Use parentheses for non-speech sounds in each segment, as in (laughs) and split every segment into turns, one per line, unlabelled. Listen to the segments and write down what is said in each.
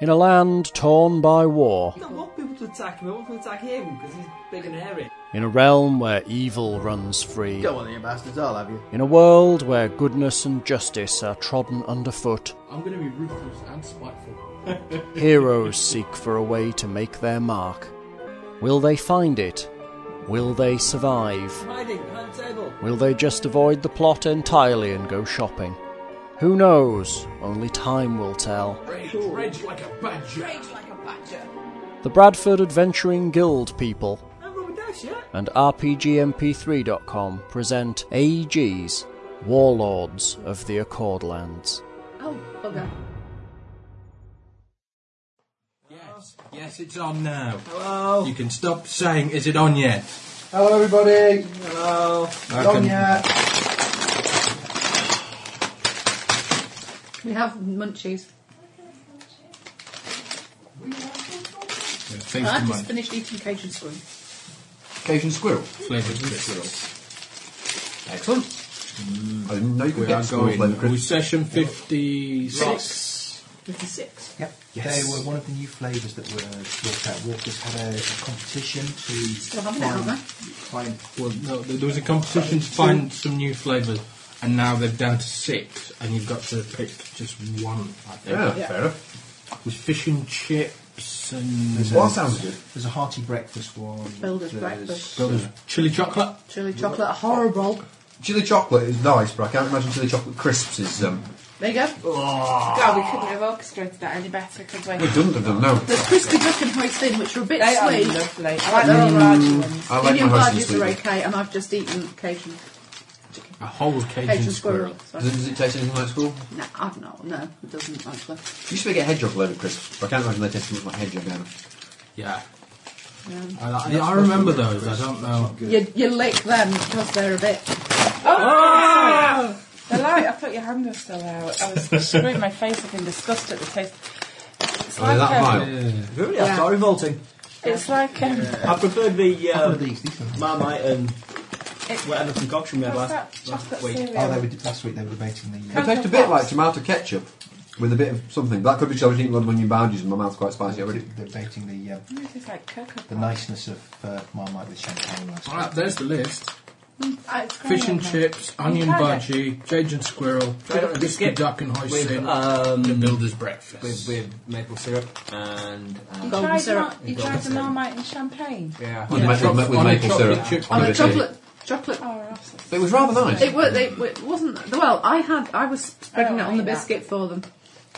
in a land torn by war,
I don't want people to attack him. I want people to attack him because he's big and hairy.
in a realm where evil runs free.
You don't want the ambassadors, I'll have you.
In a world where goodness and justice are trodden underfoot,
I'm going to be ruthless and spiteful. (laughs)
heroes seek for a way to make their mark. Will they find it? Will they survive?
Hiding behind the table.
Will they just avoid the plot entirely and go shopping? Who knows? Only time will tell.
Rage, rage like a badger.
Rage like a badger.
The Bradford Adventuring Guild people
And Robert Dash, yeah?
and RPGMP3.com present AEG's Warlords of the Accordlands.
Oh, bugger.
Yes, yes, it's on now. Hello. You can stop saying, "Is it on yet?"
Hello, everybody.
Hello.
Long yet.
We have munchies.
Thanks
I
to my
just finished eating Cajun swim.
Cajun squirrel.
flavoured cricket.
Excellent. I didn't know you could
We
get
are
squirrel flavour
going with
crisps.
session fifty-six.
56.
Yep.
Yes.
They were one of the new flavours that were brought out. Walkers had a, a competition to
Still having it, aren't they?
find, find
Well, no, there there was a competition to find some new flavours, and now they're down to six, and you've got to pick just one. I think.
Yeah, fair enough.
With fish and chips and
Well, that sounds good.
There's a hearty breakfast one.
Builder's
There's-
breakfast.
Got this chili chocolate.
Chili chocolate, horrible.
Chili chocolate is nice, but I can't imagine chili chocolate crisps is. Um,
There you go.
God, we couldn't have orchestrated that any better, could
we
we?
don't have them, no.
The crispy duck and hoisin, which are a bit
They are
sweet.
lovely. I like the
Mm.
little large ones.
I like my
Medium
husband's
values
sweet.
are
Does it,
okay, and I've just eaten Cajun,
A whole Cajun,
Cajun
squirrel.
squirrel. Sorry.
does it taste anything like squirrel?
No, I've not. No, it doesn't actually.
You used to get hedgehog flavour crisps, but I can't imagine they taste much like hedgehog now.
Yeah.
Um,
I, I, I remember those. I don't know.
you, you lick them because they're a bit.
The light, I thought your hand was still out. I was screwing my face up in disgust at the taste. It's
Are they that
like, um,
mild?
Really?
Yeah.
I thought revolting.
it's like um,
I preferred the
One
uh,
of these. These ones.
Marmite and
It's-
whatever concoction we had
what's
last,
that
last
chocolate
week.
Oh, they
cereal?
were, last week they were debating the.
It
Uh,
tastes a bit like tomato ketchup with a bit of something. But that could be because I was eating a lot of onion boundaries and my mouth's quite spicy
they're
already.
debating the uh,
Mm, It tastes like cocoa.
the niceness of uh, Marmite with champagne last
All right, there's the list.
Ah, it's growing
Fish
on
and
me.
chips, onion
tried
budgie, Cajun squirrel,
Tried it on a
crispy
biscuit
duck and
With,
hoisin, the
um,
builder's breakfast.
with, with maple syrup and.
You
Uh,
Golden
tried,
syrup.
mar- you tried the Marmite and champagne?
yeah.
With,
Yeah,
maple,
chocolate-
with
on a
maple
chocolate
syrup.
chip.
on
On
a
a
bit of tea.
chocolate, chocolate.
Oh, that's-
It was rather nice.
It was. It, it wasn't. Well, I had. I was spreading
I
it
don't
on the
like that.
biscuit for them,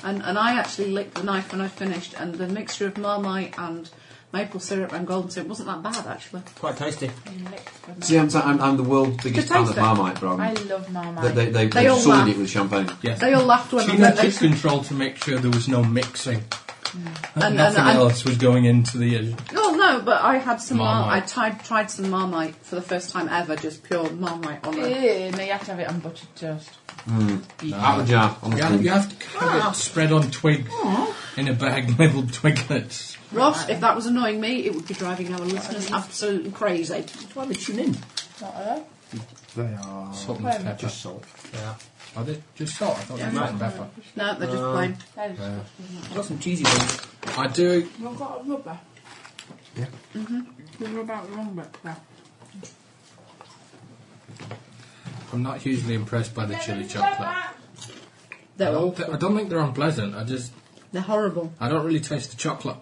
and and I actually licked the knife when I finished, and the mixture of Marmite and maple syrup and golden syrup wasn't that bad actually.
Quite tasty.
you licked them.
See, I'm, I'm, I'm the world's
Just
biggest fan of
taste it.
Marmite, but
I
I'm-
love
they,
Marmite.
they, they,
They
they
all
sullied
laugh.
it with champagne.
Yes.
They all laughed when
She
I
had
they,
chip control to make sure there was no mixing.
and, and,
Nothing
and,
else was going into the. Uh,
Oh no, but I had some. Mar- I
Marmite.
tried tried some Marmite for the first time ever, just pure Marmite on it.
Ew, no, you have to have it on buttered toast.
Out of the jar, on the
you, have, you
spoon.
have to have
Ah.
it uh, spread on twigs in a bag (laughs) labelled twiglets.
Ross, if that was annoying me, it would be driving our listeners absolutely crazy.
That's why they tune in.
Not her.
They are
Salt and
Well,
pepper.
just salt.
yeah. Are they just salt? I thought they were salt and pepper.
No, they're
Uh,
just plain.
That is good.
I've got some cheesy ones.
I do.
We've got a rubber. Mm-hmm.
Yeah.
We were about the wrong bit there.
I'm not hugely impressed by the chili chocolate. I
They're
don't,
awful.
thi- I don't think they're unpleasant. I just.
They're horrible.
I don't really taste the chocolate.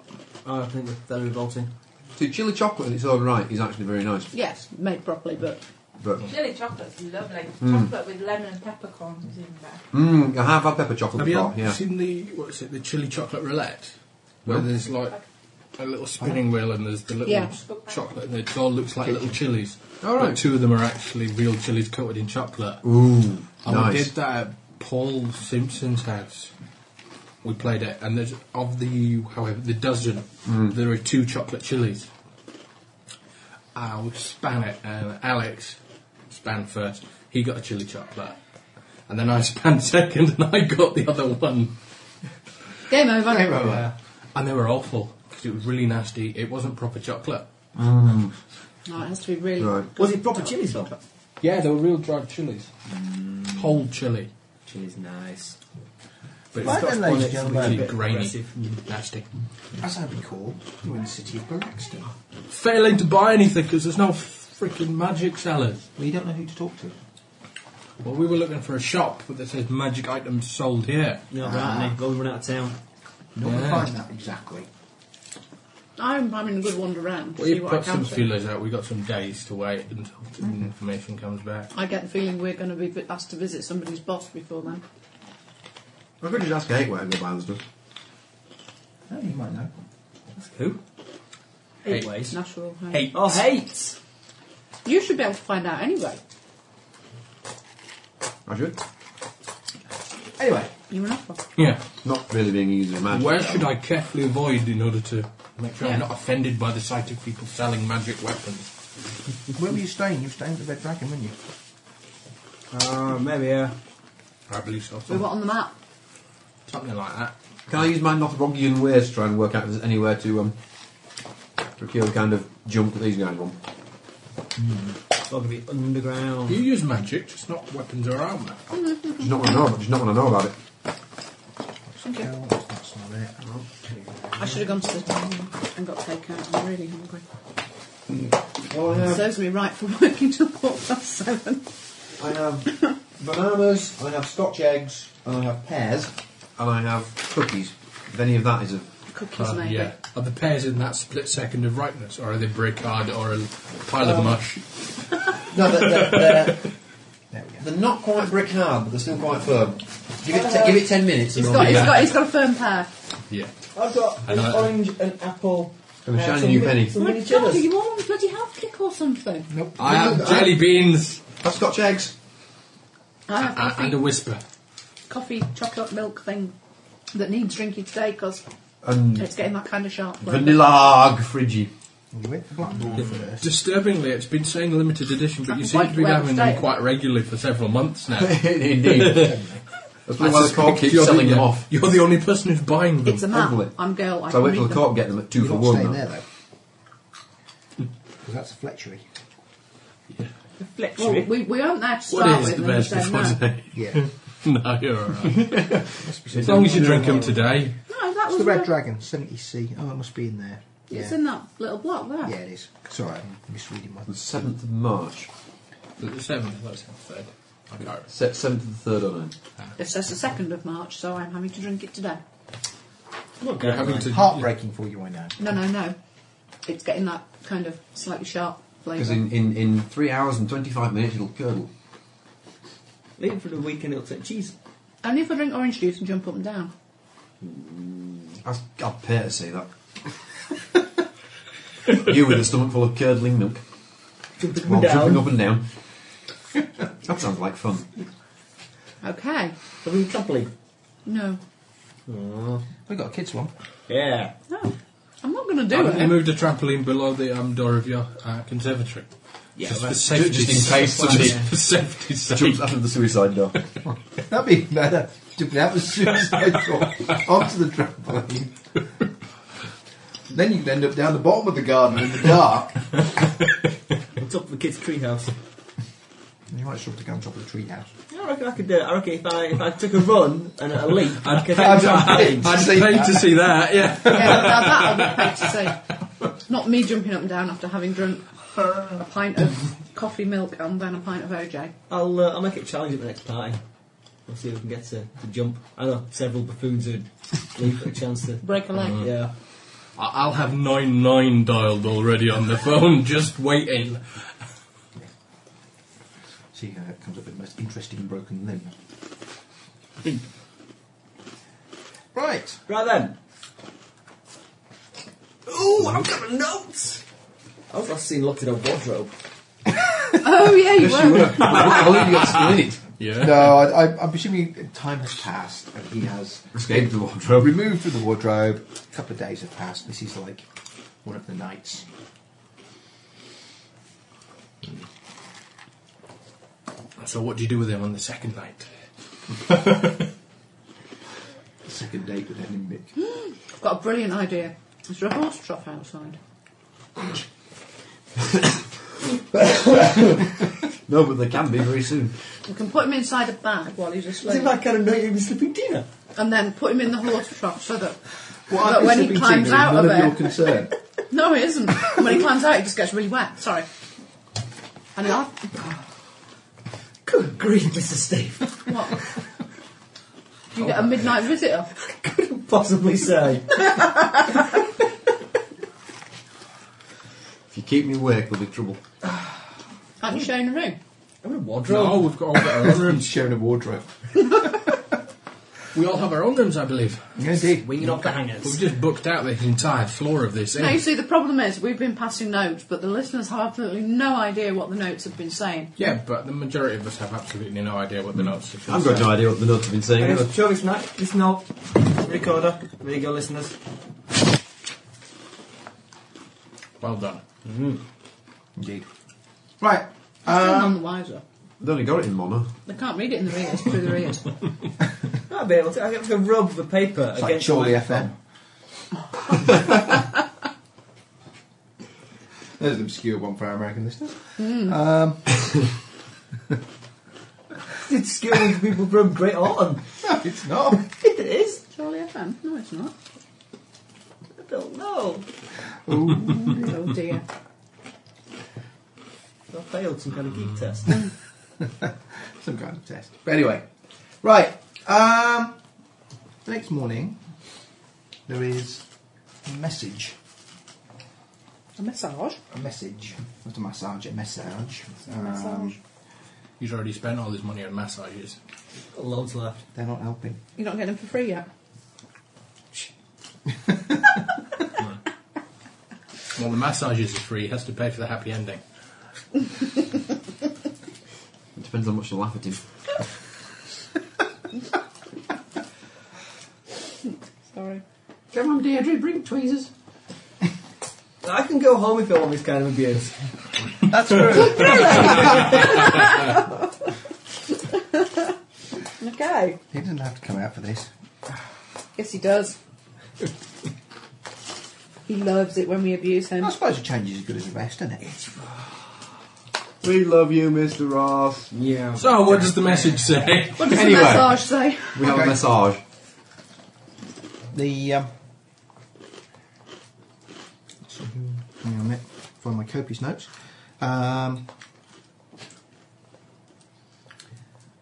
Oh, I think they're revolting.
See, chili chocolate in its own right is actually very nice.
Yes, made properly, but
But
Chili chocolate's lovely. Chocolate with lemon and peppercorn is even better.
mm, I have had pepper chocolate
Have you
before.
had-
Yeah.
seen the what is it? The chili chocolate roulette,
No.
where there's like a little spinning wheel and there's the little
Yeah.
chocolate, and it all looks like little chilies.
All right.
But two of them are actually real chilies coated in chocolate.
Ooh,
And we did
nice.
that at Paul Simpson's house. We played it, and there's of the however the dozen, there are two chocolate chilies. I would span it, and Alex span first. He got a chili chocolate, and then I (laughs) span second, and I got the other one.
game over.
And they were awful because it was really nasty. It wasn't proper chocolate.
No, it has to be really.
Right.
Was it proper chilies though?
Yeah, they were real dried chilies, whole chili.
Chilies, nice.
But it's
Right
got
then,
one
ladies
that's
and gentlemen, a
really
bit
grainy,
aggressive.
nasty.
As I recall, you were in the city of Braxton. Well,
Failing to buy anything because there's no freaking magic sellers.
you don't know who to talk to.
Well, we were looking for a shop that says magic items sold here.
You're not right, Nick. Go run out of town.
No
Yeah.
one find that exactly.
I'm having a good wander around. to see
We
what I
put
can
some
see.
feelers out. We've got some days to wait until the information comes back.
I get the feeling we're going to be vi- asked to visit somebody's boss before then.
I could just ask Gateway and go buy the stuff.
No, you might know.
Who? Eight ways.
Natural. hey.
Hey,
Oh, hates.
You should be able to find out anyway.
I should.
Anyway,
You're an offer.
yeah.
Not really being easy to imagine.
Where should I carefully avoid in order to make sure
Yeah.
I'm not offended by the sight of people selling magic weapons?
where were you staying? You were staying at the Red Dragon, weren't you?
Uh, maybe, yeah.
I believe so.
We were on the map.
Something like that.
Can I use my Northroggian ways to try and work out if there's anywhere to um, procure the kind of junk that these guys want?
It's all going to be underground.
You use magic, just not weapons or armour.
Just not want to know. Just not want to know about it.
Okay.
No, Oh, that's not it.
I should have gone to the town and got takeout. I'm really hungry.
Well, I
Serves me right for (laughs) working till quarter past seven.
I (laughs) have bananas. I have Scotch eggs. And I have pears. And I have cookies. If any of that is a
Cookies,
Uh,
maybe.
yeah. Are the pears in that split second of ripeness, or are they brick hard or a pile
Um,
of mush?
no, they're, they're, they're, (laughs)
There we go.
they're not quite brick hard, but they're still quite firm. Give it, te- give it ten minutes.
He's
and
got,
I'll be
he's
back.
got, he's got a firm pair.
Yeah.
I've got
I know
an
that.
orange, an apple,
And a
uh,
shiny
some
new
mi-
penny.
Some
My
mini
God, are
cheddars.
you on bloody health kick or something?
Nope.
I have jelly beans
That's Scotch eggs.
I have
a- and
coffee,
a whisper.
coffee, chocolate milk thing that needs drinking today because
And
it's getting that kind of sharp. flavour.
vanilla
(laughs)
friggy.
You went to Blackpool first.
Disturbingly, it's been saying limited edition, but you
That's
seem
like
to be
where
having
I'm
them
staying.
quite regularly for several
(laughs)
months now. (laughs)
Indeed. That's why
I
the corp
suspect
keeps
you're
selling
the,
them off.
You're the only person who's buying them.
It's a map.
Ugly.
I'm girl. I
So
can
I wait till
read
the
them.
corp get them at two
You're
for
not
one.
staying
though.
there, though. Because that's a fletchery.
Well, we, we aren't there to start
what is
with. and
the
then
best
we say
before
no.
today?
Yeah.
(laughs) no, you're alright.
(laughs)
as long as you drink them today.
No, that
It's
was
the Red
where-
Dragon, 70C. Oh, it must be in there. Yeah.
It's in that little block there.
yeah, it is. It's alright, I'm misreading my.
The 7th of March.
The 7th, that's the 3rd. I can't remember.
Se- 7th of the 3rd or 9th.
It says the second of March, so I'm having to drink it today.
You're having to.
Heartbreaking for you, I know.
No, no, no. It's getting that kind of slightly sharp
Because
flavour.
in, in, in 3 hours and 25 minutes it'll curdle.
Leave it for the weekend, it'll take cheese.
Only if I drink orange juice and jump up and down.
I'd, I'd pay to
(laughs)
say that. you with a stomach full of curdling milk.
Jumping
While jumping
down.
up and down. that sounds like fun.
Okay.
Have we trampoline?
No.
We've got a kids one.
Yeah.
No. I'm not going to do
Haven't they
it.
moved a trampoline below the um, door of your uh, conservatory?
Yeah,
just, for
that's-
safety,
just in case somebody-
(laughs) Just for safety's sake.
Jumps out of the
(laughs)
suicide door.
That'd be better. Jumping out of the suicide door onto the trampoline. then you can end up down the bottom of the garden in the dark. (laughs)
On top of the kids' treehouse.
You might struggle to go on top of the tree house.
I reckon I could do it. I reckon if I, if I took a run and a (laughs) leap, I could
I'd-
trampoline.
I'd-
I'd
See
pay
that.
to see that, yeah.
yeah, that, that I would pay to say. Not me jumping up and down after having drunk a pint of coffee milk and then a pint of OJ.
I'll, uh, I'll make it a challenge at the next party. We'll see if we can get to, to jump. I know several buffoons who'd leave for a chance (laughs) to.
Break a leg.
Yeah.
I- I'll have 99 dialed already on the phone, (laughs) just waiting.
See how it comes up with the most interesting broken limb. Right.
Hmm. Right then. Ooh, I've got a note! I was last seen locked in a wardrobe.
Oh, yeah, you were.
I'll leave you guys in it.
Yeah.
No, I, I, I'm assuming time has passed and he has
Escape the wardrobe.
removed from the wardrobe. A couple of days have passed. This is like one of the nights.
So what do you do with him on the second night?
The second date with Enimbic.
I've got a brilliant idea. Is there a horse trough outside?
No, but they can be very soon.
You can put him inside a bag while he's asleep,
Seems like kind of night you'd be sleeping dinner.
and then put him in the horse trough so that.
What
But
happens
when he
to Peter
climbs
is
out
none
of
of
it-
your concern.
No, it isn't. when he climbs out, he just gets really wet. Sorry. And he'll have,
Good grief, Mr. Steve.
what? You get a midnight visitor.
Possibly say.
(laughs) If you keep me awake, there'll be trouble.
Aren't you sharing a room?
I'm in a wardrobe.
No, we've got all got our own
He's
rooms.
sharing a wardrobe.
We all have our own rooms, I believe.
Indeed.
Winging off the
We've
hangers.
just booked out the entire floor of this
Now, you
inn.
see, the problem is we've been passing notes, but the listeners have absolutely no idea what the notes have been saying.
Yeah, but the majority of us have absolutely no idea what the notes are.
I've got no idea what the notes have been saying.
I'm
either.
gonna show this night, this knob, recorder. There you go, listeners.
Well done.
Indeed. Right. Uh,
Still none the wiser.
They only got it in mono.
They can't read it in their ears, through their ears.
I'll be able to. I have to rub the paper
It's like
against
Chorley
my-
FM. (laughs) There's an obscure one for our American listeners. Um,
Did skilled people from Great Orton?
no, it's not.
(laughs) It is.
Charlie FM? No, it's not.
I don't know.
Oh dear.
I failed some kind of geek test.
Some kind of test. But anyway. Right. Um, the next morning, there is a message.
A massage?
A message. Not a massage, a message.
massage.
Um,
He's already spent all his money on massages.
Loads left.
they're not helping.
You're not getting them for free yet?
Well, the massages are free. He has to pay for the happy ending.
It depends how much they laugh at him.
Sorry.
Come on, Deirdre, bring tweezers.
I can go home if I want this kind of abuse.
That's true.
Okay.
he doesn't have to come out for this.
Yes, he does. he loves it when we abuse him.
I suppose a change is as good as a rest, isn't it?
We love you, Mr. Ross.
Yeah.
So, what does the message say?
What does
Anyway.
the massage say?
We have
Okay.
a massage.
The um, so, hang on a minute, find my copious notes. Um,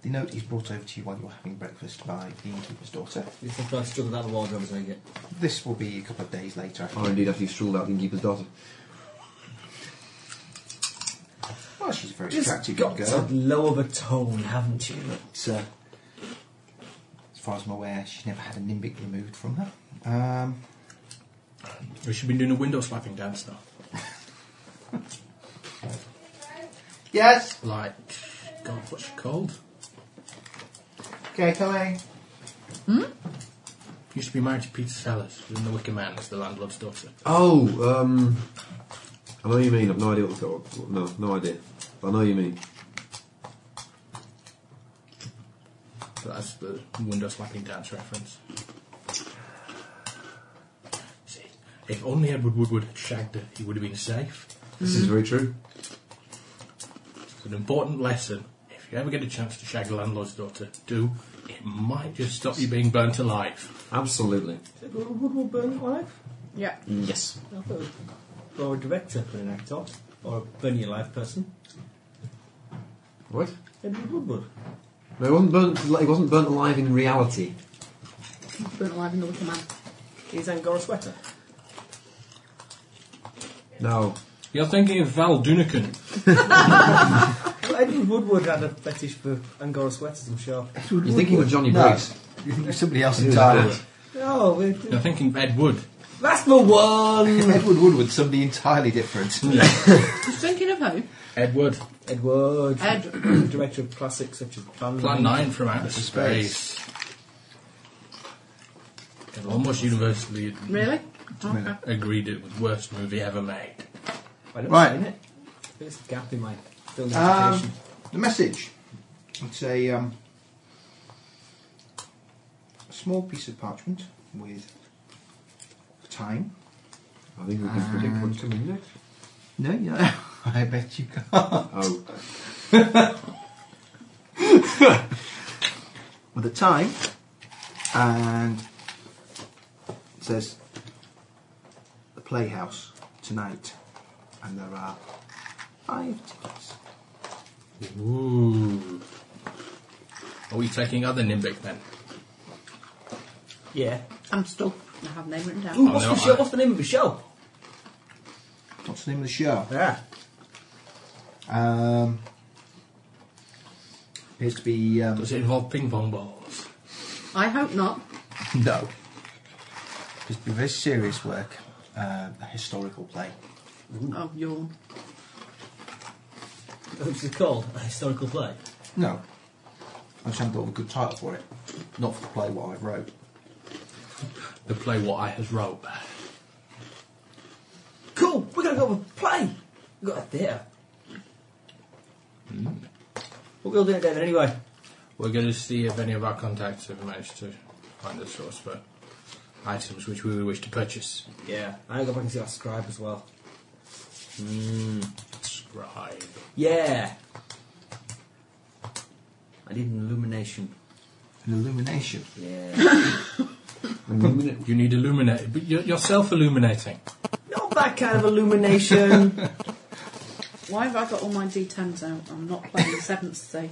the note is brought over to you while you're having breakfast by the innkeeper's daughter.
It's the first struggle out of the wardrobe, I get.
This will be a couple of days later.
Or Oh, indeed, after you've strolled out the innkeeper's daughter.
Well, she's a very
Just
attractive
got
young
to
girl.
lower the tone, haven't you?
It's, uh, as far as I'm aware, she's never had a nimbic removed from her. Um,
We should be doing a window slapping dance now.
yes.
Like, God, what's she called?
Okay, coming.
Used to be married to Peter Sellers in The Wicker Man as the landlord's daughter.
Oh, um. I know what you mean. I've no idea what the. What, no, no idea. But I know what you mean.
So that's the window slapping dance reference. See, if only Edward Woodward had shagged her, he would have been safe.
This
Mm.
is very true.
It's an important lesson. If you ever get a chance to shag a landlord's daughter, do. It might just stop you being burnt alive.
Absolutely.
Woodward burn life?
Yeah.
Yes.
Or a director for an actor. Or a burn your life person.
What?
Edward Woodward.
No, it wasn't burnt. It wasn't burnt alive in reality.
Burnt alive in the wicker man.
He's Angora Sweater.
No.
You're thinking of Val Dunican.
Well, Edward Woodward had a fetish for Angora Sweaters, I'm sure.
You're thinking of Johnny
No.
Briggs.
You're thinking of (laughs) somebody else entirely.
No, Oh, we-
You're thinking of Ed Wood.
that's the one!
Edward Woodward, somebody entirely different.
Just thinking of who?
Ed Wood.
Edward.
Ed.
director of classics such as Plan
Plan 9 from Outer Space.
Space.
And almost universally
Really? Okay.
agreed it was the worst movie ever made.
I've not
Right.
seen it. There's a gap in my film
Um,
education.
the message. It's a um, small piece of parchment with time.
I
(laughs)
think we can predict what's coming next.
No, yeah. I bet you can't.
Oh.
(laughs) with a time, and it says the Playhouse tonight, and there are five tickets.
Ooh. Are we taking other Nimbic then?
Yeah.
I'm still. I have name written down.
Ooh, what's,
Oh, no,
the show,
I-
what's the name of the show?
What's the name of the show?
Yeah.
Um, appears to be um, (laughs)
Does it involve ping pong balls?
I hope not.
no. Appears to be very serious work, uh, a historical play.
Oh, yawn.
What's it called? A historical play.
No, I just haven't thought of a good title for it. Not for the play what I wrote.
The play what I has wrote.
Cool, we're going to go with a play. We've got a theatre.
Hmm.
What are we all doing today then anyway?
We're going to see if any of our contacts have managed to find a source for items which we would wish to purchase.
Yeah. I gotta go back and see our scribe as well.
Scribe.
Yeah. I need an illumination.
An illumination.
Yeah. Mm-hmm.
You need illuminate, but you're, you're self-illuminating.
Not that kind of illumination.
Why have I got all my D10s out? I'm not playing the Seventh Sea.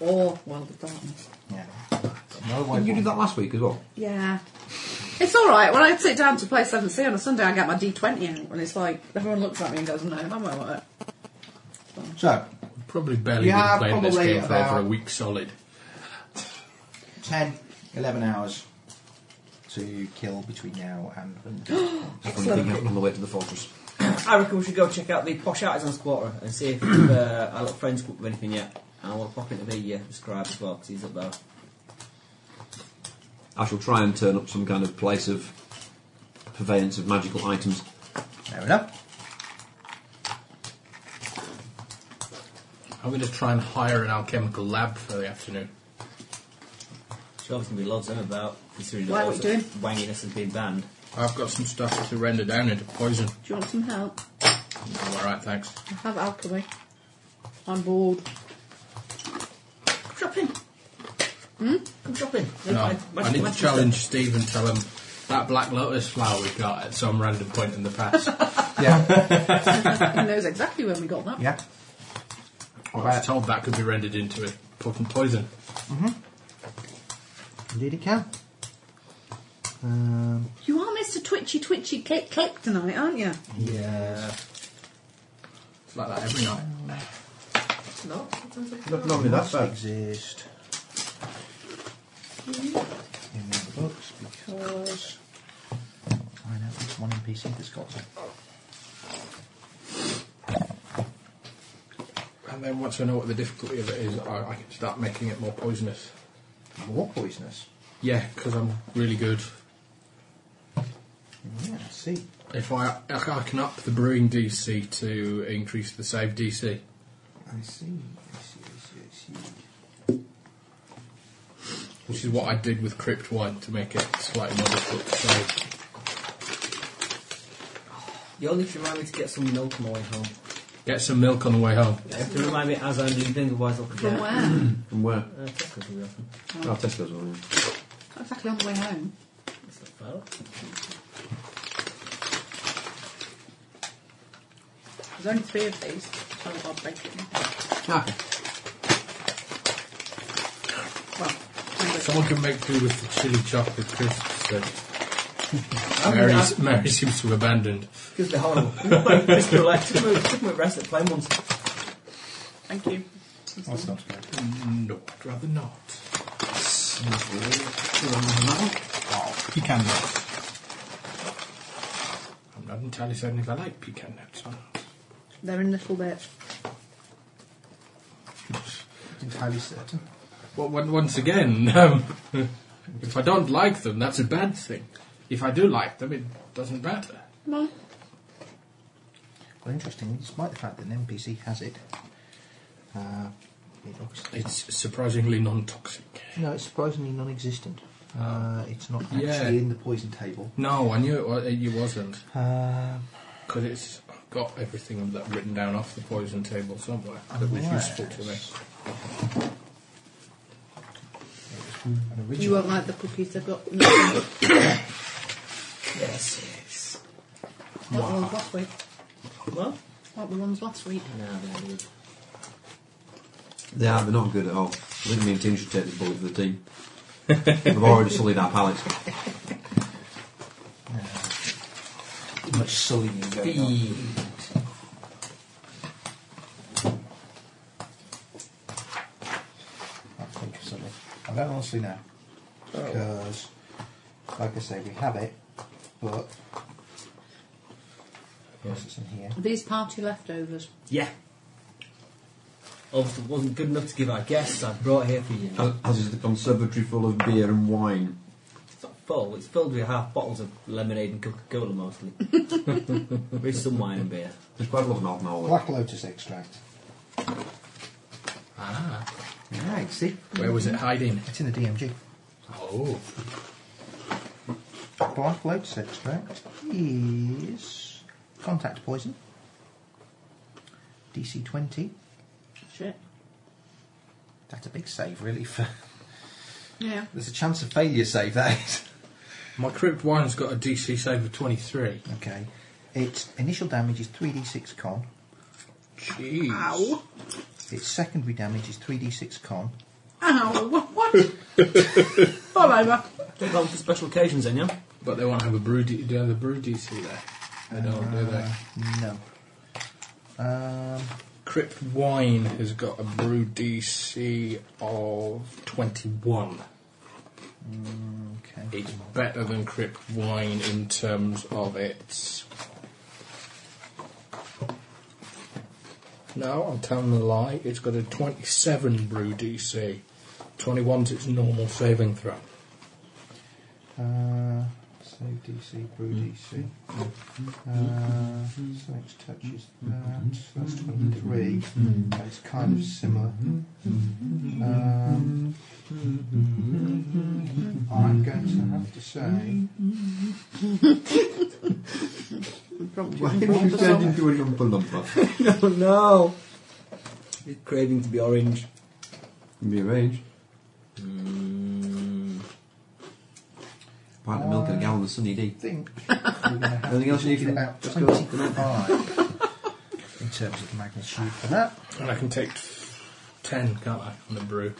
Or World of Darkness.
Yeah. No way.
Didn't you do that last week as well?
Yeah. It's alright. When I sit down to play Seventh Sea on a Sunday, I get my D20 out, and it's like, everyone looks at me and goes, no, I'm alright.
So,
Probably barely
You
been
have
playing this
probably
game for over a
about-
week solid.
10, 11 hours to kill between now and. and
That's one thing up on the way to the fortress.
I reckon we should go check out the Posh Artisans Quarter and see if (coughs) uh, our little friend's come up with anything yet. And I want to pop into the, uh, the scribe as well, because he's up there.
I shall try and turn up some kind of place of purveyance of magical items.
Fair enough.
I'm going to try and hire an alchemical lab for the afternoon.
There's obviously going to be loads of them about, considering
Why,
all
what
the
you doing?
wanginess has been banned.
I've got some stuff to render down into poison.
Do you want some help?
I'm all right, thanks.
I have alchemy. I'm bored.
Come shopping! Hmm? Come shopping!
No,
Magic-
I
magic
need to
stuff.
challenge Steve and tell him that black lotus flower we got at some random point in
(laughs)
the past.
Yeah,
He knows exactly when we got that.
yeah.
I was told that could be rendered into a potent poison.
Indeed, it can. Um,
You are Mr. Twitchy Twitchy Click Click tonight, aren't you?
Yeah.
It's like that every night.
No?
Not normally that's
must exist in the books because I know there's one NPC that's got them.
And then once I know what the difficulty of it is, I, I can start making it more poisonous.
More poisonous.
Yeah, because I'm really good.
Yeah, I see.
If I, I can up the brewing DC to increase the save DC.
I see. I see. I see. I see.
Which is what I did with Crypt Wine to make it slightly more difficult to save.
You all need to remind me to get some milk on the way home.
Get some milk on the way home.
You have to remind me as I'm leaving, otherwise I'll
From
forget.
Mm.
where?
From where?
Uh, Tesco's will be open.
Oh, Tesco's one. yeah.
Not exactly on the way home.
That's not far off.
There's only three of these. So I'll break it.
Ah, okay.
Well, I'm good.
Someone can make do with the chili chocolate crisps that (laughs)
Mary,
Mary, Mary seems to have abandoned.
because they're (laughs) horrible. We played Crystal Lake. Took me, took me a rest at playing once.
Thank you.
That's not good.
No, I'd rather not. Pecan nuts. I'm not entirely certain if I like pecan nuts or not.
They're in little bits.
Entirely certain.
Well, on- once again, (laughs) um, if I don't like them, that's a bad thing. If I do like them, it doesn't matter.
Well,
Well, interestingly, despite the fact that an NPC has it, uh, it obviously
It's surprisingly non-toxic.
no, it's surprisingly non-existent. Uh, it's not actually
Yeah.
in the poison table.
No, I knew it, wa- it wasn't
Um,
because it's got everything of that written down off the poison table somewhere that was useful to me.
An
You
original.
won't like the cookies I've got. Not
Yes, yes.
the ones last week.
Well,
Not the ones last week.
no, they're good.
They are, they're not good at all. I think me and Tim should take this bullet for the (laughs) team. We've already sullied our palates.
Too much sullying going on.
Feed.
I think of something. I don't honestly know. Oh. Because, like I say, we have it, but. Yes, it's in here.
These party leftovers.
Yeah. Obviously, wasn't good enough to give our guests. I brought here for you.
As, as is the conservatory full of beer and wine.
It's not full. It's filled with half bottles of lemonade and Coca-Cola (laughs) mostly. with some wine and beer.
There's quite a lot of alcohol.
Black Lotus extract. Ah. Right, see?
Where was it hiding?
It's in the DMG.
Oh,
Black Lotus extract is. Contact poison. DC 20.
Shit.
That's a big save, really. For
Yeah.
There's a chance of failure save, that (laughs) is.
my crypt wine's got a DC save of twenty-three.
Okay. Its initial damage is 3d6 con.
Jeez.
Its secondary damage is 3d6 con.
Ow! What? what? Fall over.
They're gone for special occasions, then, yeah?
But they won't have a brew. D- do they have a brew DC there? They don't, do they?
No. Um,
Crypt Wine has got a brew DC of 21.
okay.
It's better than Crypt Wine in terms of its. No, I'm telling a lie. It's got a 27 brew DC. 21's its normal saving throw.
Uh, save DC, brew DC.
Mm-hmm.
Uh, so it touches
Mm-hmm.
that. So that's 23. That's kind of similar.
Mm-hmm.
Um,
Mm-hmm.
I'm going to have to say.
Why have you turned into a lumpa lumpa?
no, (laughs) no. It's craving to be orange.
Be arranged. Hmm.
Mm.
Pint of milk and a gallon of Sunny D.
think we're going to have
Anything else
to
you need
give
from-
it out
just go up.
25 (laughs) in terms of magnitude for that.
And I can take 10, can't I, on the brew?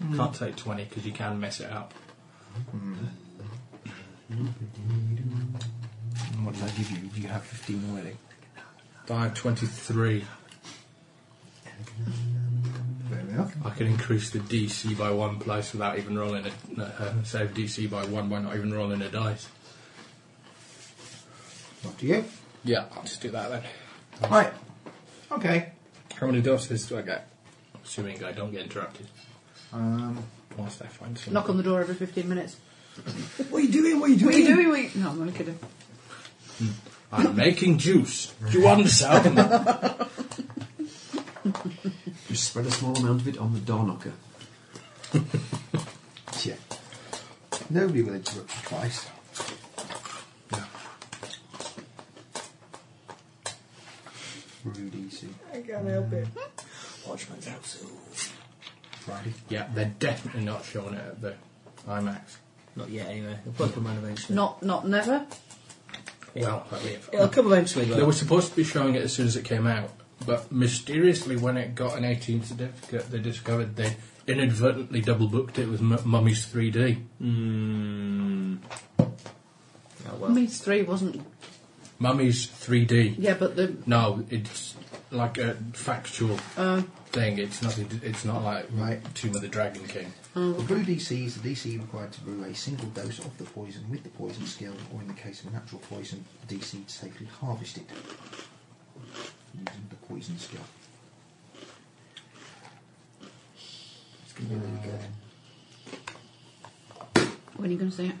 Hmm.
Can't take 20 because you can mess it up.
And what did I give you? You have 15 already.
I have 23.
Fair enough.
I can increase the DC by one place without even rolling a uh, save DC by one by not even rolling a dice.
Up to you.
Yeah, I'll just do that then.
Right. Okay.
How many doses do I get? Assuming I don't get interrupted.
Um,
Whilst I find some.
Knock on the door every 15 minutes.
What are you doing? What are you doing?
What are you doing? We... No, I'm only kidding.
I'm making juice.
(laughs)
You understand?
Just spread a small amount of it on the door knocker.
yeah. Nobody will interrupt you twice. Brew DC.
I can't help it. Watchman's out soon.
Friday.
yeah, they're definitely not showing it at the IMAX.
Not yet, anyway. It'll probably come around eventually.
Not, not never.
Well, I mean,
It'll come eventually,
they
though.
were supposed to be showing it as soon as it came out, but mysteriously, when it got an 18 certificate, they discovered they inadvertently double booked it with M- Mummy's 3D.
Hmm.
Mm. Oh, well.
Means three wasn't.
Mummy's 3D.
Yeah, but the
No, it's like a factual
Uh.
thing. It's nothing. to- It's not like
Right.
Tomb of the Dragon King.
The brew DC is the DC required to brew a single dose of the poison with the poison skill, or in the case of natural poison, the DC to safely harvest it using the poison skill.
It's going to be really good.
When are you going to say it?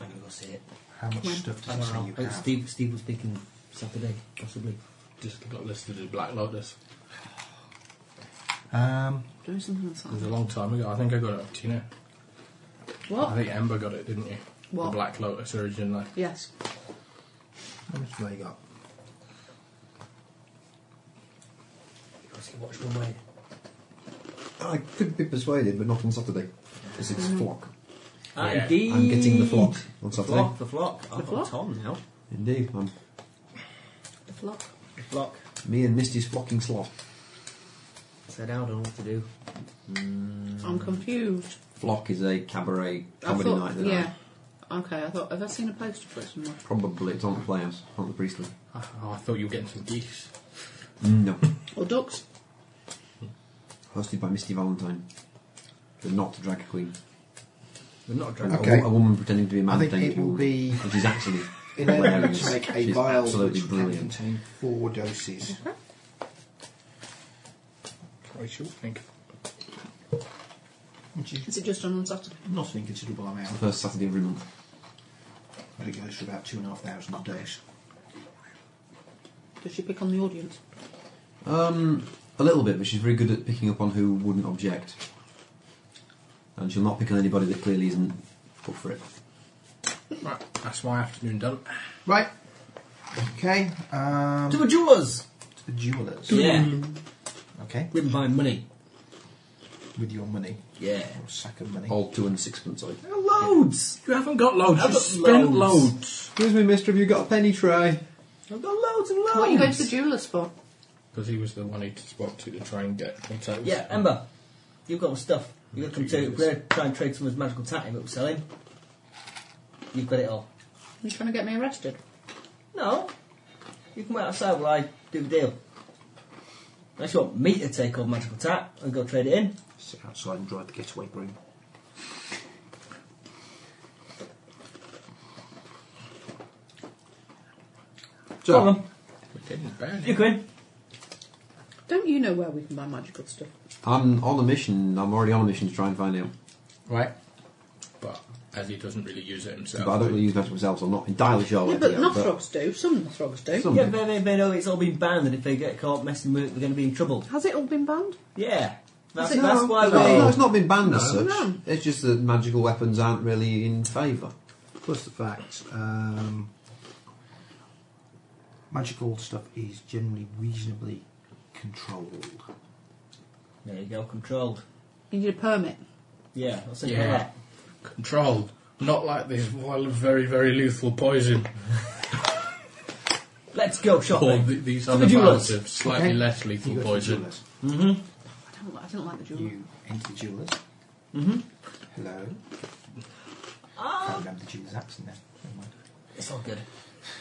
I'm going to go see it.
How much
When?
stuff does it say
Tomorrow.
you
Oh,
have?
Steve, Steve was thinking Saturday, possibly.
Just got listed as Black Lotus.
Um,
Doing something on
It was a
Saturday.
long time ago. I think I got it up to you now. E I
What?
think Ember got it, didn't you?
What?
The Black Lotus originally.
Yes.
how much have I got?
He watched one way.
I Oh, could be persuaded, but not on Saturday. Because it's flock.
Ah,
Yeah.
indeed.
I'm getting the flock on Saturday.
Flock, the flock. I've
flock?
got Tom now.
Indeed. Um,
The flock.
The flock.
me and Misty's flocking slot.
So now I don't know what to do.
I'm confused.
Flock is a cabaret comedy
I thought,
night that
yeah.
I
Okay, I thought, have I seen a poster for it somewhere?
probably it's on the players, on the priestly.
Oh, I thought you were getting some geese.
Mm.
No.
Or ducks?
Hosted by Misty Valentine. The not drag queen.
We're not
A
drunk.
wo-
Okay.
A, woman pretending to be a man
I think
pretending
it
to be a
will
woman.
be
Which is actually
(laughs) in order
hilarious.
to make a
She's
vial
absolutely
which can
brilliant.
contain four doses.
I should think.
Which is
Is it just on one Saturday?
not an inconsiderable amount,
The first Saturday of every month.
but it goes for about two and a half thousand a day.
Does she pick on the audience?
Um, a little bit, but she's very good at picking up on who wouldn't object. And she'll not pick on anybody that clearly isn't up for it.
Right, that's my afternoon done.
Right. Okay. Um,
To the jewelers.
to the jewellers.
Yeah.
Okay.
Written by money.
With your money.
Yeah.
Or sack of money.
All two and sixpence, I
Loads.
You haven't got loads.
I've
You've
got
spent
loads.
loads.
Excuse me, mister, have you got a penny tray?
I've got loads and loads.
What are you going to the jewellers for?
Because he was the one he spoke to to try and get contact. with
Yeah,
someone.
Ember. You've got all the stuff. You've got to come to we're gonna try and trade someone's magical tatting that we're selling. You've got it all.
Are you trying to get me arrested?
No. You come outside while I do the deal. Unless you want me to take all magical tat and go trade it in.
Sit outside and drive the getaway broom.
So, Come on,
We didn't burn
you
it.
can.
Don't you know where we can buy magical stuff?
I'm on a mission. I'm already on a mission to try and find out.
Right. But as he doesn't really use it himself.
But I don't really use magic myself, so I'm not entirely sure.
Oh, yeah,
what
but
to do,
not frogs do. Some frogs do.
Some
Yeah,
do.
they, they, they know it's all been banned, and if they get caught messing with it, they're going to be in trouble.
Has it all been banned?
Yeah. That's,
it-
that's
No.
why we.
No, no, it's not been banned as
No.
such.
No.
It's just that magical weapons aren't really in favour.
Plus the fact, um, magical stuff is generally reasonably controlled.
There you go, controlled.
You need a permit.
Yeah, I'll send you
Yeah.
that.
Controlled. Not like this wild, very, very lethal poison.
Let's go
Or
shopping.
th- these
To
other
the
rounds
jewellers.
of slightly
Okay.
less
You
lethal
go to the
poison.
jewellers.
I don't, I don't like the jewellers.
You enter the jewellers. Mm-hmm. Hello. I
Ah.
can't remember the jeweller's accent now. Never mind.
It's all good.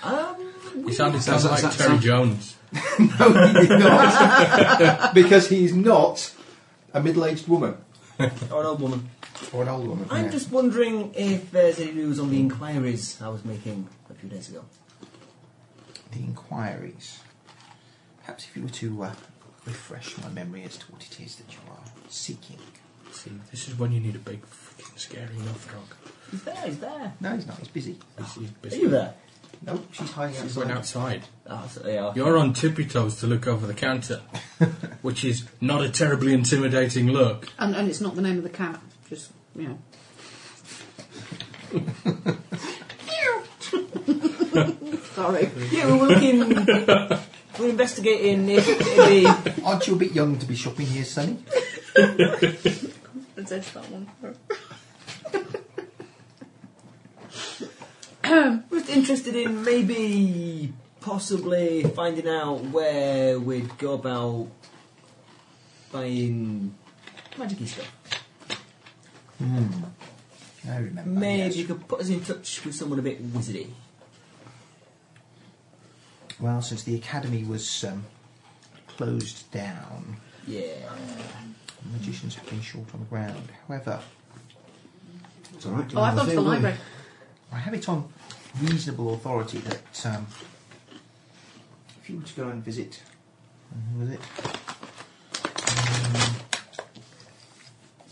Um,
He sounded sounds
Sounds-
like
sounds-
Terry
sounds-
Jones.
No, he did not. (laughs) because he's not a middle-aged woman
or an old woman.
or an old woman.
I'm
yeah.
just wondering if there's any news on the inquiries I was making a few days ago.
the inquiries. Perhaps if you were to uh, refresh my memory as to what it is that you are seeking.
See, this is when you need a big, fucking scary enough frog.
He's there, he's there.
No, he's not. He's busy.
This is
Are you
busy.
there?
No, she's hiding
He
outside.
went outside.
Oh, so they are.
You're on tippy toes to look over
(laughs)
the counter, which is not a terribly intimidating look.
And, and it's not the name of the cat. Just, you (laughs) know. Sorry.
Yeah, we were
(laughs)
looking. we were investigating if the.
Aren't you a bit young to be shopping here, Sonny?
Let's edge that one.
We were interested in maybe, possibly finding out where we'd go about buying magic stuff.
I remember.
Maybe you
Oh, yes.
could put us in touch with someone a bit wizardy.
Well, since the academy was um, closed down,
Yeah.
magicians have been short on the ground. However,
It's all right.
Oh, I've gone to the library.
I have it on reasonable authority that um, if you were to go and visit, who was it?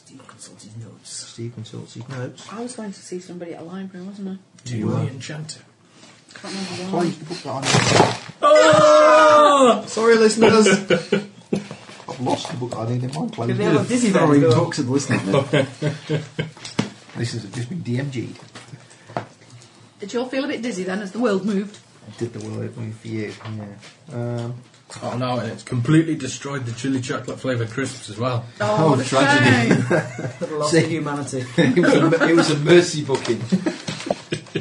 Steve consulted notes.
Steve consults his notes.
I was going to see somebody at the library, wasn't I?
To the
uh,
enchanter.
Can't remember why.
Close the book that I
Sorry, listeners.
need. I've lost the book that I need in my
Did they
clothes.
have a dizzy then?
Throwing
Go-
books at the listeners.
(laughs) Listeners have just been DMG'd.
Did you all feel a bit dizzy then as the world moved?
Did the world move for you? Yeah. Um,
Oh no, and it's completely destroyed the chili chocolate flavour crisps as well.
Oh,
Oh,
the
tragedy.
shame.
The loss
See.
of
(laughs)
humanity.
it, was a, it was a mercy booking. I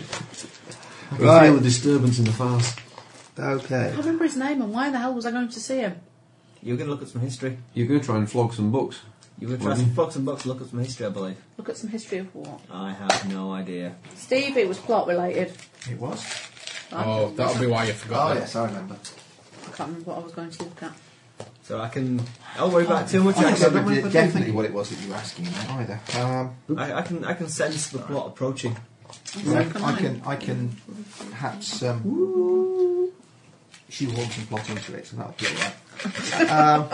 can
Right.
feel the disturbance in the farce.
I
Okay.
can't remember his name and why the hell was I going to see him?
You were going to look at some history.
You're going to try and flog some books.
You were going to try some books and books to look at some history, I believe.
Look at some history of what?
I have no idea.
Steve, it was plot related.
It was?
Ah.
Oh, that'll be why you
Oh,
forgot that.
yes, I remember.
I can't remember what I was going to look at.
So I can. I'll worry about it too much.
I
actually.
don't
don't worry
remember
about
definitely what it was that you were asking me either. Um,
it. I, I can. I can sense the plot approaching.
I'm
I,
sorry for
I
mine.
can, I can perhaps um, shoehorn some plot into it, so that'll be alright. um,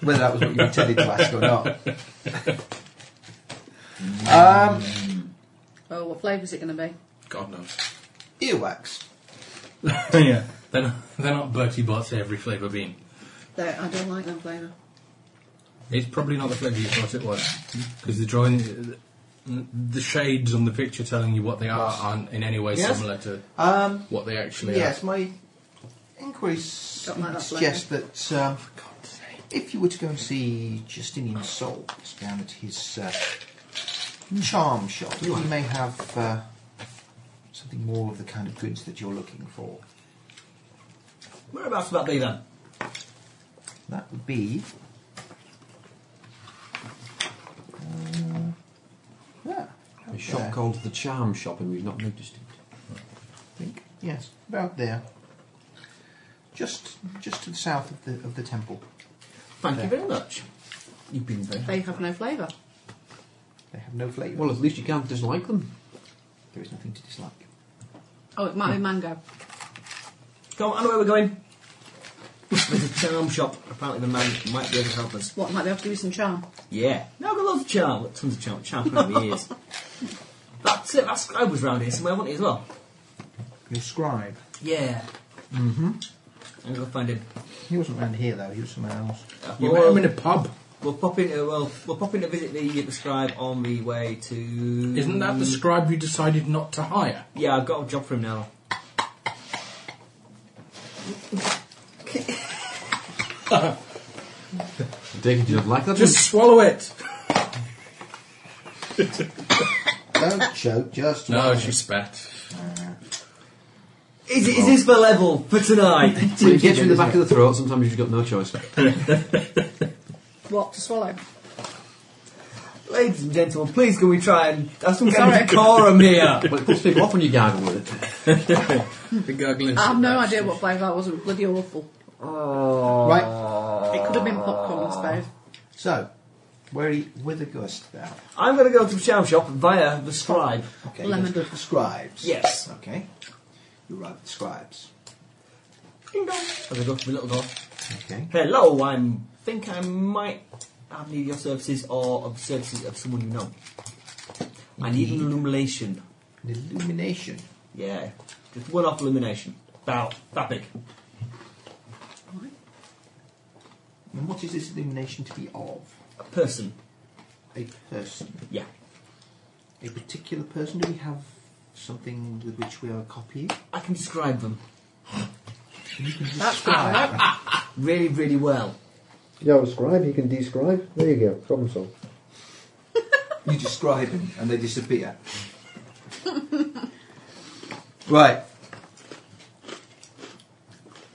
whether that was what you intended to ask or not. um,
Oh, what flavour is it going to be?
God knows. (laughs)
earwax.
yeah, they're not, they're not Bertie Bott's every flavour bean.
There, I don't like that flavour.
It's probably not the flavour you thought it was, because the drawing, the shades on the picture telling you what they are aren't in any way
Yes.
similar to
Um,
what they actually
yes, my inquiries
Don't like that
suggest that um, if you were to go and see Justinian Souls down at his uh,
Hmm.
charm shop, he may have uh, something more of the kind of goods that you're looking for.
Whereabouts would that be then?
That would be. Uh, yeah,
A shop
there,
called the Charm Shop, and we've not noticed it.
I think yes, about there. Just, just to the south of the of the temple,
Thank you very much. You've been very.
They have no flavour.
they have no flavour.
Well, at least you can't dislike them.
there is nothing to dislike.
Oh, it might
Hmm.
be mango.
Come on, I know where we're going. There's a charm shop. Apparently, the man might be able to help us.
What, might be able to give you some charm?
Yeah. No, I've got loads of charm. Look, Tons of charm. Charm for the ears. That's it. That scribe was round here somewhere, wasn't he, as well?
Your scribe.
Yeah. Mm-hmm. I'm going to find him.
He wasn't around here though. He was somewhere else.
Uh,
You
well,
met them in
um,
a pub.
We'll pop in. Uh, well, we'll pop in to visit the, the scribe on the way to.
Isn't that the
mm.
scribe you decided not to hire?
Yeah, I've got a job for him now.
I take it you don't like that.
Just swallow it.
Don't choke. Just
No,
one.
she spat.
Is, is this the level for tonight? (laughs)
one? when it gets you (laughs) in the back of the throat, sometimes you've got no choice.
What, to swallow?
Ladies and gentlemen, please can we try and have some kind
Sorry.
of decorum here?
But it puts people off when you gargle with it.
(laughs) The gurgling.
I have no idea what flavour that was. It was bloody awful.
Oh.
Right.
It could have been popcorn, I suppose.
So, where he with the gust now?
I'm going to go to the charm shop via the scribe.
Okay.
Lemon.
Let's go to the scribes.
Yes.
Okay. You arrive at the scribes.
Ding dong. As I go to my little door.
Okay.
Hello, I think I might have need of your services or of the services of someone you know. I need an illumination.
An illumination.
Yeah, just one off illumination. About that big.
And what is this illumination to be of?
A person.
A person.
Yeah.
(laughs) A particular person. Do we have something with which we are copied?
I can describe them
You can describe. them.
really, really well.
You're a scribe, you can describe. There you go, problem solved.
you describe them, and they disappear. right.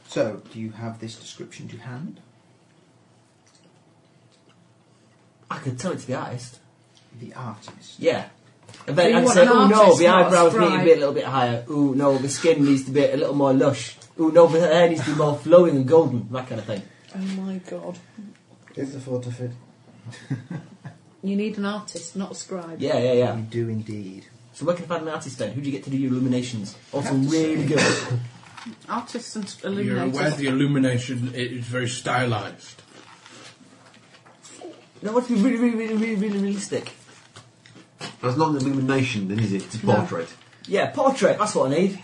So, do you have this description to hand?
I could tell it to the artist.
The artist.
Yeah. And then
You
I'd
want
say,
an
oh no,
artist,
the
not a
eyebrows need to
scribe."
be a little bit higher. Ooh, no, the skin needs to be a little more lush. Ooh, no, the hair needs to be more flowing and golden. That kind of thing.
Oh my god.
It's a fortifit.
You need an artist, not a scribe.
Yeah, yeah, yeah.
You do indeed.
So where can I find an artist then? Who do you get to do your illuminations? Also
Have to
really good. (laughs)
Artists and
You're
illuminators.
aware the illumination is very (laughs) stylized.
No, what to be really, really, really, really, really realistic.
That's not an illumination, then, is it? It's a portrait.
Yeah, portrait, that's what I need.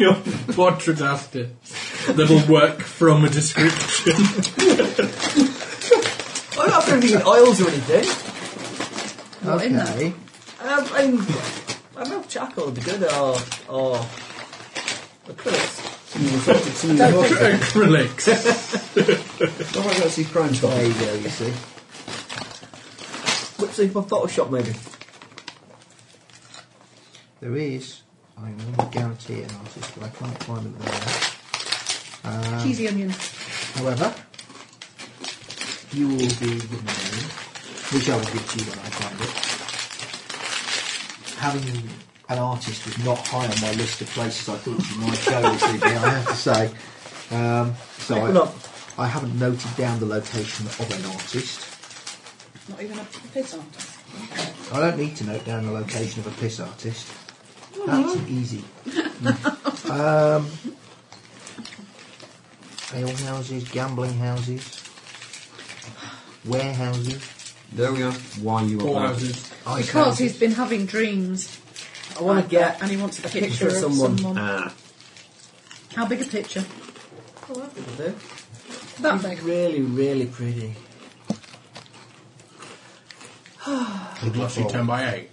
Your portrait after that'll work from a description. (laughs)
I'm not putting in oils or anything.
What in there?
Okay.
Um, I'm, I don't know, charcoal would be good, or, or acrylics. You reflected some of your hopes.
Acrylics.
Oh, I don't see crime
There
stopping.
you go, you see. Which thing for Photoshop, maybe?
There is, I can almost guarantee it, an artist, but I can't find them there. Um,
Uh,
Cheesy onion.
However, you will be the name, which I will give to you when I find it. Having an artist was not high on my list of places I thought you might go this evening, I have to say. Um, so
Pick 'em up.
I, I haven't noted down the location of an artist.
Not even a piss artist.
I don't need to note down the location of a piss artist. That's easy. um, ale houses, gambling houses, warehouses.
There we are. Why you
Four
are
houses.
Because he's been having dreams.
I want to
like that,
get
And he wants a,
a
picture,
picture of
of
someone.
someone.
Uh,
Ah,
How big a picture?
Oh, There.
That big.
eh? really, really pretty.
A glossy 10 by 8.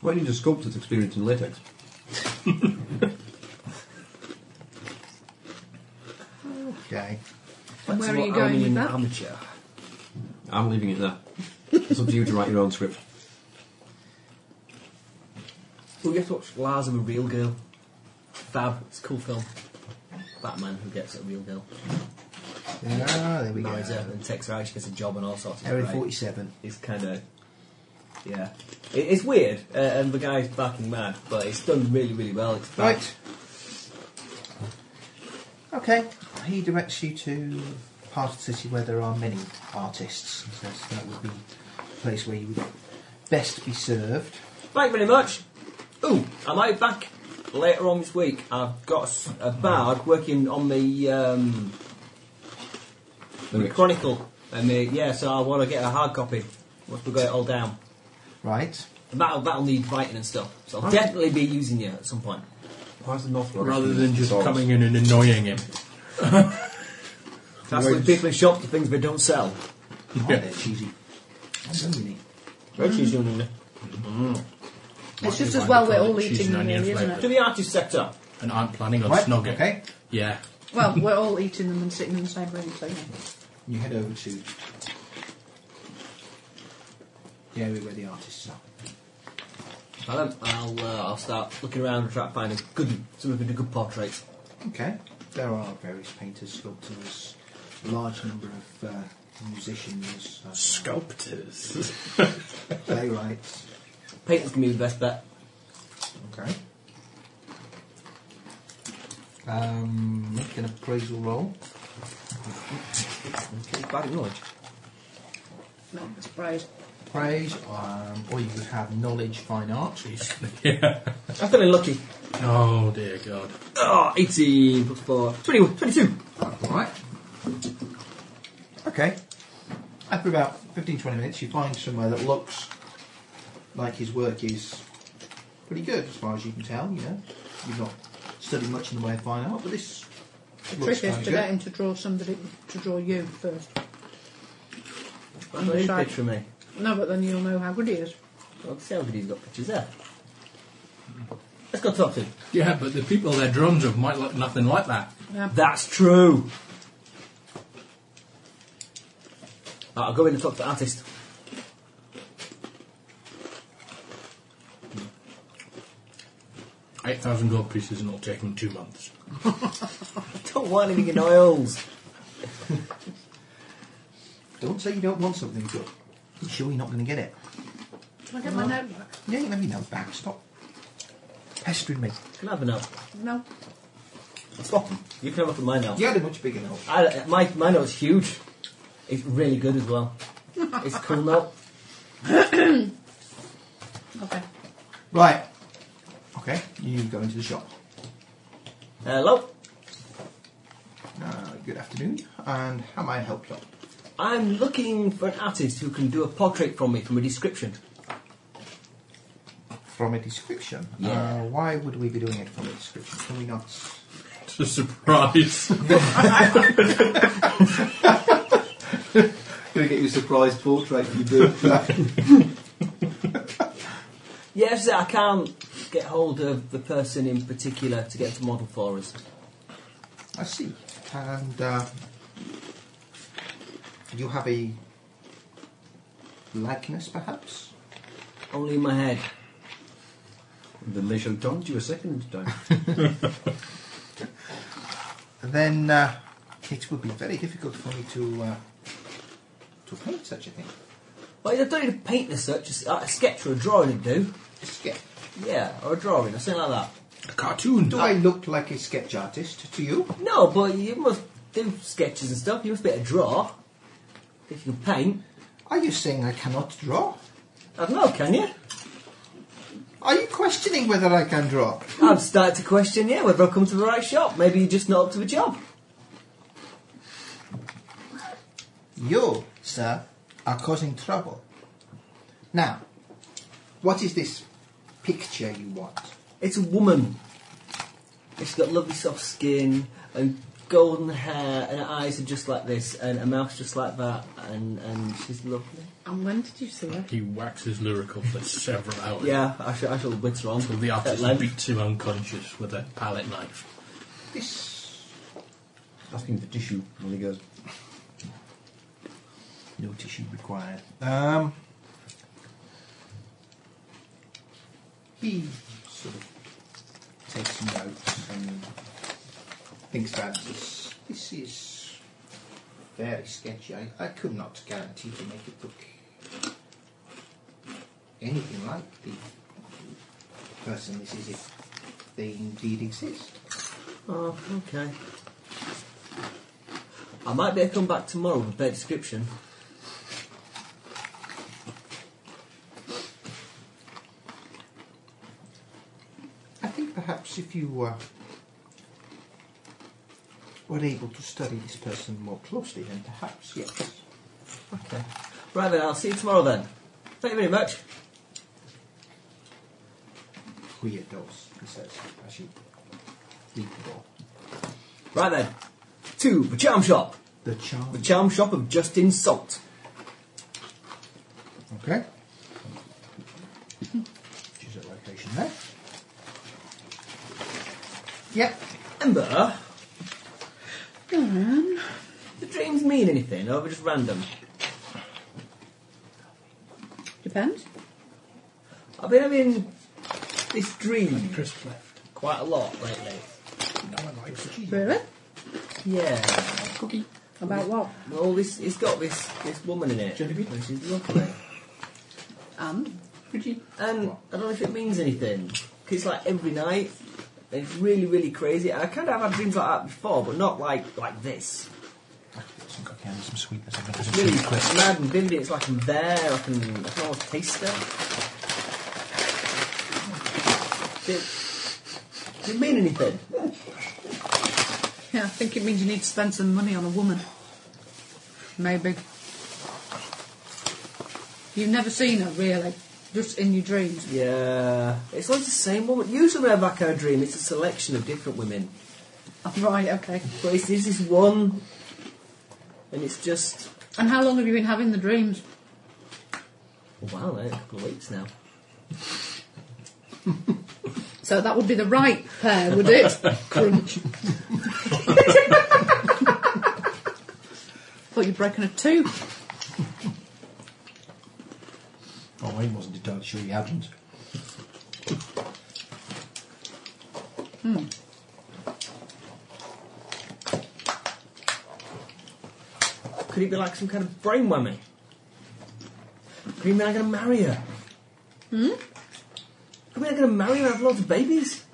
why do you need a sculptor's experience in latex?
Okay.
And where are you
I'm
going with
an
that?
Amateur.
I'm leaving it there. It's up to you to write your own script.
Well, you have to watch Lars of a Real Girl. Fab. It's a cool film. Batman who gets a real girl,
Ah, there we go.
marries her and takes her out. She gets a job and all sorts of
Area
right?
47.
It's kind of, yeah, it, it's weird, uh, and the guy's barking mad, but it's done really, really well. It's fab.
Right. Okay. He directs you to a part of the city where there are many artists. and says that would be the place where you would best be served.
Thank you very much. Ooh, I might be back later on this week. I've got s- a bard working on the um, the
Lyrics.
chronicle, and the, yeah, so I want to get a hard copy. Once we got it all down,
Right.
and that'll that'll need writing and stuff. So I'll
Right.
definitely be using you at some point.
Why is the North Road
Rather
actually
than just
swords?
coming in and annoying him.
That's when
Wedge.
people in shop for things they don't sell.
Oh,
Yeah.
they're cheesy. So many.
Which is union.
It's
you
just as
find
well
a
we're all
garlic cheese
eating
and
them,
onion
really, isn't
To
it?
the artist sector.
And I'm planning on
Right,
snogging.
okay.
Yeah.
Well,
(laughs)
we're all eating them and sitting in the same room, so yeah.
You head over to the area where the artists are.
I'll, I'll, uh, I'll start looking around and try to find a good, someone who can do good portraits.
Okay. There are various painters, sculptors, a large number of uh, musicians, uh,
Sculptors.
playwrights.
Painters can be the best bet.
Okay. Um, make an appraisal roll.
It's bad knowledge.
No, it's brave.
Praise, um, or you could have knowledge, fine art.
yeah.
I'm feeling lucky.
Oh dear God.
Oh, 18 plus 4. 21, 22.
Alright. Okay. After about 15 20 minutes, you find somewhere that looks like his work is pretty good as far as you can tell, you know. You've not studied much in the way of fine art, but this.
The
looks
trick is
kinda
to
good.
get him to draw somebody, to draw you first.
I've got a
Sorry.
picture of me.
No, but then you'll know how good he is.
Well, see how good he's got pictures there. Let's go talk to him.
Yeah, but the people they're drums of might look nothing like that.
Yeah.
That's true. Right, I'll go in and talk to the artist.
Eight thousand gold pieces and it'll take them two months.
(laughs)
(laughs)
Don't want anything in oils.
Don't say you don't want something good. You're sure you're not going to get it.
Can I get my notebook?
Yeah, you can have your note back. Stop pestering me.
Can I have a note?
No.
Stop him. You can have a look at my note.
You had a much bigger note.
I, my, my note's huge. It's really good as well. It's a cool note.
Okay.
Right. Okay, you go into the shop.
Hello.
Uh, good afternoon, and how may I help you?
I'm looking for an artist who can do a portrait from me from a description.
From a description?
Yeah.
Uh, why would we be doing it from a description? Can we not?
It's a surprise.
Gonna get you a surprise portrait you do.
Yes, I can't get hold of the person in particular to get to model for us.
I see. And uh, you have a likeness, perhaps?
Only in my head.
Then they shall taunt you a second time.
Then uh, it would be very difficult for me to uh, to paint such a thing.
Well, I don't need to paint as such. Just, uh, A sketch or a drawing would do.
A sketch.
Yeah, or a drawing or something like that.
A cartoon.
Do (laughs) I look like a sketch artist to you?
No, but you must do sketches and stuff. You must be able to draw. If you can paint.
Are you saying I cannot draw?
I don't know, can you?
Are you questioning whether I can draw?
I'd start to question, yeah, whether I've come to the right shop. Maybe you're just not up to the job.
You, sir, are causing trouble. Now, what is this picture you want?
It's a woman. And She's got lovely soft skin and golden hair, and her eyes are just like this, and her mouth's just like that, and, and she's lovely.
And when did you see her?
He waxes lyrical for several hours.
Yeah, I shall, I shall witter on.
Until the
at
artist
length.
beats him unconscious with a palette knife.
This
Asking for tissue. And he goes,
no tissue required. Um, he sort of takes some notes and thinks about this. This is very sketchy. I, I could not guarantee to make it look anything like the person this is if they indeed exist.
Oh, okay. I might be able to come back tomorrow with a better description.
I think perhaps if you uh, were able to study this person more closely, then perhaps, yes.
Okay. Right then, I'll see you tomorrow then. Thank you very much.
Weirdos, he says, as you leave the door.
Right then, to the charm shop.
The charm.
The charm shop of Justin Salt.
Okay. Choose a location there. Yep.
Ember. Do dreams mean anything, or are they just random?
Depends.
I've been having this dream quite a lot lately.
Really?
Yeah.
About what?
Well, this it's got this this woman in it, which is lovely.
And?
And I don't know if it means anything. 'Cause it's like every night. It's really, really crazy. And I kind of have had dreams like that before, but not like like this.
Some cocaine and some sweetness. I've got
It's really mad and vivid. It's like I'm there. I can, I can almost taste her. Does it, does it mean anything?
Yeah, I think it means you need to spend some money on a woman. Maybe. You've never seen her, really. Just in your dreams.
Yeah. It's always the same woman. Usually when I have that kind of dream, it's a selection of different women.
Oh, Right, okay.
But it's, it's this one, and it's just...
And how long have you been having the dreams?
oh, Wow, eh, a couple of weeks now.
So that would be the right pair, would it? Crunch. Thought you'd broken a two.
Oh, I wasn't entirely sure you hadn't.
Could it be like some kind of brain whammy? Could it mean I'm going to marry her? Hmm? Could it mean I'm going to marry her and have lots of babies?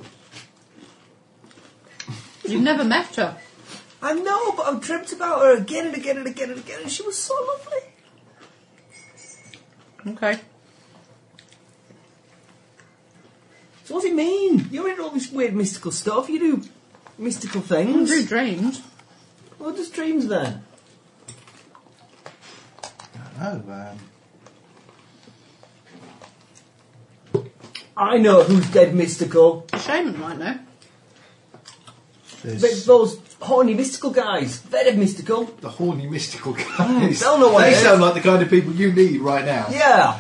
You've never met her.
I know, but I've dreamt about her again and again and again and again, and she was so lovely.
Okay.
So what does it mean? You're into all this weird mystical stuff. You do mystical things.
Do dreams.
What does dreams then?
I don't know. Um,
I know who's dead mystical.
A shaman might know.
But
there's
those horny mystical guys. They're dead mystical.
the horny mystical guys.
they'll know what
they
it is.
sound like the kind of people you need right now.
Yeah.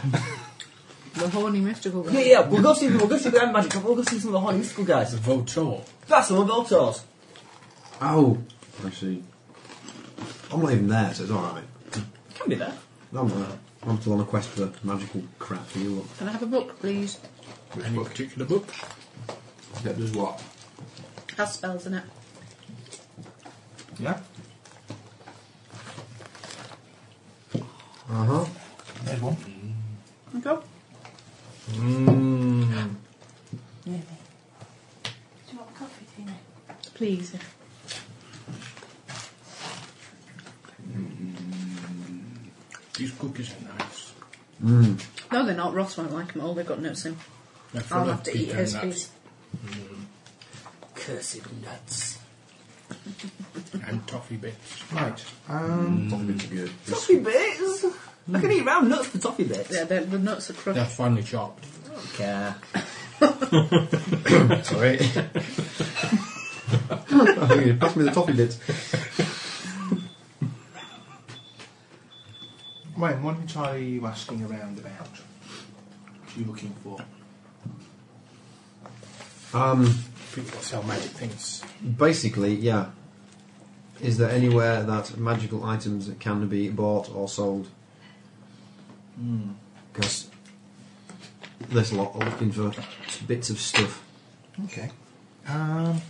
The horny mystical guy.
Yeah, yeah. We'll go see, we'll go see the Grand Magic Cup. We'll go see some of the horny mystical guys.
Votor.
That's some of Voltors.
Oh, I see. I'm not even there, so it's alright.
Can be there.
I'm not there. I'm still on a quest for magical crap for you lot.
Can I have a book, please?
Which
Any
book?
particular book?
That does (laughs) what?
Has spells in it.
Yeah?
Uh huh.
There's one.
Okay.
Mm.
Nearly. Do you want coffee, Tina?
Please.
These cookies are nice.
No, they're not. Ross won't like them at all. They've got nuts in.
They're full
I'll
of
have to eat
pecan
his,
nuts.
please.
Cursed nuts.
And toffee bits.
Right. Um,
good.
Toffee bits. I can eat round nuts for toffee bits.
Yeah, they're- the nuts are
They're
crushed.
finely chopped.
Don't care.
Sorry. Pass me the toffee bits.
Wayne, what entirely are you asking around about? What are you looking for?
Um,
People that sell magic things.
basically, yeah. Is there anywhere that magical items can be bought or sold? Because there's a lot of looking for bits of stuff.
Okay. Um,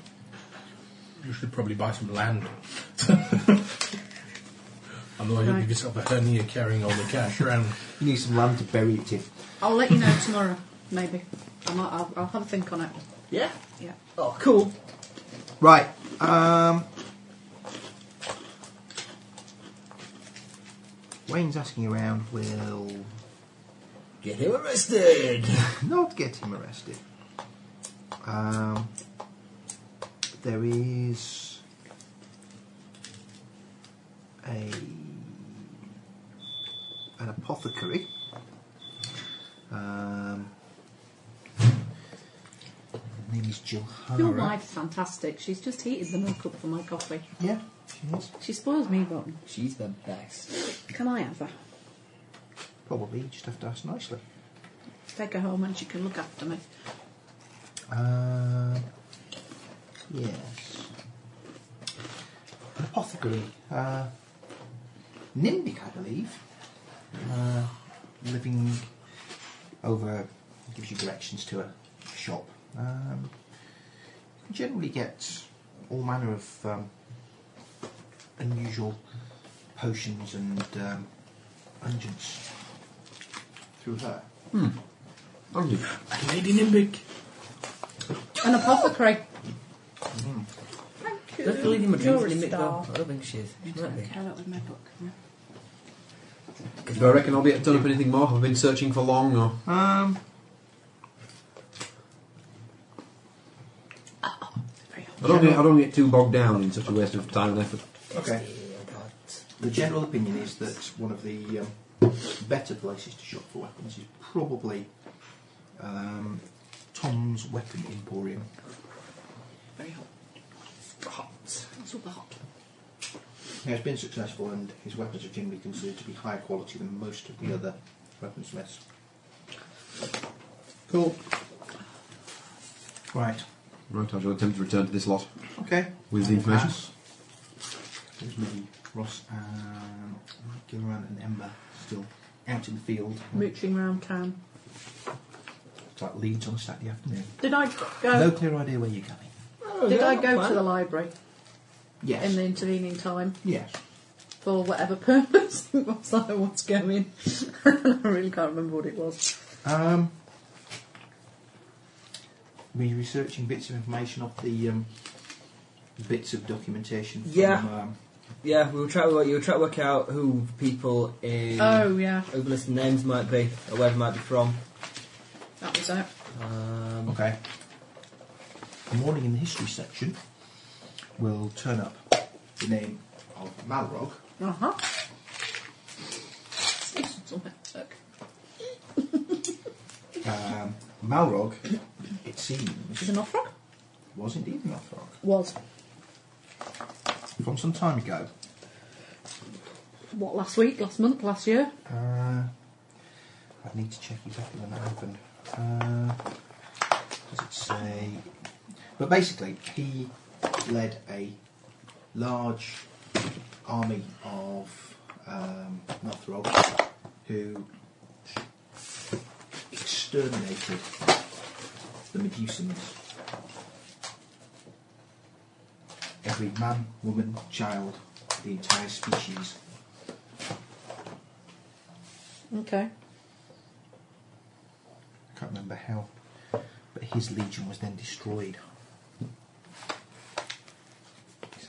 You should probably buy some land. (laughs) Otherwise, you'll give yourself a hernia carrying all the cash around.
you need some land to bury it in.
I'll let you know tomorrow, maybe. I might, I'll, I'll have a think on it.
Yeah.
Yeah.
Oh, cool.
Right. Um, Wayne's asking around. Will
Get him arrested.
not get him arrested. Um, there is a an apothecary. Um, her name is Johanna.
Your wife's fantastic. She's just heated the milk up for my coffee.
Yeah, she is.
She spoils me rotten.
She's the best.
Can I have her?
Probably. You just have to ask nicely.
Take her home and she can look after me.
Uh, yes. An apothecary. Uh, Nimbic, I believe. Uh, living over, gives you directions to a shop. Um, you generally get all manner of um, unusual potions and um, unguents through her.
Thank you.
Lady Nimbic.
An apothecary.
That's the lady
You're
Madrid.
a
isn't it,
star.
though? I don't think she is. Oh, She might be.
Carol with my book. yeah.
Do I reckon I'll be done up anything more? Have I been searching for long or?
Um,
Very hot.
I don't, get, I don't get too bogged down in such a waste of time and effort.
okay.
Yeah, God.
The general opinion is that one of the um, better places to shop for weapons is probably um, Tom's Weapon Emporium.
Very hot.
Hot.
It's all the hot.
Now, he's been successful, and his weapons are generally considered to be higher quality than most of the other weaponsmiths.
Cool.
Right.
Right, I shall attempt to return to this lot
Okay.
with the information.
Pass. There's me, Ross, and Gilran and Ember still out in the field.
Mooching round town.
It's like Leeds on a Saturday afternoon.
Did I go?
No clear idea where you're going.
Did I go to the library
Yes.
in the intervening time
Yes.
for whatever (laughs) purpose it was that I was going? (laughs) I really can't remember what it was.
Um, were you researching bits of information off the um, bits of documentation? From,
Yeah.
Um,
Yeah, we were trying to work, you were trying to work out who people in
Oh yeah,
who the list names might be or where they might be from.
that was it.
Um,
okay. The morning in the history section will turn up the name of Malrog.
Uh huh. Stations on that book.
Um, Malrog, it seems,
Is an offer?
was indeed an Malrog
Was
from some time ago.
what last week, last month, last year?
Uh, I need to check exactly when that happened. Uh, does it say? But basically, he led a large army of um, Northrog who exterminated the Medusans. Every man, woman, child, the entire species.
Okay.
I can't remember how, but his legion was then destroyed. He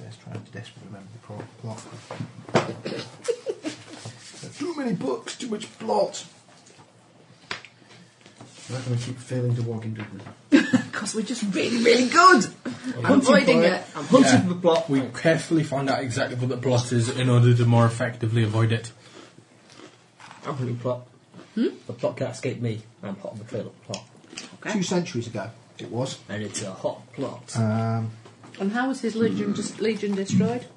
says, trying to desperately remember the pro- plot. too many books, too much plot.
How can I keep failing to walk into them?
Because we're just really, really good. I'm avoiding it.
I'm hunting
Yeah.
for the plot.
We carefully find out exactly what the plot is in order to more effectively avoid it.
I'm hunting the plot. The plot can't escape me. I'm hot on the trail of the plot.
Two centuries ago, it was.
And it's a hot plot.
Um,
And how was his legion, dis- legion destroyed?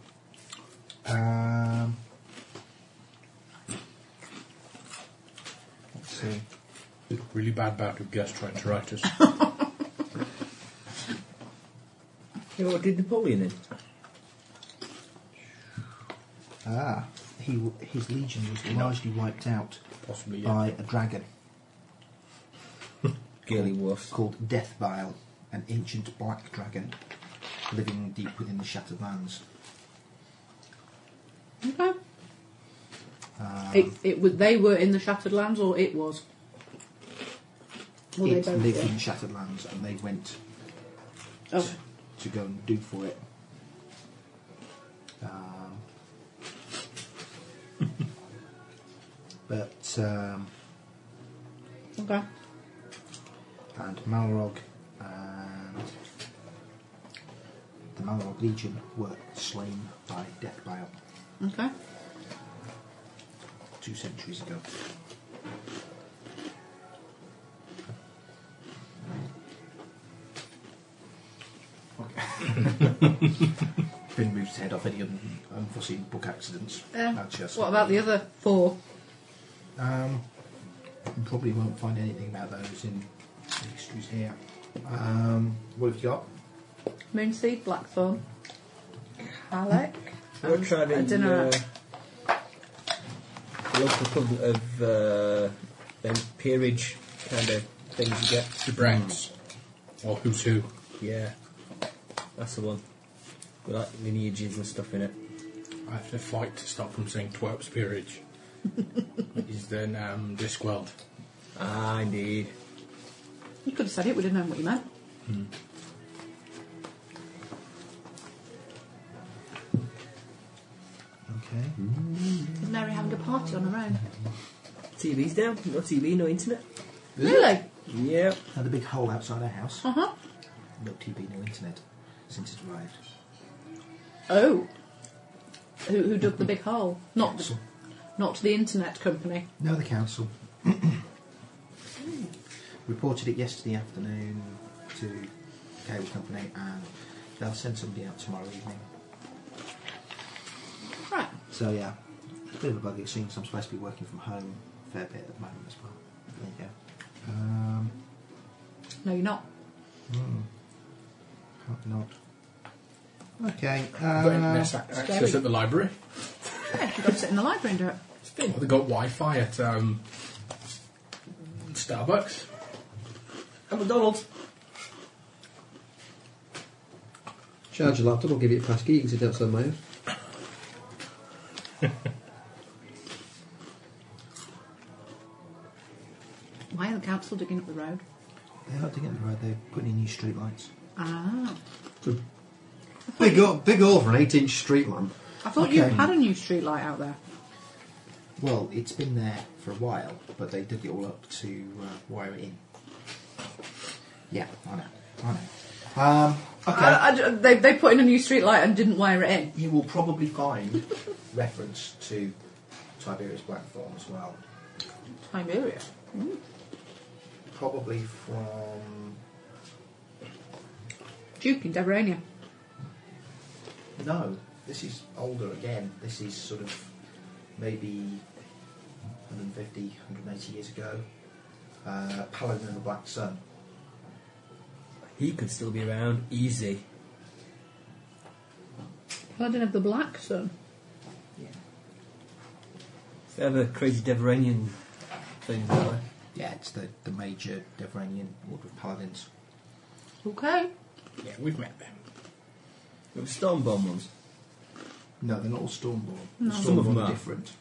um, let's see.
Really bad bout of gastroenteritis.
you know what did Napoleon in?
Ah, he, w- his legion was largely wiped out
Possibly, yeah.
by a dragon.
Gaily Wolf.
called Death Vile, an ancient black dragon living deep within the Shattered Lands.
Okay. Um, it, it was, they were in the Shattered Lands, or it was? Or they
it
both
lived
were?
in Shattered Lands and they went
Oh,
to go and do for it. Um, (laughs) but, um,
okay.
and Malrog and the Malrog Legion were slain by Death Vile
Okay. Um,
two centuries ago. (laughs) Been moved to head off any un- unforeseen book accidents.
Um,
That's just-
what about the other four?
Um, you probably won't find anything about those in the histories here. Um, what have you got?
Moonseed, Blackthorn, Alec.
We're
and
trying
a
in
dinner.
uh, the local pub of uh, them peerage kind of things you get. Mm.
Shipwrecks. Or who's who.
Yeah, that's the one. With like lineages and stuff in it.
I have to fight to stop from saying twerp's peerage. It is then um, Discworld.
Ah, indeed.
You could have said it, we'd have known what you meant.
Okay.
Is Mary having a party on her own?
TV's down. No TV, no internet.
Really?
Yep.
Another big hole outside our house.
Uh huh.
No TV, no internet since it arrived.
Oh. Who, who dug the big hole? Not the, not the internet company.
No, the council. (clears throat) Reported it yesterday afternoon to the cable company and they'll send somebody out tomorrow evening.
Right.
So, yeah, a bit of a buggy since I'm supposed to be working from home a fair bit at the moment as well. There you go. Um,
No, you're not.
can't not. Okay.
Got internet
Uh,
ac- access at the library.
Yeah, you've got to sit in the library and do it.
Well, they got Wi-Fi at um, Starbucks.
And McDonald's.
Charge your laptop, I'll give you a passkey, you can sit outside my house.
Why are the council digging up the road?
they're not digging up the road, they're putting in new streetlights.
Ah.
Big, o- big hole for an 8 inch street lamp.
I thought you
Okay.
had a new street light out there.
Well, it's been there for a while, but they dug it all up to uh, wire it in. Yeah, I know. I know. Um, okay.
Uh, I, I- they, they put in a new street light and didn't wire it in.
you will probably find (laughs) reference to Tiberius Blackthorn as well.
Tiberia.
Probably from.
Duke in Deverania.
No, this is older again. This is sort of maybe 150, 180 years ago. Uh, Paladin of the Black Sun.
He could still be around. Easy.
Paladin of the Black Sun.
They have a crazy Deveranian thing, don't
Yeah, it's the, the major Devranian Order of Paladins.
Okay.
Yeah, we've met them.
they? It was Stormborn ones.
No, they're not all Stormborn.
No.
The
Some of them
Stormborn are
are.
different.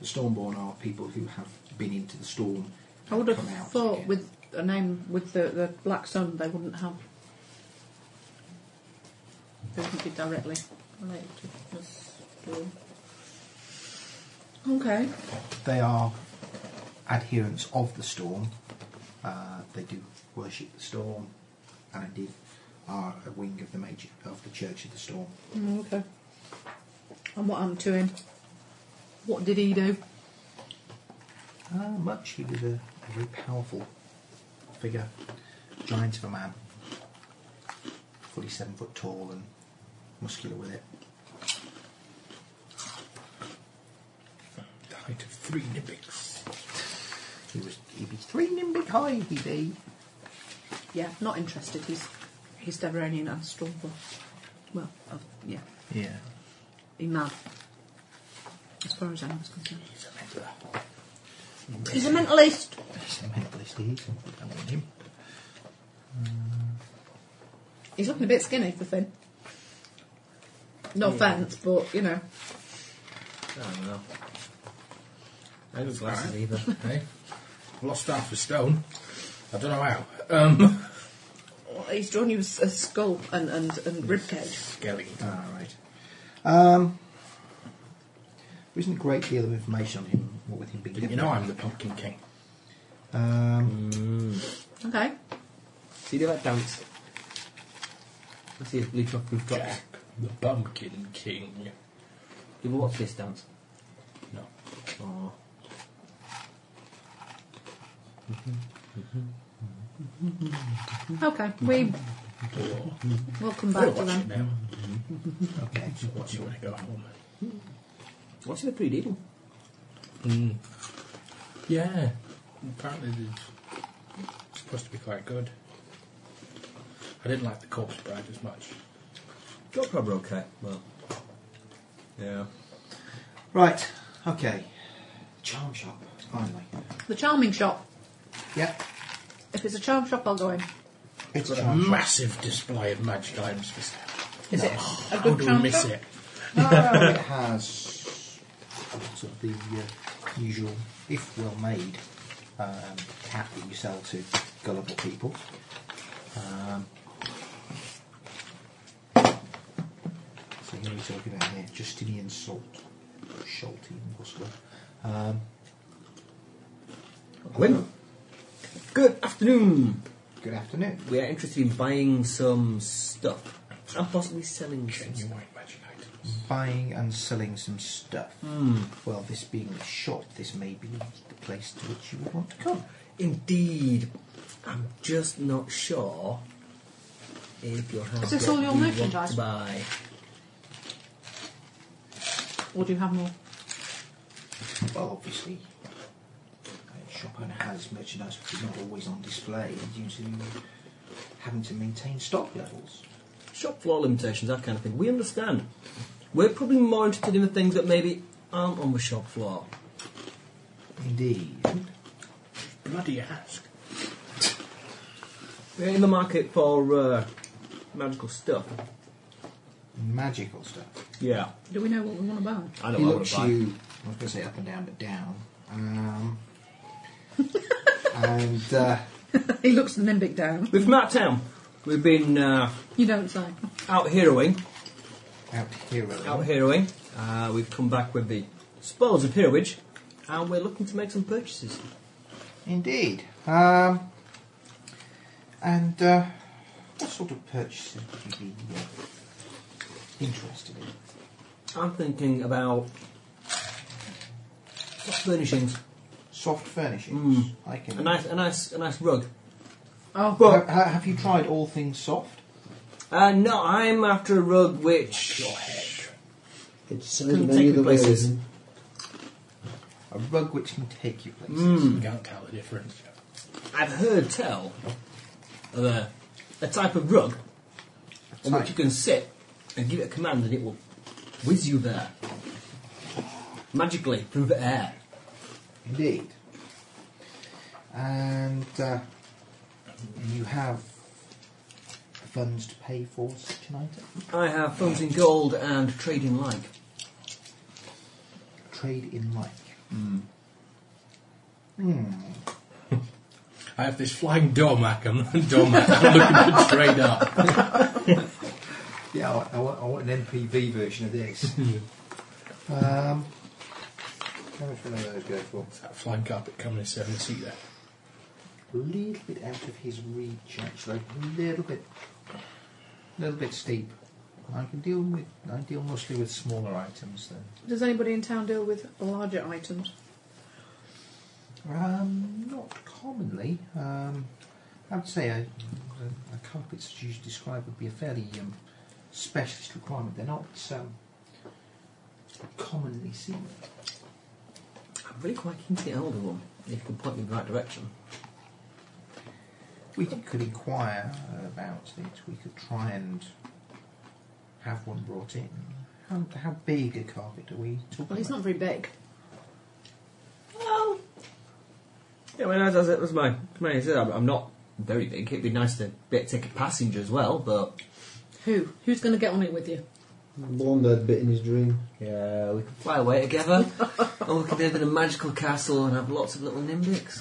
The Stormborn are people who have been into the storm.
I would have
come out
thought
again.
with a name with the, the Black Sun they wouldn't have. They wouldn't be directly related to us. do they? Okay.
They are adherents of the storm. Uh, they do worship the storm, and indeed are a wing of the major of the Church of the Storm.
Mm, okay. And what happened to him? What did he do?
Uh, much he was a, a very powerful figure, giant of a man, fully seven foot tall and muscular with it.
Died of three nibbics.
He was he was three nimbic high. He be.
Yeah, not interested. He's he's Deveronian and Stormborn. Well, uh, yeah,
Yeah.
he's mad. As far as I was concerned,
He's a mentor.
he's a mentalist.
He's a mentalist. He is. I want him.
He's looking a bit skinny for Finn. No offence, but you know,
I don't know. I haven't glasses
Alright.
either.
Hey, lost half a stone. I don't know how. Um,
he's drawn you a s- a skull and and, and rib cage.
Skelly.
All right. Um, there isn't a great deal of information on him. What with him being
Didn't you know I'm the Pumpkin King?
Um,
Mm.
Okay,
See, do that dance. Let's see if Lee Truck we've got.
Jack, the Pumpkin King.
You ever watch this dance?
No.
Oh.
okay, we
Or,
will come
I'll
back to
watch it
them.
now.
okay.
So what do you want to go home?
Watching a pretty deal.
Mm. Yeah. Apparently it's supposed to be quite good. I didn't like the corpse bride as much.
Got probably okay. Well. Yeah.
Right. Okay. Charm shop. Finally.
The charming shop.
Yep.
If it's a charm shop, I'll go in.
It's
Got a
charm shop.
massive display of magic items Oh. for sale.
Is it a
How
good
do we
charm
miss
shop?
it?
(laughs) No, it has sort of the uh, usual, if well made, um, cap that you sell to gullible people. Um, so here we're talking about here Justinian salt, Shalty Muscle. Um,
Gwen. Good afternoon.
good afternoon.
We are interested in buying some stuff and possibly selling some stuff.
Genuine magic items.
Buying and selling some stuff.
Hmm.
Well, this being a shop, this may be the place to which you would want to come.
Indeed, I'm just not sure if you'll have
Is this
what
all your
you Want
merchandise?
to buy.
Or do you have more?
Well, obviously, a shop owner has merchandise which is not always on display due to having to maintain stock levels.
Shop floor limitations, that kind of thing. We understand. We're probably more interested in the things that maybe aren't on the shop floor.
Indeed.
Bloody ask.
We're in the market for uh, magical stuff.
Magical stuff.
Yeah,
Do we know what we want to buy?
I know what
he
I want
looks
to buy.
you, I was going to say up and down, but down. Um, (laughs) and uh,
(laughs) he looks the nimbic down.
We've from out of town. We've been uh,
You don't say.
out heroing,
out here,
(laughs)
really.
out heroing. Uh, we've come back with the spoils of heroage, and we're looking to make some purchases.
Indeed. Um, and uh, what sort of purchases would you be uh, interested in?
I'm thinking about furnishings.
Soft furnishings.
Hmm.
I can.
A nice, a nice, a nice rug.
Oh,
Well-
Ha- ha- have you tried all things soft?
Uh, no, I'm after a rug which
It's
Couldn't
signed
take
many
the
other ways.
places.
isn't
A rug which can take you places.
Hmm.
You can't tell the difference.
I've heard tell of a, a type of rug on
Type.
which you can sit and give it a command, and it will whiz you there. Magically, through the air.
Indeed. And uh, you have funds to pay for such an item?
I have funds in gold and trade in like.
Trade in like.
I have this flying doormat. I'm not a doormat. I'm looking to trade up.
Yeah, I, I, want, I want an MPV version of
(laughs)
this. um, how much will those go for?
That (laughs) flying carpet coming in seven seat there.
A little bit out of his reach, actually. A little bit, a little bit steep. I can deal with. I deal mostly with smaller items then.
Does anybody in town deal with larger items?
Um, not commonly. Um, I would say a, a, a carpet such as you describe would be a fairly um, specialist requirement. They're not um, commonly seen.
I'm really quite keen to get hold of one, if you can point me in the right direction.
We could inquire about it. We could try and have one brought in. How, how big a carpet are we talking
Well, it's not
about?
very big.
Well, yeah, well, as, as, as my man said, I'm, I'm not very big. It'd be nice to be, take a passenger as well, but
Who? Who's going to get on it with you?
Blonde haired bit in his dream.
yeah, we could fly away together, or we could live in a magical castle and have lots of little nimbics.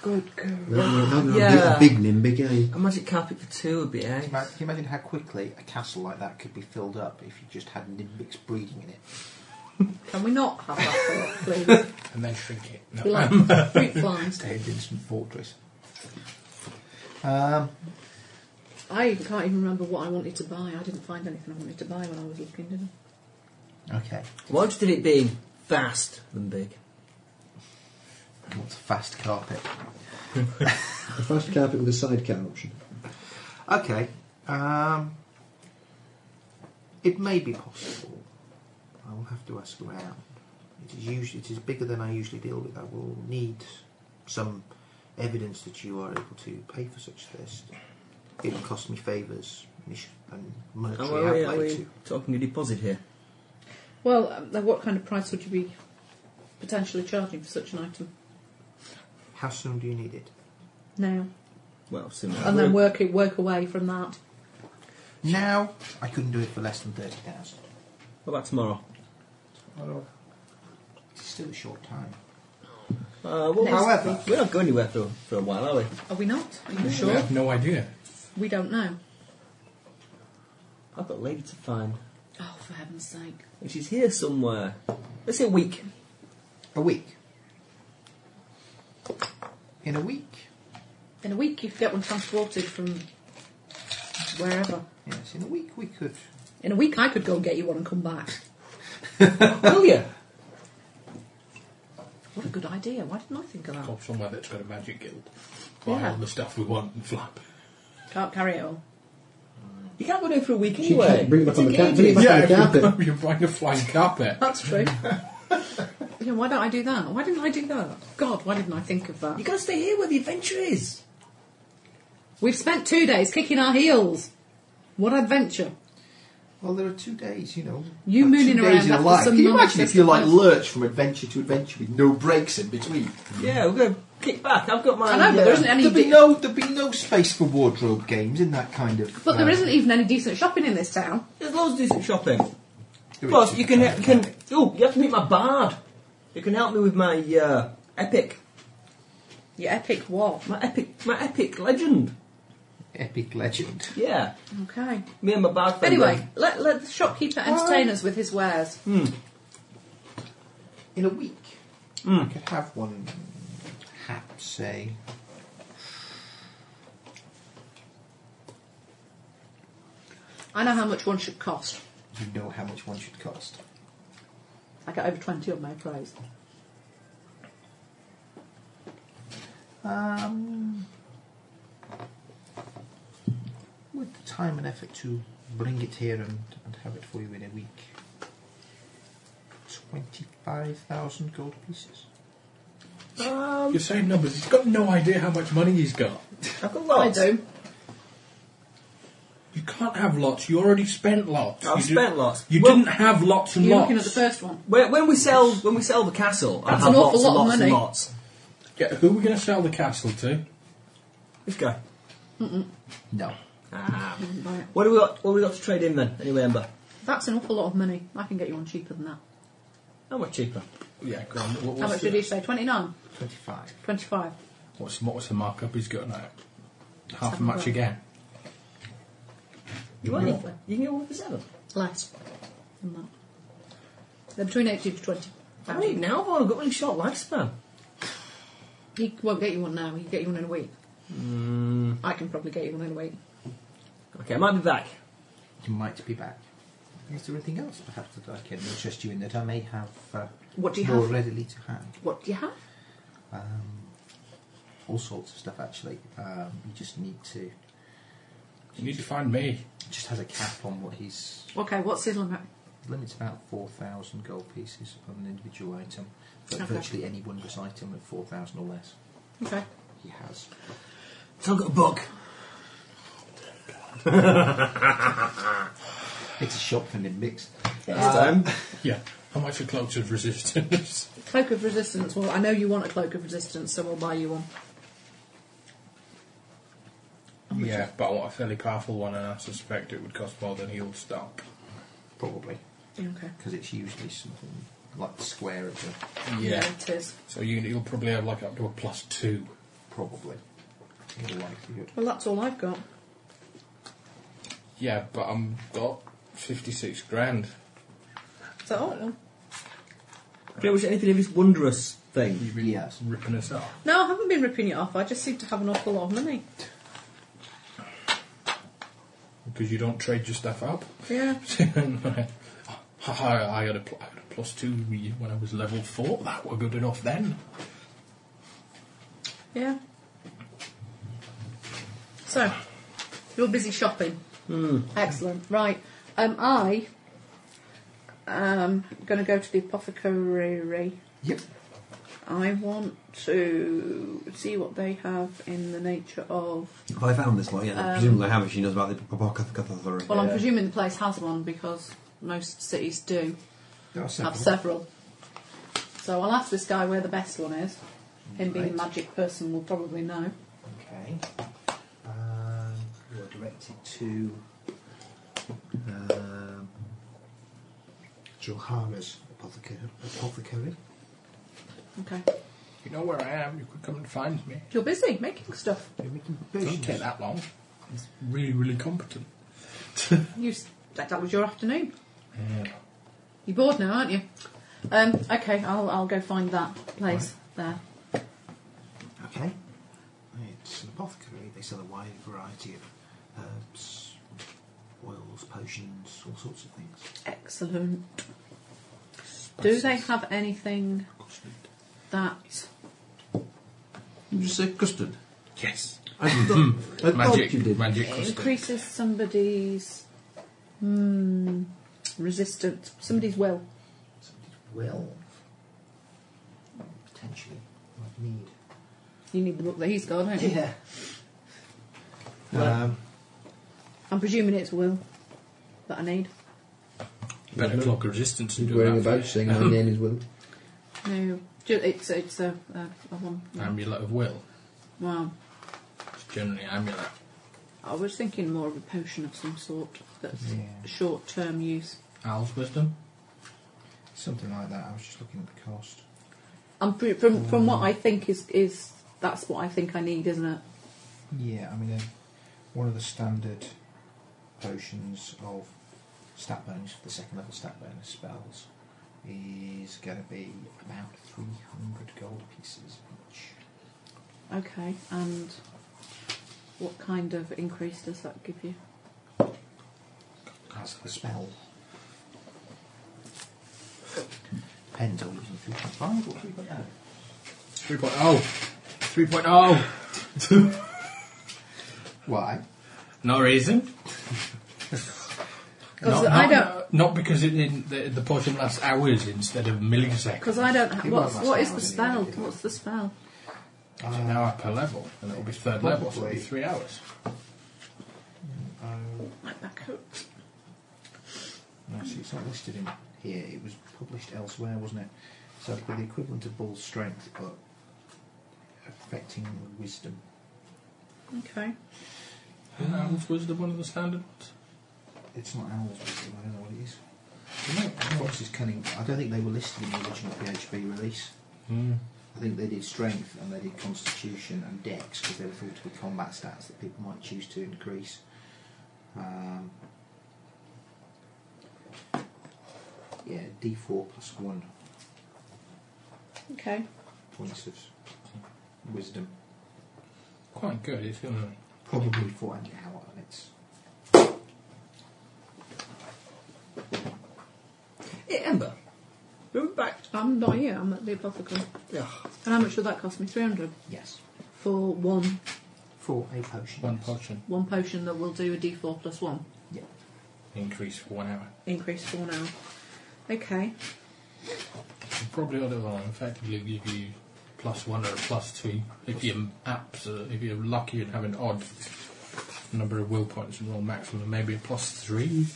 Good girl.
Yeah.
A big nimby game.
A magic carpet for two would be eh?
Can you imagine how quickly a castle like that could be filled up if you just had nimbics breeding in it?
Can we not have that for (laughs) it, please?
And then shrink it. No.
Be
(laughs)
like fruit flies.
Stayed instant fortress. Um,
I even can't even remember what I wanted to buy. I didn't find anything I wanted to buy when I was looking, did I?
okay.
Why did it being fast than big?
What's a fast carpet?
(laughs) A fast carpet with a sidecar option.
Okay. Um, it may be possible. I will have to ask around. It is usually it is bigger than I usually deal with. I will need some evidence that you are able to pay for such this. It will cost me favours mis- and
Are
monetary
we, are
outlay
we
too.
talking a deposit here?
Well, um, then what kind of price would you be potentially charging for such an item
How soon do you need it?
now?
Well, similar.
And then work it, work away from that.
Now, I couldn't do it for less than thirty thousand.
What about tomorrow?
It's still a short time.
Uh, well,
Next
however, we're not going anywhere for, for a while, are we?
Are we not? Are you
I
sure?
have no idea.
We don't know.
I've got Lady to find,
Oh, for heaven's sake.
and she's here somewhere. Let's say a week.
A week. In a week.
In a week, you could get one transported from wherever.
Yes, in a week we could.
In a week, I could go and get you one and come back.
Will you?
What a good idea. Why didn't I think of that?
Or somewhere that's got a magic guild. Buy
Yeah.
all the stuff we want and flap.
Can't carry it all.
You can't go there for a week
She
anyway.
just bring it back on the
It's
carpet. Bring it back
(laughs) Yeah,
on the
if
carpet.
you're, (laughs) you're buying a flying carpet.
That's true. you know, why don't I do that? Why didn't I do that? God, why didn't I think of that?
You gotta stay here where the adventure is.
We've spent two days kicking our heels. What adventure.
Well, there are two days, you know.
You
Like
mooning
two
around
days in a
after
life.
some
Can you
nonsense
imagine if you like
adventure?
lurch from adventure to adventure with no breaks in between?
Yeah, we're gonna kick back. I've got my. uh,
I know, but there isn't any.
There'd be
de-
no, there'd be no space for wardrobe games in that kind of.
but there
uh,
isn't even any decent shopping in this town.
There's loads of decent shopping.
do it
Plus,
to
you
the
can
kind
you
of
can.
carpet.
Oh, you have to meet my bard. You can help me with my uh, epic,
Your epic what?
my epic, my epic legend.
epic legend.
Yeah,
Okay.
me and my bard. friend uh,
Anyway, let, let the shopkeeper entertain us with his wares.
In a week, I could have one hat, say.
I know how much one should cost.
You know how much one should cost.
I got over 20 on my prize.
Um, with the time and effort to bring it here and, and have it for you in a week. 25,000 gold pieces.
Um,
You're saying numbers. He's got no idea how much money he's got.
I've got lots.
I do.
You can't can't have lots. You already spent lots.
I've
you did-
spent lots.
You
Well-
didn't have lots and
You're
lots.
looking at the first one.
When, when we sell when we sell the castle, I
That's
have
an awful
lots and
lot of
lots and
money.
lots.
Yeah, who are we going to sell the castle to?
Let's go.
No.
Ah.
Right.
What do we got? What do we got to trade in then? Anyway, Ember,
That's an awful lot of money. I can get you one cheaper than that.
how much cheaper?
Yeah, go on. What,
How much
what's,
did
the,
he say? 29?
25.
25.
what's, what's the markup he's got now? Half
have
a
a
match
look.
again.
You want anything? You can get one for seven.
Less than that. They're between 80 to 20.
I need it now. I've only got really short lifespan.
He won't get you one now. He'll get you one in a week. I can probably get you one in a week.
Okay, I might be back.
You might be back. Is there anything else perhaps that I can interest you in that I may have uh,
What do you
more
have?
readily to hand?
What do you have?
Um, all sorts of stuff actually. Um, you just need to.
You need to find me.
Just has a cap on what he's
Okay, what's his limit?
The limit's about 4,000 gold pieces on an individual item, but
Okay.
virtually any wondrous item of 4,000 or less
Okay.
he has.
So I've got a book.
It's a shop for Nimbix.
Yeah. How much are cloaks of resistance?
Cloak of Resistance. Well, I know you want a Cloak of Resistance, so we'll buy you one.
yeah, but I want a fairly powerful one, and I suspect it would cost more than he'll stock.
Probably,
Okay.
because it's usually something like the square of the.
Yeah.
it is.
So you, you'll probably have like up to a plus two.
Probably. In all likelihood.
Well, that's all I've got.
Yeah, but I'm got fifty-six grand.
Is that all? No,
Pretty much anything of this wondrous thing.
You've been
Yes.
ripping us off.
I haven't been ripping it off. I just seem to have an awful lot of money.
Because you don't trade your stuff up.
Yeah.
(laughs) I, I, had a pl- I had a plus two when I was level four. That were good enough then.
Yeah. So, you're busy shopping.
Hmm.
Excellent. Right. Um, I am going to go to the apothecary.
Yep.
I want to see what they have in the nature of.
Have I found this one? Yeah, presumably I have if she knows about the apothecary.
Well, I'm
Yeah.
presuming the place has one because most cities do
There are
have
several.
several. So I'll ask this guy where the best one is. Him being a
Right.
magic person will probably know.
Okay. Um, you are directed to um, Johara's apothecary. apothecary.
Okay.
You know where I am. You could come and find me.
You're busy making stuff.
You're making
It doesn't take
provisions.
that long. It's really, really competent.
You s- that, that was your afternoon.
Yeah.
You're bored now, aren't you? Um, okay, I'll I'll go find that place there.
Okay. It's an apothecary. They sell a wide variety of herbs, oils, potions, all sorts of things.
Excellent. Do they have anything that
you just say custard?
Yes.
I thought, I
Magic.
thought you did.
Magic.
It
custard.
increases somebody's mm, resistance, somebody's will.
Somebody's will. Potentially. Might need.
You need the book that he's got, don't you?
Yeah. Um,
I'm presuming it's will that I need.
Better clock of resistance and
He's
do
wearing a
that.
badge saying,
(laughs)
I'm the end is Will.
No, ju- it's it's a, a, a one.
Amulet of will.
Wow,
It's generally amulet.
I was thinking more of a potion of some sort that's
Yeah.
short-term use.
Owl's wisdom.
something like that. I was just looking at the cost.
I'm pre- from from what I think is is that's what I think I need, isn't it?
Yeah, I mean, uh, one of the standard potions of stat bonus, the second level stat bonus spells, is going to be about 300 gold pieces each.
Okay, and what kind of increase does that give you?
That's the spell. Depends, are we using 3.5 or 3.0?
3.0. 3.0.
Why?
No reason.
'Cause I don't-
Not because it, in the, the potion lasts hours instead of milliseconds.
Because I don't. Ha-
People
what's
have
what is the
last hours
spell?
anyway, don't
What's the spell?
Ah. It's an hour per level, and it'll be third level, so it'll be
Probably.
three hours.
Oh,
My back hurts.
no, see, it's not listed in here. It was published elsewhere, wasn't it? So it'd be the equivalent of bull strength, but affecting wisdom.
Okay.
Isn't Owl's Wisdom one of the standard ones?
It's not owl's wisdom. I don't know what it is. Fox's cunning. I don't think they were listed in the original PHB release.
Hmm.
I think they did strength and they did constitution and dex because they were thought to be combat stats that people might choose to increase. Um, yeah, D4 plus one
Okay.
points of wisdom.
Quite good, it's going to.
Probably for an hour, and it's
Hey, Ember. Remember back.
I'm not here. I'm at the apothecary.
Yeah.
And how much would that cost me? Three hundred
yes
for one
for a potion.
One
yes.
potion.
one potion that will do a D4 plus one
Yeah.
Increase for one hour.
increase for now. Okay.
And Probably other one effectively give you plus one or plus two if you're absolute, if you're lucky and have an odd number of will points and roll maximum, maybe a plus three.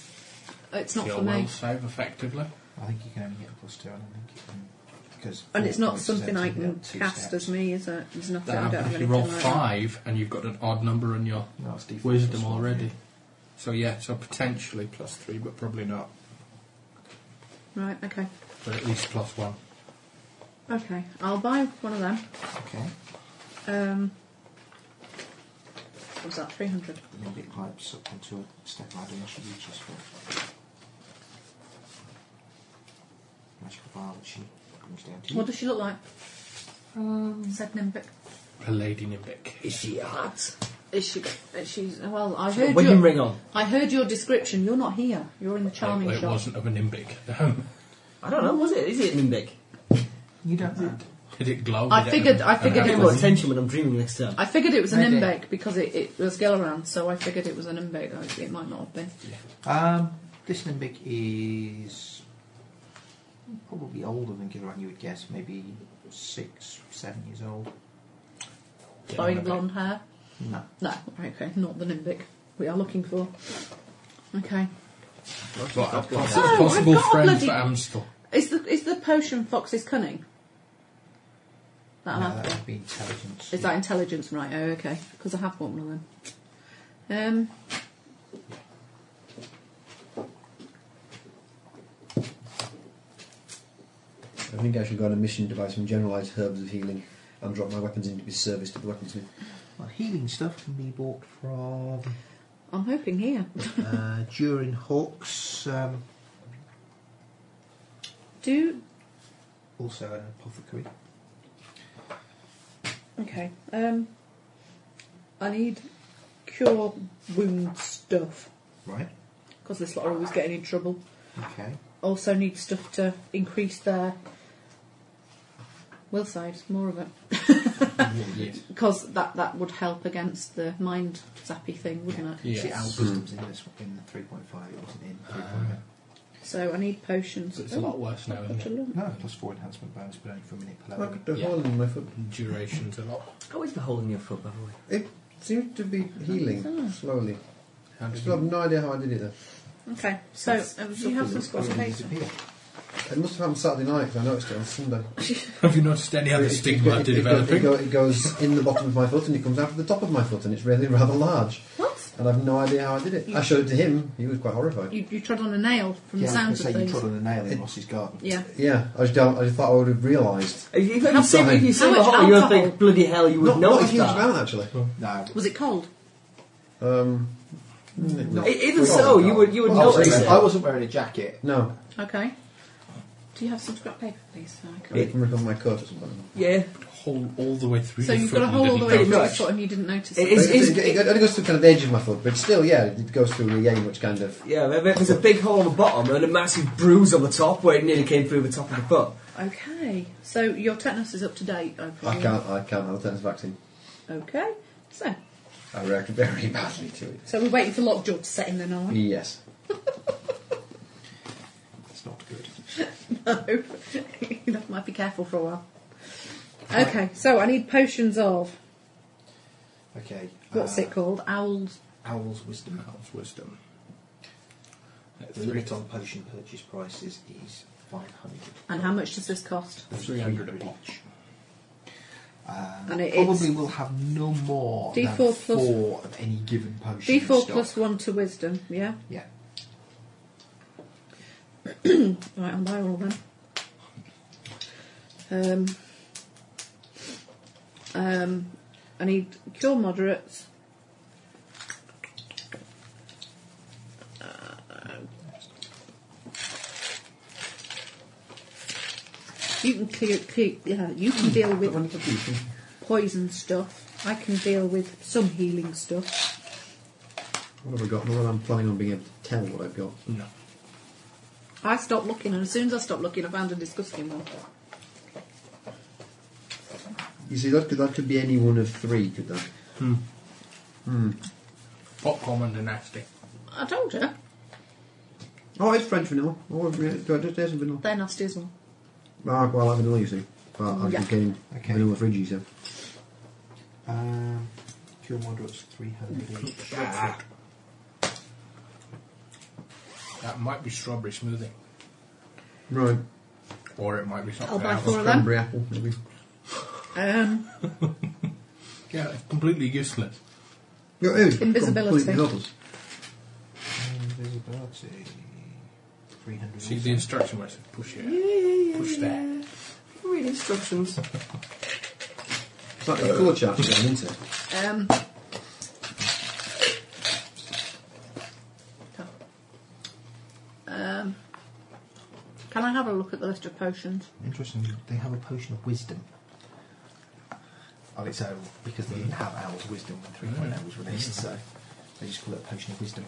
It's not
Your
for
will
me.
save effectively.
I think you can only get a plus two. I don't think you can because
And
four
it's not
points is
something I
taking
can
up two
cast
steps.
as me, is it? There's nothing. I
That
don't have
happens if you
anything
roll
like that.
five and you've got an odd number on your
No, it's D4 plus
wisdom
one,
already.
yeah.
So yeah, so potentially plus three, but probably not.
Right. Okay.
But at least plus one.
Okay. I'll buy one of them.
Okay.
Um. What was that? Three hundred.
Limbic pipes up onto a step ladder unless you reach this one. Magical vial that she brings down to you.
What does she look like? Said Nimbic.
A lady nimbic.
Is she hot?
Is she? Is she's well. I
She's got
heard
a wedding
your,
ring on.
I heard your description. You're not here. You're in the charming
it, it
shop.
wasn't of a nimbic. (laughs) No.
I don't know, was it? Is it Nimbic?
You don't know.
Did it glow?
I
Did it
figured-
have
I
an
figured
Pay
it
apple?
more
was-
attention when I'm dreaming next time.
I figured it was an
Maybe.
Nimbic because it, it was Gilliran, so I figured it was an Nimbic. though It might not have been.
Um, this limbic is probably older than Gilran, you would guess, maybe six, seven years old.
Yeah,
Flowing
nimbic.
blonde hair.
No.
No, okay, not the Nimbic we are looking for. Okay.
But a poss-
Oh, I've
possible
got a
friend
bloody-
for Amstel.
Is the is the potion Fox's cunning? That
no
I
that
have
would be intelligence.
Is that intelligence right? Oh, okay. Because I have bought one of them. Um.
I think I should go on a mission to buy some generalised herbs of healing and drop my weapons into his service to the weaponsmith.
Well, healing stuff can be bought from
I'm hoping here.
uh, Durin Hawks, um,
Do
also an apothecary.
okay. Um, I need cure wound stuff
Right.
because this lot are always getting in trouble.
Okay.
Also need stuff to increase their will saves. More of it
Yes.
because that that would help against the mind zappy thing, wouldn't it?
See,
Yes. Hmm.
Al Wisdom's in this in the 3.5. It wasn't in 3.0.
Ah.
So I need potions.
So it's a lot worse now,
Got to
isn't it?
learn.
No, plus four enhancement bonus, but only for a minute per level.
the
Yeah.
hole in my foot.
Duration's a lot.
How is the hole in your foot, by the way?
It seemed to be healing slowly.
How
I
did
still have
you-
no idea how I did it though.
Okay. So um, do you have some squash
Doesn't
paper?
disappear.
It must have happened Saturday night because I noticed it on Sunday.
Have you noticed any other
It- it-
stigma
it, it, go- it,
developing?
go- it goes in the bottom of my foot and it comes out of the top of my foot and it's really (laughs) rather large.
What?
And I've no idea how I did it. I showed it to him. He was quite horrified.
You, you trod on a nail from the
Yeah, I was
sounds
going
of
to say you
things.
trod on a nail in Ross's garden.
Yeah.
yeah, I just, don't- I just thought I would have realised.
If you, if
How
you see,
much-
if you see
how
the
much
hole, you'd
alcohol?
think bloody hell, you would
Not, not a
notice
huge
that.
amount actually.
No.
Was it cold?
Um,
E- Even so, you would you would
Oh,
Well,
notice
it's-
it.
I wasn't wearing a jacket.
no,
Okay. Do you have some scrap paper, please? So, I can-
I can rip off my coat or something.
Yeah,
Hole all the way through.
so
your
you've
foot
got a
and
hole all
didn't
the way
notice.
through your
notice.
foot and you didn't notice
It
it.
is-
It, it, it, only goes through kind of the edge of my foot, but still, yeah, it goes through the game, which kind of.
yeah. there- There's a big hole on the bottom and a massive bruise on the top where it nearly came through the top of the foot.
Okay. So your tetanus is up to date, I
I
presume.
can't, I can't have a tetanus vaccine.
Okay. So,
I react very (laughs) badly to it.
so we're waiting for Lockjaw to set in then, are we?
Yes.
It's not good.
No. (laughs) you might be careful for a while. Okay. So I need potions of
Okay.
what's
uh,
it called? Owl's
Owl's Wisdom.
Owl's wisdom. At
The
three,
retail potion purchase price is, is 500.
And how much does this cost?
300 a pop.
Um,
And it
probably
is-
will have no more
D4
than
plus-
four of any given potion. in
D4
stock.
plus 1 to wisdom, yeah?
Yeah.
Right, I'll buy all of them. Um, um, I need cure moderates. Uh, You can clear, clear yeah, you can deal with poison stuff. I can deal with some healing stuff.
What have I got? Not that I'm planning on being able to tell what I've got.
No.
I stopped looking, and as soon as I stopped looking, I found a disgusting one.
You see, that could, that could be any one of three, could that?
Popcorn and a nasty.
I told you,
Oh, it's French vanilla. Oh, yeah, do I just taste some vanilla?
they're nasty as well.
Ah, well, I have vanilla, you see. But I'm
Yeah.
just getting
Okay.
vanilla fridgy, so.
Um, cure moderates 300 each.
Ah. That might be strawberry smoothie.
Right.
Or it might be something
I'll buy
else.
four of them.
Cranberry apple, maybe.
Um,
Yeah, it's completely useless.
Yeah, it is
Invisibility.
completely helpless.
Invisibility. 300
See,
also.
the instruction where it says push here. push there.
Read instructions.
It's like a colour chart again, isn't it?
um, um, can I have a look at the list of potions?
Interesting, they have a potion of wisdom on its own because they didn't have Owl's Wisdom when 3.0 was released, so they just call it a potion of wisdom.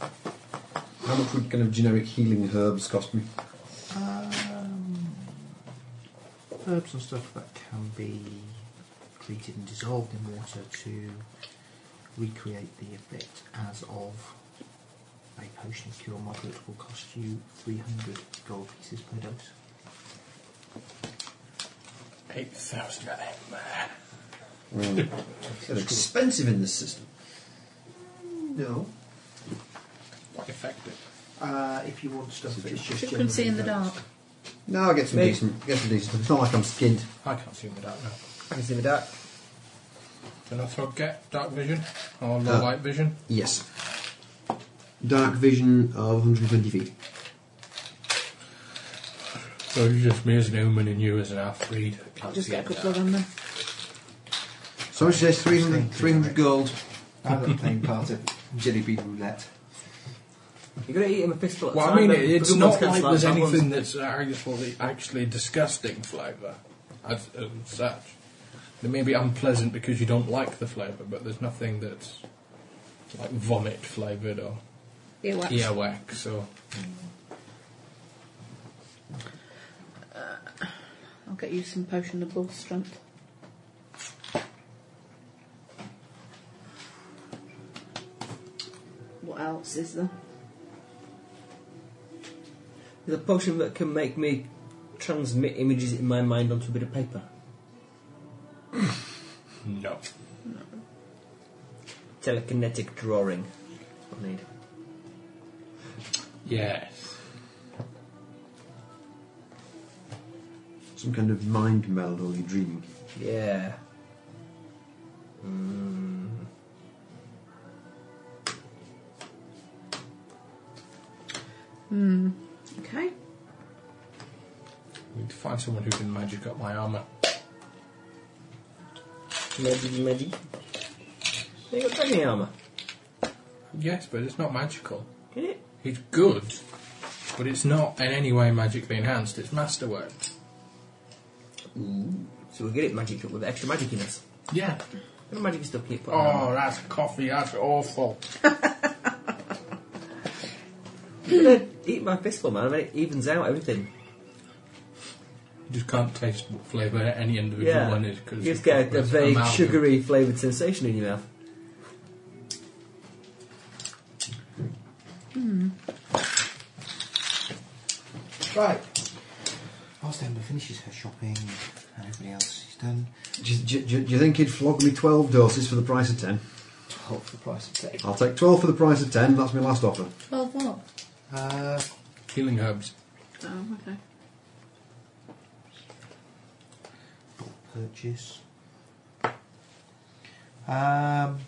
How much would kind of generic healing herbs cost me?
Um, herbs and stuff that can be treated and dissolved in water to recreate the effect as of a potion of cure moderate will cost you 300 gold pieces per dose.
8,000 of them.
They're expensive in this system.
No.
Quite effective.
Uh, if you want stuff that is just
You can see in the
generally
dark.
No, I'll get some
Me?
decent. Get some decent. It's not like I'm skinned.
I can't see in the dark now.
I can see the dark.
Can I throw get dark vision? Or low
Uh,
light vision?
Yes. Dark vision of 120 feet.
So you just me as an human and you as an half breed.
I'll just get a couple of them then.
So much says 300, 300 gold.
I'm not playing part of Jelly Bean Roulette.
You're going to eat him a pistol at a
Well, I
time,
mean,
then.
it, it's
Good ones
not
can
like
slap
there's
bad ones.
anything that's actually, actually disgusting flavour as, as such. They may be unpleasant because you don't like the flavour, but there's nothing that's like vomit flavoured or
Earwax.
earwax or.
I'll get you some potion of bull strength. What else is there?
There's a potion that can make me transmit images in my mind onto a bit of paper.
No.
Telekinetic drawing. That's what I need.
Yes.
Some kind of mind meld or you're dreaming.
Yeah. Mm.
Hmm. Okay.
I need to find someone who can magic up my armour.
Maybe, maybe. They got dragon armour.
Yes, but it's not magical.
Get it?
It's good, but it's not in any way magically enhanced. It's masterwork.
So we get it magic up with extra magic in us.
Yeah.
What magic stuff can you put on
Oh,
armour?
that's coffee. That's awful.
I'm gonna Eat my pistol, man. I mean, it evens out everything.
You just can't taste what flavour any individual
Yeah.
one is because
you just get a vague, sugary flavoured sensation in your mouth.
Right. Last end of finishes her shopping, and everybody else is done.
Do, do, do, do you think he'd flog me 12 doses for the price of 10?
Half the price of take.
I'll take 12 for the price of 10, that's my last offer.
12 what?
Uh,
Healing herbs.
Oh, okay.
bulk purchase. Um, ah,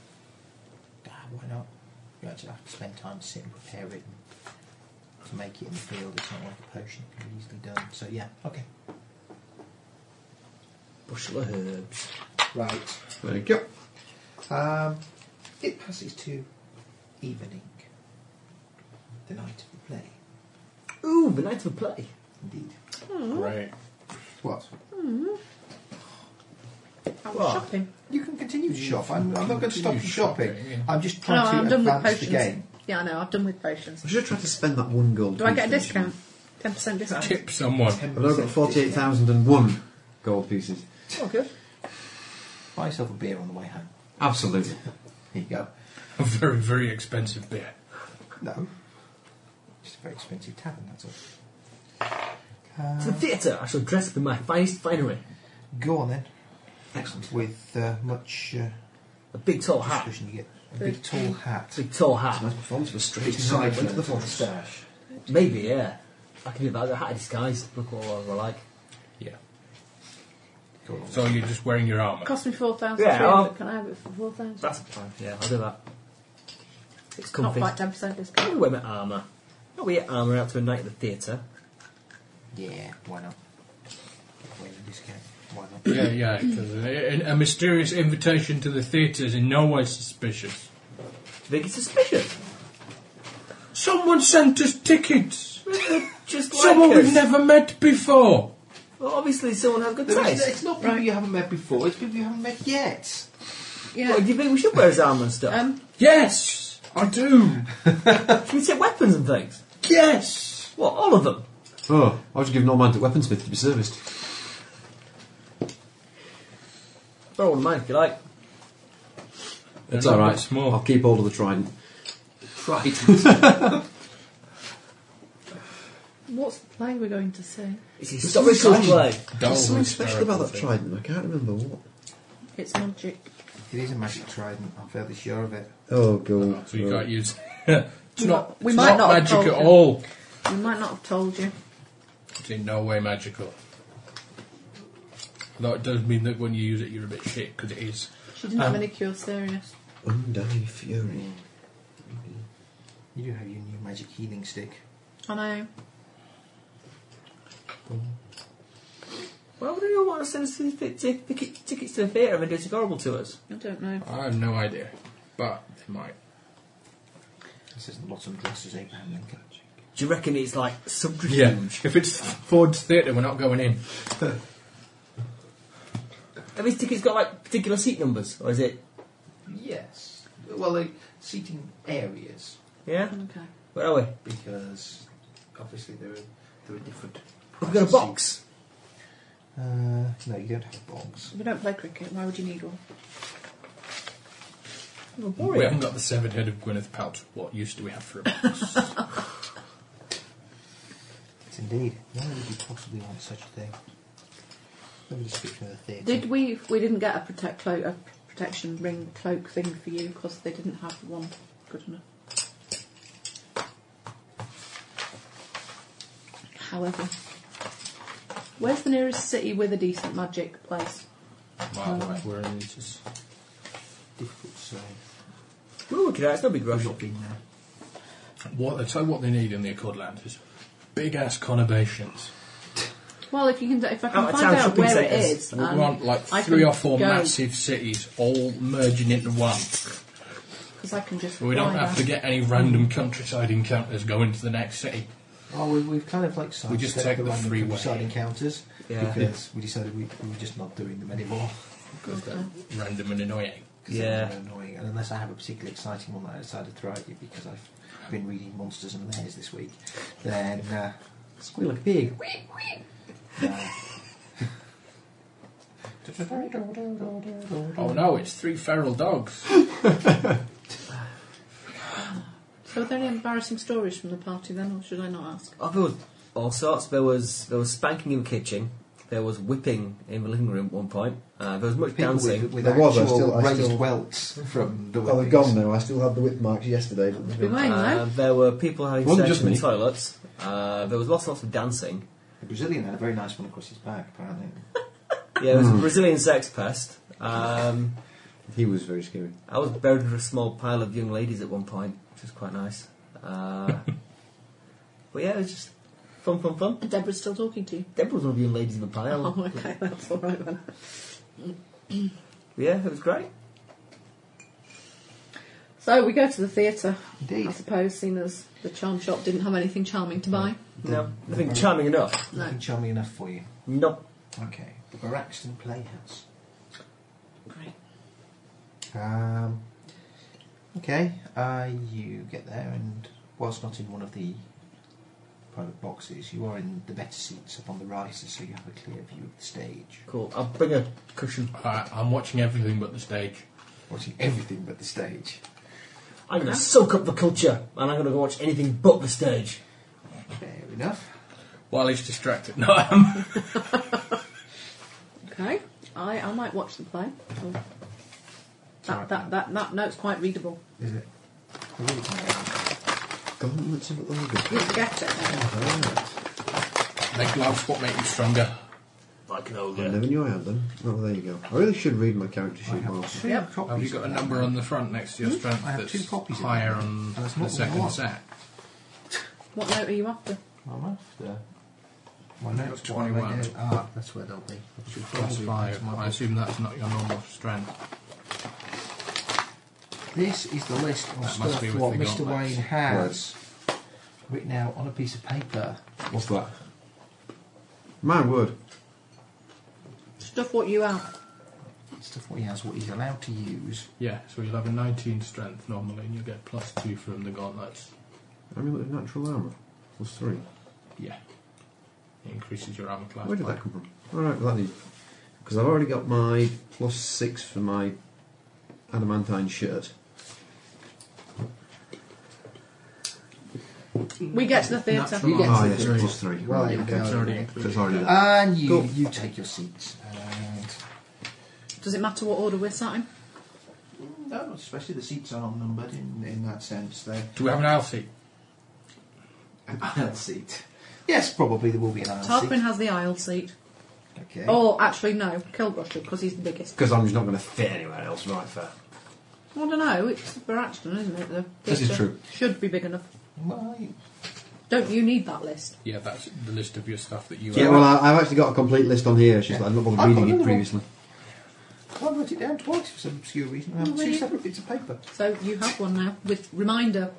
why not? You actually have to spend time to sit and prepare it and to make it in the field. It's not like a potion; it can be easily done. So yeah, okay.
Bushel of herbs.
Right.
There you go.
Um, it passes to evening, the night of the play.
Ooh, the night of the play.
Indeed.
Mm-hmm.
Great.
What?
I was
What?
shopping.
You can continue to shop. I'm, I'm not going to stop you
Continue
shopping.
shopping, yeah.
I'm just
No,
trying
I'm
to
Oh, done with
advance the
potions.
game.
Yeah, I know, I've done with potions.
I should have tried to spend that one gold.
Do I get a
piece first.
discount? 10% discount?
Tip someone.
I've now got 48,001 gold pieces.
Oh, good.
Buy yourself a beer on the way home.
Absolutely.
Here you go.
A very, very expensive beer.
No. Just a very expensive tavern, that's all.
To the theatre, I shall dress up in my finest finery.
Go on then.
Excellent.
With uh, much uh,
A big tall hat.
discussion, you get a big tall hat.
Big tall hat.
Nice performance of a straight
Big
side
side
went to the
note.
forest.
Maybe, yeah. I can do that. The hat of disguise. Look what I like.
Yeah.
Go on.
So you're just wearing your armour.
Cost me 4,000.
Yeah, I'll-
Can I have it for 4,000?
That's fine. Yeah, I'll do that. It's
Not
comfy.
quite 10%
I'll
discount.
wear my armour. I'll wear armour out to a night at the theatre.
Yeah, why not? Wait a discount. Why not?
yeah, yeah. 'cause A, a mysterious invitation to the theatre is in no way suspicious.
Do you think it's suspicious?
Someone sent us tickets.
Just like
Someone
us.
we've never met before.
Well, obviously someone had good
There is-
taste.
it's not people you haven't met before, it's people you haven't met yet.
Well, do
Yeah.
you think we should wear his armour and stuff?
Um,
Yes, I do.
should we take weapons and things?
Yes.
What, all of them?
Oh, I was giving all mine to Weaponsmith to be serviced.
Throw all mine if you like.
They're
It's
not
alright.
that small.
I'll keep hold of the trident.
(laughs)
what's the play we're going to see?
It's historical play.
There's something
and
special
terrible
about that
thing.
trident, I can't remember what.
It's magic.
It is a magic trident, I'm fairly sure of it.
Oh, God.
So you
Oh.
can't use. (laughs) it's not.
We
it's
might not have
magic
told
at
you.
all.
We might not have told you.
It's in no way magical. Though it does mean that when you use it, you're a bit shit because it is.
She didn't have
Um,
any cure serious.
Undying Fury.
You do have your new magic healing stick.
I know.
Why would anyone want to send us to the, t- ticket- tickets to the theatre and then do something horrible to us?
I don't know.
I have no idea, but they might.
This isn't lots of dresses, Abraham Lincoln.
Do you reckon it's like subterfuge?
Yeah. If it's Ford's Theatre, we're not going in.
Have these tickets got like particular seat numbers? Or is it.
Yes. Well, like seating areas,
Yeah?
Okay.
Where are we?
because obviously there are there are different.
We've got a box.
Uh, no, you don't have a box.
We don't play cricket. Why would you need one?
We haven't got the severed head of Gwyneth Paltrow. What use do we have for a box?
It's indeed. Why would you possibly want such a thing? Let me just speak from the theatre.
Did we? We didn't get a protect cloak, a protection ring cloak thing for you because they didn't have one good enough. However, where's the nearest city with a decent magic place? (laughs)
By the way, we're in just
Difficult to say.
We'll work it out, it's no big rush.
Not been there.
What, I tell you what they need in the Accord Land is big ass conurbations.
Well, if you can, if I can
Out of town
find out
shopping
where it
centres.
is,
We
and
want like
Um, I
three
can
or four
go,
massive cities all merging into one.
'cause I can just.
So we don't
fly
have to
there.
get any random countryside encounters going to the next city.
Oh, we, we've kind of like sidestepped
just take the
random
freeway.
countryside encounters
Yeah.
because we decided we, we were just not doing them anymore.
Okay.
Random and annoying.
'Cause they're
Yeah.
annoying. And unless I have a particularly exciting one that I decided to throw at you because I've been reading Monsters and Lairs this week, then uh,
Squeal like a pig. (laughs)
Oh no, it's three feral dogs.
So, are there any embarrassing stories from the party then, or should I not ask?
Oh, there was all sorts. There was there was spanking in the kitchen. There was whipping in the living room at one point. Uh, there was much
People
dancing.
with, with
There was, I
actual
still- I
raised
still- Oh,
welts from the
Well, they're
whippings.
gone now. I still had the whip marks yesterday. But
Be mine,
Uh,
though.
there were people having
Wasn't
sex
just
in the
me.
toilets. Uh, there was lots and lots of dancing.
The Brazilian had a very nice one across his back, apparently.
Yeah, there was a Brazilian sex pest. Um,
He was very scary.
I was buried under a small pile of young ladies at one point, which was quite nice. Uh, but yeah, it was just fun, fun, fun.
And Deborah's still talking to you.
Deborah was one of the young ladies in the pile.
(laughs) Oh, okay, that's all right then.
(laughs) Yeah, it was great.
So we go to the theatre.
Indeed.
I suppose, seeing as the charm shop didn't have anything charming to buy.
No, nothing charming enough.
Nothing charming enough for you.
No.
Okay. The Baraxton Playhouse.
Great.
Um, okay, uh, you get there, and whilst not in one of the private boxes, you are in the better seats up on the riser, so you have a clear view of the stage.
Cool. I'll bring a cushion.
I, I'm watching everything but the stage.
Watching everything but the stage.
I'm going to soak up the culture, and I'm going to go watch anything but the stage.
Fair enough.
While he's distracted. No, I am.
Okay. I, I might watch the play. Oh. That, that, that, that note's quite readable.
Is it? I really can't remember.
Gauntlets of Ogre.
You get it.
They're gloves what (laughs) make you stronger.
Like an
I
ogre.
never knew I had them. Oh, well, there you go. I really should read my character
I
sheet more.
have two
Yep.
copies.
Have you got a
of that
number
one.
on the front next to your strength
I have
that's
two copies of
higher
that.
on
That's
the
not
second
one.
set?
What note are you after?
I'm after. My notes
got
what am I
21.
doing? Ah, that's where they'll be.
Plus five. I assume that's not your normal strength.
This is the list of
That must
stuff
be with
what
the
Mr.
gauntlets.
Wayne has written out on a piece of paper.
What's that? My word.
Stuff what you have.
Stuff what he has, what he's allowed to use.
Yeah, so you'll have a 19 strength normally and you'll get plus two from the gauntlets.
Amulet of natural armour. Plus three.
Yeah. It increases your armor class.
Where did
by-
that come from? Alright, well, that needs. Because I've already got my plus six for my adamantine shirt.
We get to the theatre.
Natural
You get
armor.
Oh,
to
yes,
three.
plus three.
Well,
yeah. Uh,
you
It's
go.
already
So it's
included.
already there.
And you,
Cool.
you take your seats. And
Does it matter what order we're sat in?
no, especially the seats are not numbered in, in that sense. They're (laughs)
Do we have an aisle seat?
an aisle seat. Yes, probably there will be an aisle
Tarquin
seat.
has the aisle seat.
Okay.
Oh, actually, no. Kilbrusher, because he's the biggest.
Because I'm just not going to fit anywhere else, right? Fair.
Well, I don't know. It's Barachton, isn't it? The
This is
theatre
true.
Should be big enough.
Well, you-
Don't you need that list?
Yeah, that's the list of your stuff that you
Yeah,
own.
well, I, I've actually got a complete list on here. It's just
Yeah.
I've not bothered
I've got
reading
another
it
one.
previously.
I wrote it down twice for some obscure reason. I have two
Really?
separate bits of paper.
So you have one now with reminder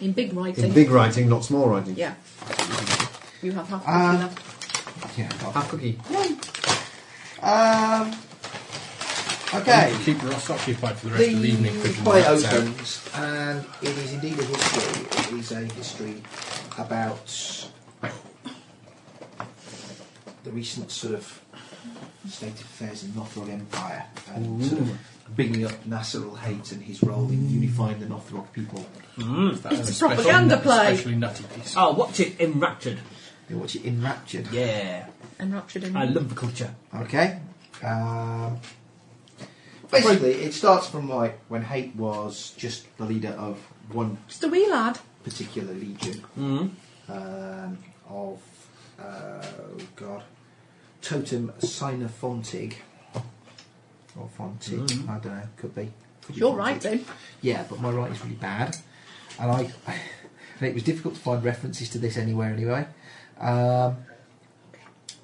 in big writing.
In big writing, not small writing.
Yeah. You have half
Ah.
a left.
Yeah.
Half cookie.
Um. Okay.
Keep Ross occupied for the rest of the evening.
The
figuring
play
that's out.
opens, and it is indeed a history. It is a history about the recent sort of state of affairs in Northrog Empire and sort of bringing up Nasser al Haight and his role in unifying the Northrog people.
That's
It's a
especially-
propaganda play.
Especially nutty piece.
I'll watch it enraptured.
You watch it enraptured.
Yeah.
Enraptured in.
I love the culture.
Okay. Um, basically, it starts from like when Haight was just the leader of one
Just a wee lad.
particular legion
Mm.
um, of uh, oh God, Totem Sinofontig or Fontig. I don't know. Could be. Could be
You're
Fontig.
right, then.
Yeah, but my right is really bad, and (laughs) I and it was difficult to find references to this anywhere anyway. Um,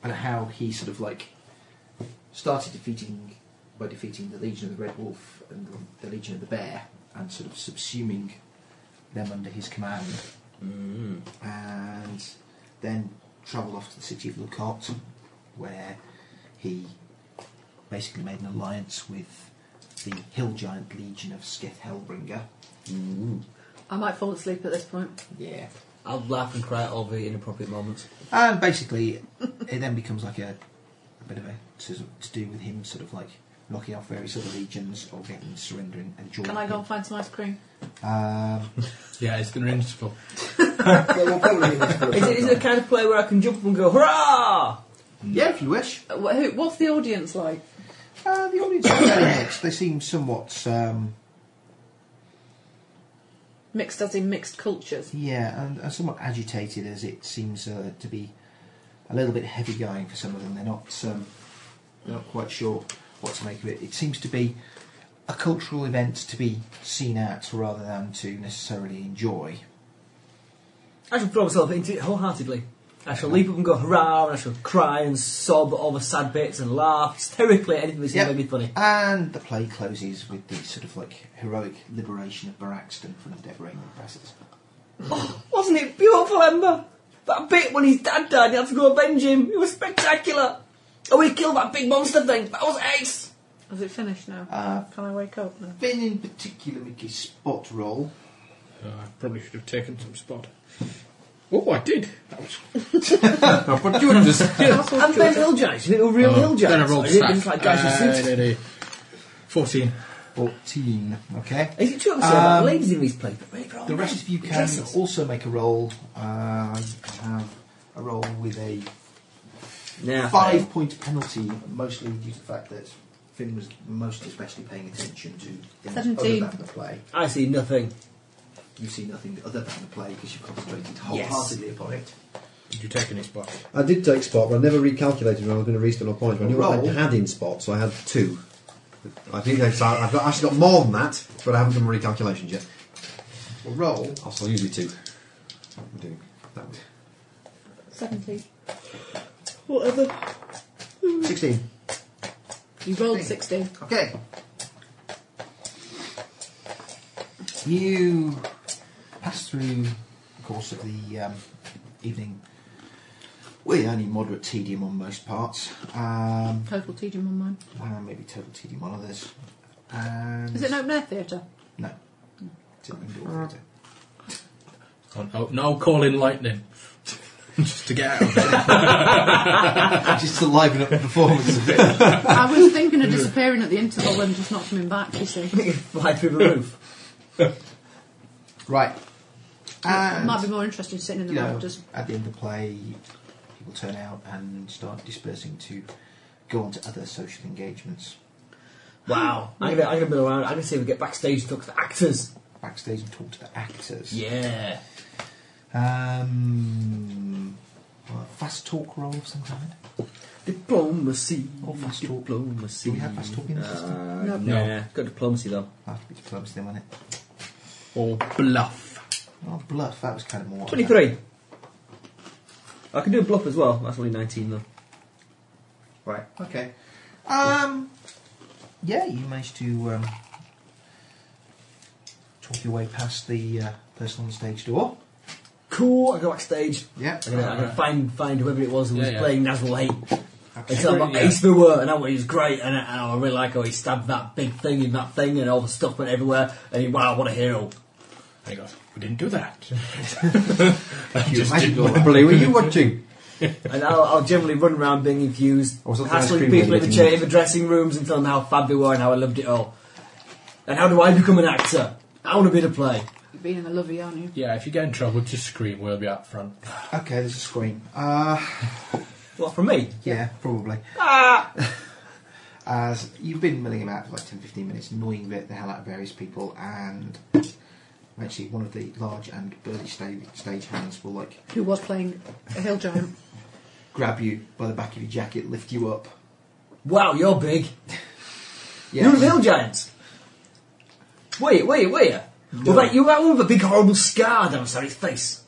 and how he sort of like started defeating by defeating the Legion of the Red Wolf and the, the Legion of the Bear and sort of subsuming them under his command. And then travelled off to the city of Lucot, where he basically made an alliance with the Hill Giant Legion of Skith Hellbringer.
I might fall asleep at this point.
Yeah.
I'll laugh and cry at all the inappropriate moments.
And basically, it then becomes like a, a bit of a to, to do with him sort of like knocking off various other legions or getting surrendering and joining.
Can I go and find some ice cream?
Um,
Yeah, it's an interval.
(laughs) well, we'll probably leave this for a
Is it, is it the kind of play where I can jump up and go, hurrah!
Yeah, if you wish.
Uh, wh- who- What's the audience like?
Uh, the audience are very mixed. They seem somewhat, um,
Mixed as in mixed cultures.
yeah, and, and somewhat agitated as it seems uh, to be a little bit heavy going for some of them. They're not, um, they're not quite sure what to make of it. It seems to be a cultural event to be seen at rather than to necessarily enjoy.
I shall throw myself into it wholeheartedly. I shall leap up and go hurrah, and I shall cry and sob over sad bits and laugh hysterically at anything that seems
Yep.
to be funny.
And the play closes with the sort of like heroic liberation of Baraxton from the Decorating Presses.
Wasn't it beautiful, Ember? That bit when his dad died, he had to go avenge him. It was spectacular. And we killed that big monster thing. That was ace.
Is it finished now?
Uh,
Can I wake up now?
been in particular Mickey's spot roll.
Uh, I probably should have taken some spot. Oh, I did. That was (laughs)
Opportunities.
And then hill giants. You think they were
Oh,
real hill giants?
Then I rolled
Like, it was
stack.
like guys who
Uh,
suits.
no, no. Fourteen.
14. Okay.
Is it true I'm saying about ladies in these plays? But really,
Um, The rest of you can
Dresses.
also make a roll. Uh, you can have a roll with a
Nah,
five point penalty, mostly due to the fact that Finn was most especially paying attention to things
Seventeen.
other than the play.
I see nothing.
You see nothing other than the play because you've concentrated wholeheartedly upon it.
Did you take any spot?
I did take spot, but I never recalculated when I was going to restore my points. But I knew what I
Roll.
had in spot, so I had two. I think I've, I've got, actually got more than that, but I haven't done my recalculations yet.
Well, roll.
I'll still use it two. I'm doing that one.
17. Whatever.
16.
You rolled
16.
16.
Okay. You pass through the course of the um, evening with only moderate tedium on most parts, um,
Total tedium on mine.
and maybe total tedium on others. And
Is it an open air theatre?
No. It's an indoor theatre.
Oh, no, no call in lightning. (laughs) Just to get out of it.
Just to liven up the performance a bit.
I was thinking of disappearing at the interval and just not coming back, you see.
(laughs) Fly through the roof.
Right.
It
And,
might be more interesting sitting in the
you know,
rafters.
at the end of the play, people turn out and start dispersing to go on to other social engagements.
Wow. I'm gonna, I'm gonna be around. I'm gonna see if we get backstage and talk to the actors.
backstage and talk to the actors.
Yeah.
Um, well, fast talk roll of some kind.
Diplomacy.
Or fast talk.
Diplomacy.
Do we have fast talk in the system?
Uh,
No.
Nah, got diplomacy though.
That'll be clubs then, won't it?
Or bluff.
Oh, bluff. That was kind of more.
23. I can do a bluff as well. That's only 19 though.
Right. Okay. Um, yeah, you managed to um, talk your way past the uh, person on the stage door.
Cool. I go backstage.
Yeah.
I'm gonna, I'm gonna find find whoever it was who was
Yeah, yeah.
playing Nazrul Eight. And tell him about
Yeah.
Ace the Word, and that was great, and, and I really like how he stabbed that big thing in that thing, and all the stuff went everywhere, and he, wow, what a hero.
And he goes, We didn't do
(laughs)
that. (laughs)
You imagine all that.
Probably were you watching?
And I'll, I'll generally run around being infused,
I was up to ice
hassling
cream
people in the,
making
chair,
this.
in the dressing rooms, and telling them how fab they were and how I loved it all. And how do I become an actor? I want to be the play.
You've been in the lovey, aren't you?
yeah, if you get in trouble, just scream, we'll be out front.
Okay, there's a scream. Uh,
Well, from me.
yeah, probably. (laughs) As you've been milling about for like 10 15 minutes, annoying the, the hell out of various people, and eventually one of the large and burly stage, stage hands will like
Who was playing a hill giant?
grab you by the back of your jacket, lift you up.
Wow, you're big.
Yeah,
You're the hill giants. Wait, wait, wait. What about you? That one with a big horrible scar down his face.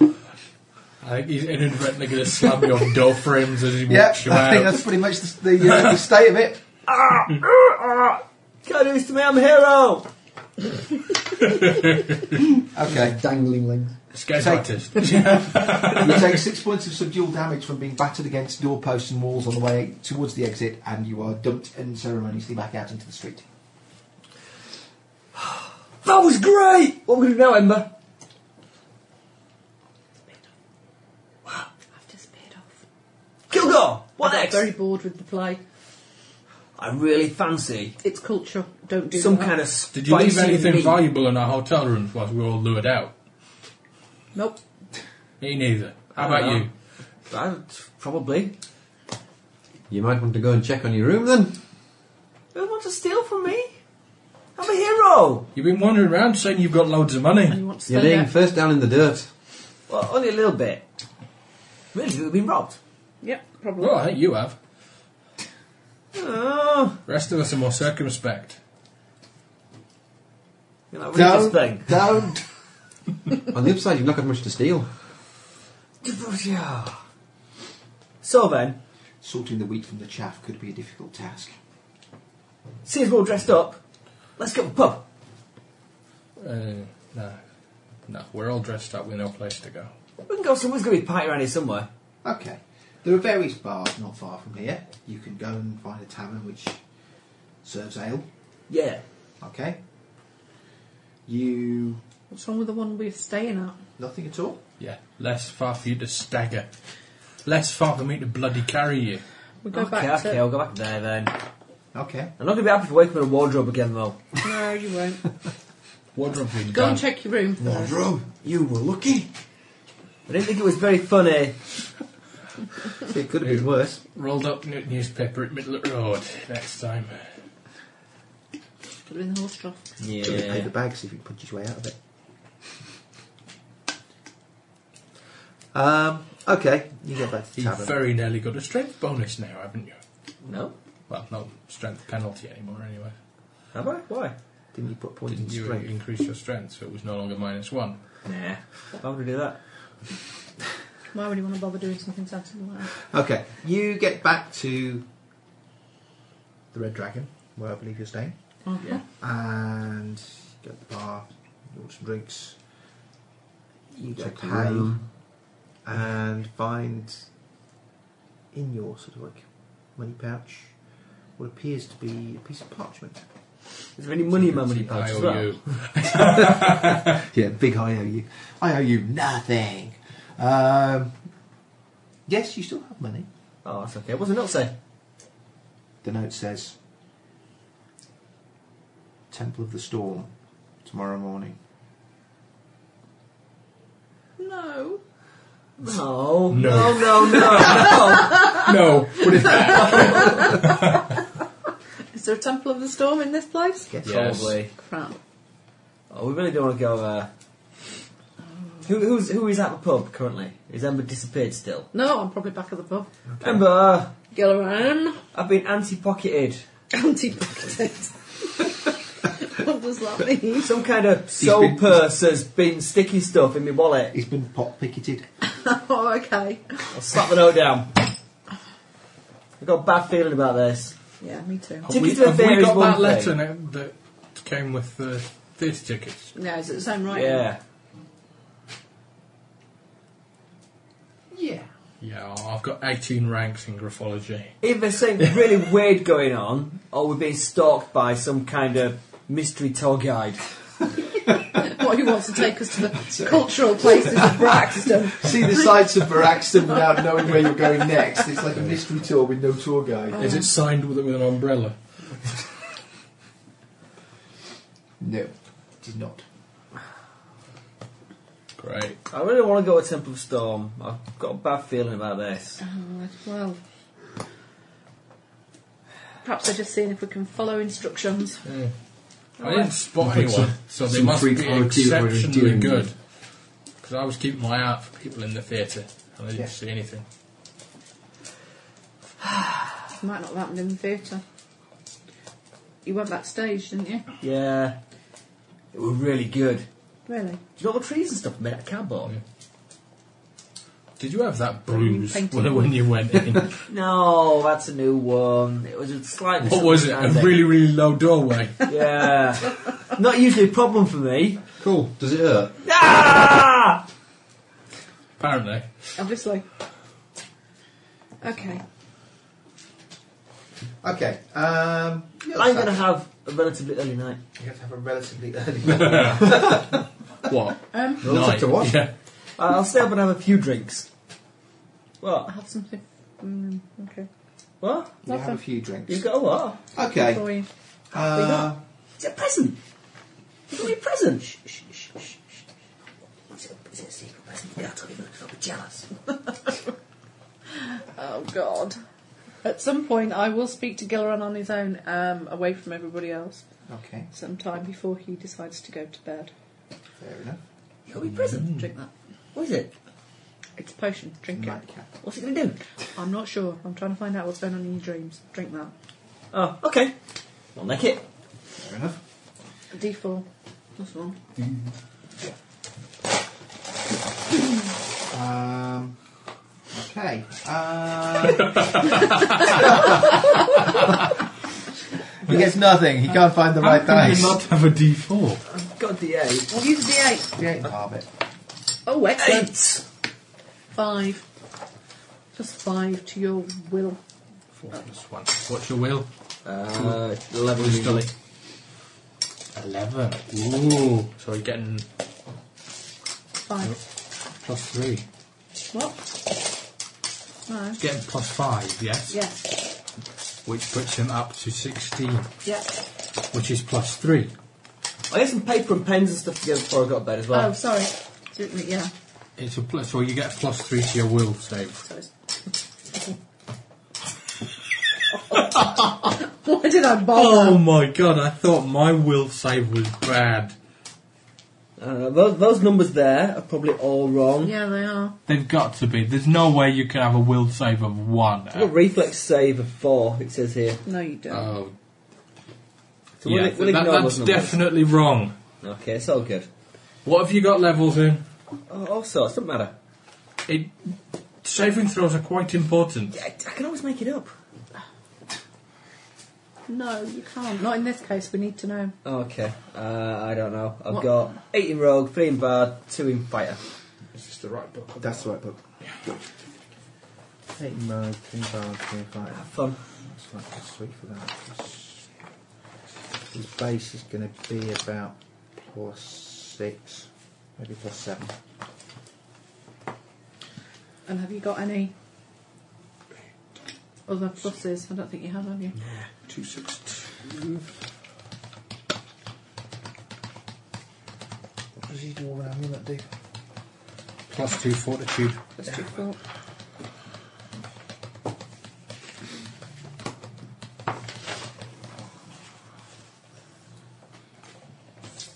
I think he's inadvertently going to slam you on door frames as he
yeah
walks you
I think
out.
that's pretty much the, the, uh, the state of it.
Can't do this to me, I'm a hero!
Okay,
Dangling links.
Scared
Take-
artist. (laughs)
you take six points of subdual damage from being battered against doorposts and walls on the way towards the exit, and you are dumped unceremoniously back out into the street.
That was great! What are we going to do now, Ember?
I've disappeared off.
Kilgore! What
I got
next?
very bored with the play.
I really fancy
It's culture. Don't do
some
that.
kind of
Did you leave
spicy
anything
meat.
valuable in our hotel rooms whilst we were all lured out?
Nope.
Me neither. How
Uh-huh.
about you?
Well, probably.
You might want to go and check on your room then.
Who wants to steal from me? I'm a hero!
You've been wandering around saying you've got loads of money.
You want to
You're
stay
laying
there?
first down in the dirt.
Well, only a little bit. Really, we've been robbed.
Yep, probably.
Well, I think you have.
Oh,
rest of us are more circumspect.
you're not religious thing.
don't.
On the upside, you've not got much to steal.
Yeah. So then,
Sorting the wheat from the chaff could be a difficult task.
see as we're all dressed up, let's go to the pub.
Uh, no. No, we're all dressed up with no place to go.
We can go somewhere. There's going to be a party around here somewhere.
Okay. There are various bars not far from here. You can go and find a tavern which serves ale.
Yeah.
Okay. You.
What's wrong with the one we're staying at?
Nothing at all?
Yeah, less far for you to stagger. Less far for me to bloody carry you.
We go
okay,
back
okay,
to.
I'll go back there then.
Okay.
I'm not going to be happy to wake up in a wardrobe again though.
No, you won't.
(laughs)
Wardrobe being
Go
done.
and check your room. first.
Wardrobe, you were lucky.
I didn't think it was very funny.
It could have been worse.
Rolled up new- newspaper at middle of the road next time. uh,
Put it in the horse trough.
Could have paid
Yeah.
the bag, see if you punch his way out of it. Um, okay, you go back to the
You
tavern.
very nearly got a strength bonus now, haven't you?
No?
Well, no strength penalty anymore, anyway.
Have I? Why?
Didn't you put a point
Didn't
in
you
strength?
increase your strength so it was no longer minus one?
Nah. Why would I do that?
Why would you want to bother doing something sensible like that?
Okay, you get back to the Red Dragon, where I believe you're staying,
Yeah.
and go to the bar, order some drinks. You go
Check the
pay
room.
and find in your sort of like money pouch what appears to be a piece of parchment.
Is there any money in my money pouch as well? (laughs)
IOU.
Yeah, big IOU. IOU, nothing. Um, yes, you still have money.
Oh, that's okay. What's the note say?
The note says Temple of the Storm, tomorrow morning.
No.
No.
No.
No, no, no.
no, what is that?
Is there a Temple of the Storm in this place?
Yes.
Yes.
Probably.
Crap.
Oh, we really don't want to go there. Who, who's, who is at the pub currently? Is Ember disappeared still?
No, I'm probably back at the pub.
Ember!
Gilleran, (laughs)
I've been anti-pocketed.
anti-pocketed. (laughs) what does that
(laughs)
mean?
Some kind of soul
been-
purse has been sticky stuff in my wallet.
He's been pot picketed.
oh, okay.
I'll slap the note down. I've got a bad feeling about this.
Yeah, me too.
Have we,
Tickets to the
have we
fair is
got
one
that
thing.
letter now that came with the theatre tickets?
Yeah, is it the same writing?
Yeah.
Yeah.
Yeah, I've got 18 ranks in graphology.
Either there's something really weird going on, or we're being stalked by some kind of mystery tour guide.
What, he wants to take us
(laughs)
to the cultural places of Braxton.
See the sights of Baraxton without knowing where you're going next. It's like a mystery tour with no tour guide.
Is it signed with, with an umbrella?
No, it is not.
Great.
I really want to go to Temple of Storm. I've got a bad feeling about this.
Oh, well. Perhaps they're just seeing if we can follow instructions.
I didn't spot anyone, so they
some
must be
freak volunteer who was
exceptionally
doing
good.
it.
Because I was keeping my eye out for people in the theatre, and I didn't
Yeah.
see anything.
Might not have happened in the theatre. You went backstage, didn't you?
Yeah. It was really good.
Really?
Do you know all the trees and stuff made out of cardboard?
Mm. Did you have that bruise
painting.
when, when you went (laughs) in?
No, that's a new one. It was a slightly.
what was it? A
misunderstanding.
really, really low doorway.
(laughs) Yeah. Not usually a problem for me.
Cool. Does it hurt?
Ah!
Apparently.
Obviously. Okay.
Okay. Um, you're
I'm
safe.
going to have a relatively early night.
You have to have a relatively early.
What?
Um,
Relative
Night.
to what?
Yeah.
Uh, I'll stay up and have a few drinks.
I
What?
have something. Mm, okay.
What?
you have a
Nothing
few drinks.
You've got a what?
for
Okay.
you.
Uh,
It's a present. It's a present. Shh, shh, shh, shh, shh. It's a- It's
Is it a secret person? Yeah, I'll tell you, I'll be jealous.
Oh God. At some point, I will speak to Gilleron on his own, um, away from everybody else,
Okay,
sometime before he decides to go to bed.
fair enough.
You'll be prison.
Mm.
Drink that.
What is it?
It's a potion. Drink it.
Nightcap.
What's it going to do?
I'm not sure. I'm trying to find out what's going on in your dreams. Drink that.
Oh, okay. I'll make it.
Fair enough.
D4. That's one.
Um, okay. Uh, (laughs) he gets nothing. He can't find the right dice.
have a D4?
I've got the eight.
I'll use a D8.
Create a harvest.
Oh, excellent. Five. Plus five to your will.
4 plus 1. What's your will?
Uh, level
Who's Dolly? 11. Ooh. So you're getting
Five.
plus 3.
What? No.
Getting plus 5, yes?
Yes.
Which puts him up to 16,
Yeah.
which is plus 3.
I had some paper and pens and stuff together before I got to bed as well.
Oh, sorry. Didn't- Yeah.
It's a plus, so you get a plus 3 to your will save.
So it's... (laughs) Why did I bother?
Oh my god, I thought my will save was bad.
Oh.
Uh, those, those numbers there are probably all wrong.
Yeah, they are.
They've got to be. There's no way you can have a will save of 1.
I've got reflex save of four, it says here.
No, you don't.
Oh,
So we'll,
yeah,
we'll
that-
ignore
that's
those numbers.
definitely wrong.
Okay, it's all good.
What have you got levels in?
Oh, all sorts, doesn't matter.
It, saving throws are quite important.
I, I can always make it up.
No, you can't. Not in this case. We need to know.
Oh, Okay, uh, I don't know. I've
What?
got eight in rogue, three in bard, two in fighter.
Is this the right book?
That's the right book.
Eight mode, three bars, three five.
Have fun.
That's like a sweet for that. 'cause His base is going to be about plus six, maybe plus seven.
And have you got any other pluses? I don't think you have, have you?
Two six.
What does he do all around me that do?
Plus two fortitude.
That's too full.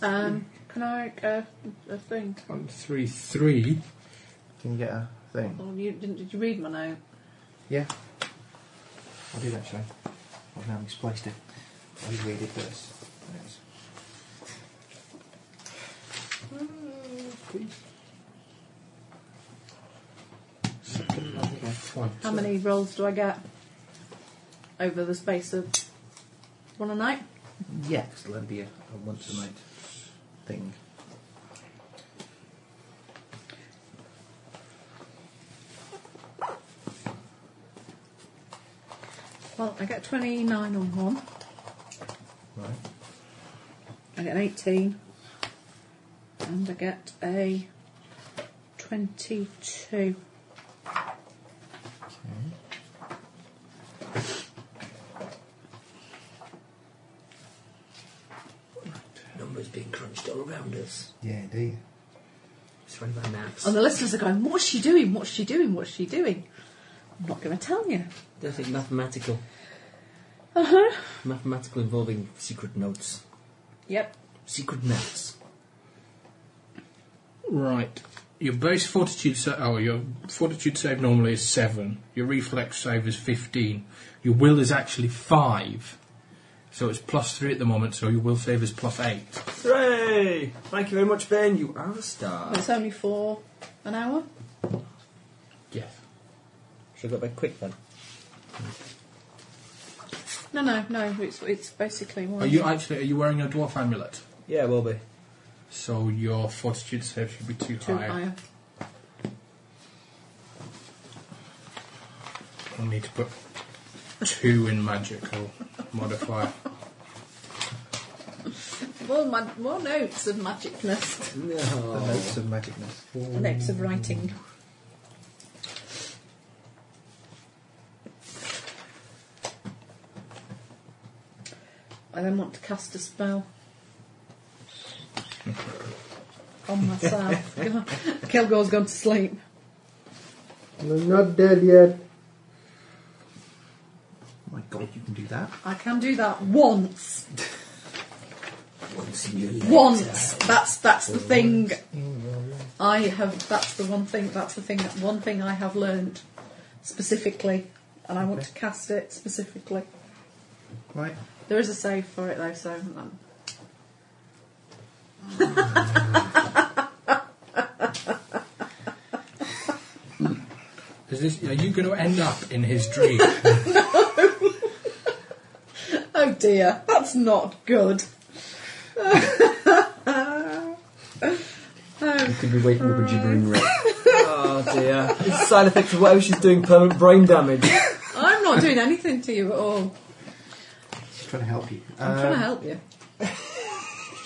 Um, can I uh, a thing?
One three three.
Can you get a thing?
Well, you didn't. Did you read my note?
Yeah. I did actually. I've now misplaced it. I did read it first. There it is.
Mm.
How many rolls do I get over the space of one a night?
Yeah, because that'll be a, a once a night thing.
Well, I get 29 on one.
Right.
I get an 18. And I get a 22.
Numbers being crunched all around us.
Yeah, indeed.
Surrounded by maps.
And the listeners are going, What's she doing? What's she doing? What's she doing? I'm not going to tell you.
That's it, mathematical.
Uh huh.
Mathematical involving secret notes.
Yep.
Secret maths.
Right. Your base fortitude sa- oh your fortitude save normally is seven. Your reflex save is fifteen. Your will is actually five. So it's plus three at the moment, so your will save is plus eight.
Hooray! Thank you very much, Ben. You are a star.
It's only for an hour.
Yes.
Should I go back quick then?
No, no, no. It's it's basically one.
Are you actually are you wearing a dwarf amulet?
Yeah, will be.
So your fortitude save should be too,
too
high.
higher?
I'll need to put two in magical modifier.
More, ma- more notes of magicness.
The notes of magicness.
Notes of writing.
(laughs)
I then want to cast a spell. on myself. Come on. Kelgore's gone to sleep.
I'm not dead yet.
My God, you can do that.
I can do that once.
Once in your
Once. That's that's the thing. I have. That's the one thing. That's the thing. That one thing I have learned specifically, and I want to cast it specifically.
Right.
There is a save for it though, so um,
Is this, are you going to end up in his dream?
oh dear, that's not good.
You could be waking up a gibbering wreck.
Oh dear. It's a side effect of whatever she's doing permanent brain damage.
I'm not doing anything to you at all.
She's trying to help you. Uh,
I'm trying to help you.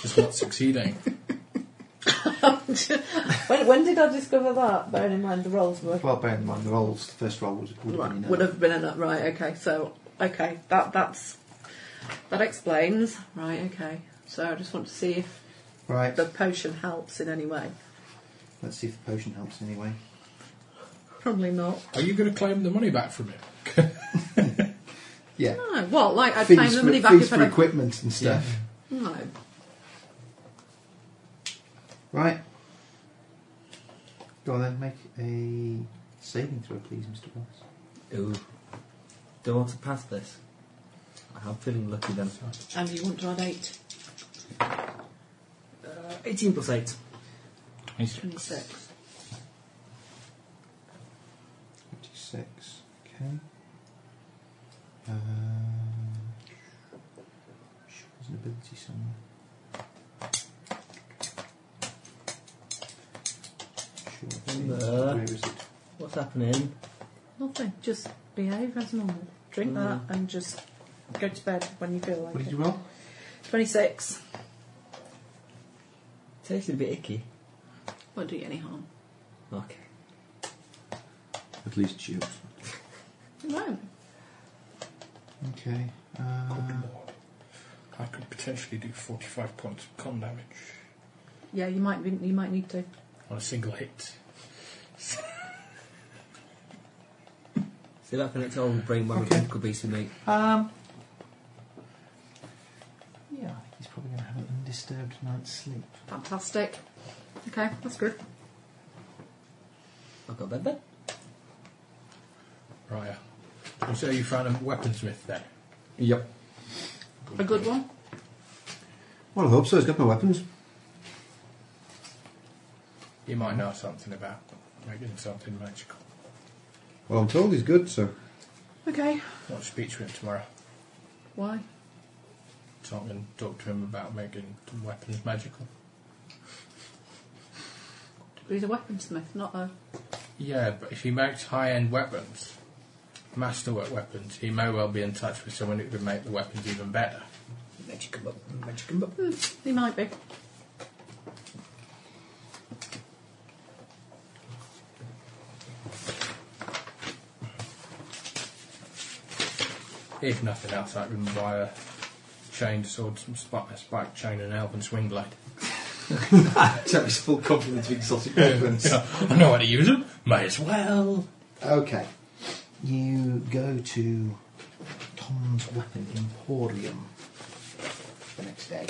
Just not succeeding.
when, when did I discover that? Bearing in mind the rolls were
Well, bear in mind the rolls. The first roll was would have been
Right,
enough.
would have been enough. Right. Okay. So okay, that that's that explains. Right. Okay. So I just want to see if
Right.
the potion helps in any way.
Let's see if the potion helps anyway.
Probably not.
Are you going to claim the money back from him?
Yeah.
No. What? Oh, Like I'd claim
Fees
the
for,
money back
fees
if
for
I don't.
equipment and stuff.
No.
Right. Go on then, make a saving throw, please, Mr. Wallace.
Ooh. Don't want to pass this. I'm feeling lucky then.
And you want to add eight,
18 plus 8.
twenty-six.
56. Okay. Uh, sure there's an ability somewhere. Sure. it is.
Uh,
Where is it?
What's happening?
Nothing. Just behave as normal. Drink that and just go to bed when you feel like
What did
it.
you roll?
Twenty-six.
Tasted a bit icky.
Won't do you any harm.
Okay.
At least you. (laughs)
It won't.
Okay. Uh,
I could potentially do 45 points of con damage
Yeah, you might. Be, you might need to.
on a single hit.
See that for next old brain where
Okay.
could be to me.
um. Yeah, I think he's probably going to have an undisturbed night's sleep.
Fantastic. Okay, that's good.
I've got bed then.
Right. yeah. So you found a weaponsmith then?
Yep.
A good one.
Well, I hope so. He's got no weapons.
You might know something about making something magical.
Well, I'm told he's good, so.
Okay.
I want to speak to him tomorrow.
Why?
So I'm going to talk to him about making the weapons magical.
He's a weaponsmith, not a.
Yeah, but if he makes high-end weapons, masterwork weapons, he may well be in touch with someone who can make the weapons even better.
Magic em up, magic em up.
Hmm, he might be. (laughs)
If nothing else, I can buy a chain sword, some spike, a spike chain, and an elven swing blade.
Terry's full complement of exotic weapons.
I know how to use them. May as well.
Okay. You go to Tom's Weapon Emporium the next day.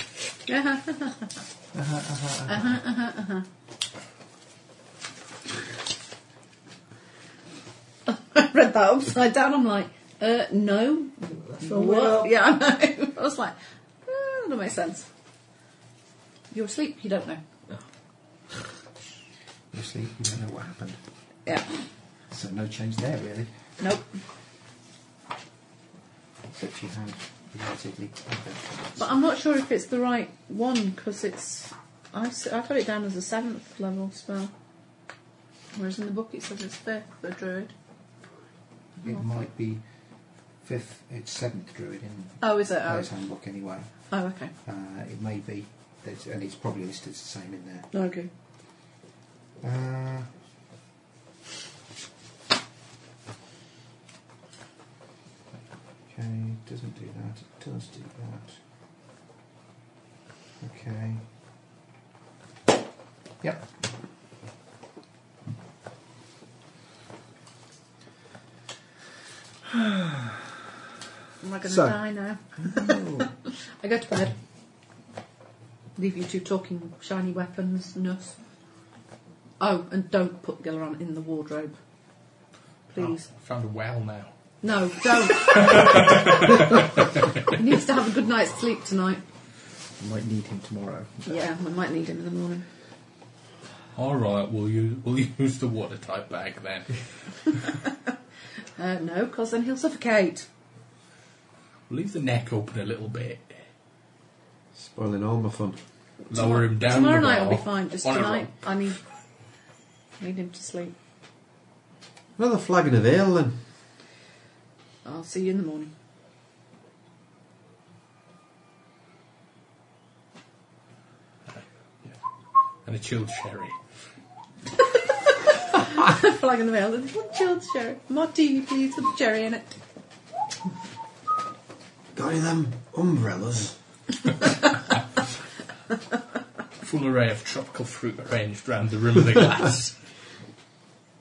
Read that upside down. I'm like, uh, no. what? (laughs) Yeah, I know. I was like, uh, that doesn't make sense. You're asleep. You don't know.
You see, you don't know what happened.
Yeah.
So no change there, really.
Nope.
Except you had relatively.
But I'm not sure if it's the right one because it's. I've, s- I've got it down as a seventh level spell. Whereas in the book it says it's fifth, the druid. Oh.
It might be fifth, it's seventh druid in
Oh, is it? Oh,
Player's Handbook anyway.
oh okay.
Uh, it may be, it's, and it's probably listed as the same in there.
Okay.
Uh, okay, doesn't do that. It does do that. Okay. Yep.
Am I going to
So-
die now? (laughs) I go to bed. Leave you two talking shiny weapons, nurse. Oh, and don't put Gilleran in the wardrobe.
Oh.
Please.
Found a well now.
No,
(laughs)
don't. he needs to have a good night's sleep tonight.
Might need him tomorrow.
Yeah, we might need him in the morning.
All right, we'll use we'll (laughs) use the watertight bag then.
Uh, no, because then he'll suffocate.
Leave the neck open a little bit.
Spoiling all my fun.
Lower him down.
Tomorrow
the
night will be
well
fine. Just
on a
tonight,
rope.
I need need him to sleep.
Another flagon of ale then.
I'll see you in the morning.
and a chilled sherry.
Flag in the mail. There's one chilled sherry. Martini, please, with the cherry in it.
Got any of them umbrellas?
Full array of tropical fruit arranged round the rim of the glass.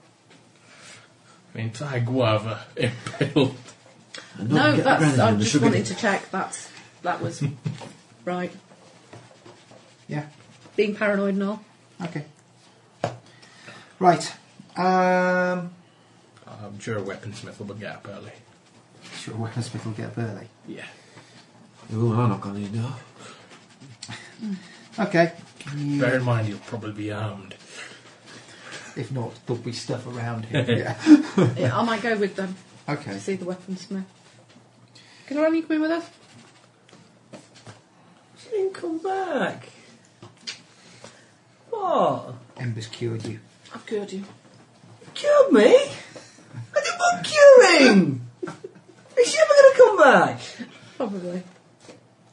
(laughs) the entire guava impaled.
And don't
No,
forget the
that's.
grenadine
I
and the
just
sugar
wanted
in
to
it.
check. That's that
(laughs)
was right.
Yeah.
Being paranoid and all.
Okay. Right. Um,
I'm sure a weaponsmith will be up early.
sure, weaponsmith will get up early.
Yeah.
The woman I knock on his door.
Okay. You-
Bear in mind, you'll probably be armed.
if not, there'll be stuff around here. yeah.
Yeah, I might go with them
Okay.
to see the weaponsmith. Can Ronnie come in with us?
She didn't come back. What?
Ember's cured you.
I've cured you.
Cure me? I did not cure him! Is she ever going to come back?
Probably.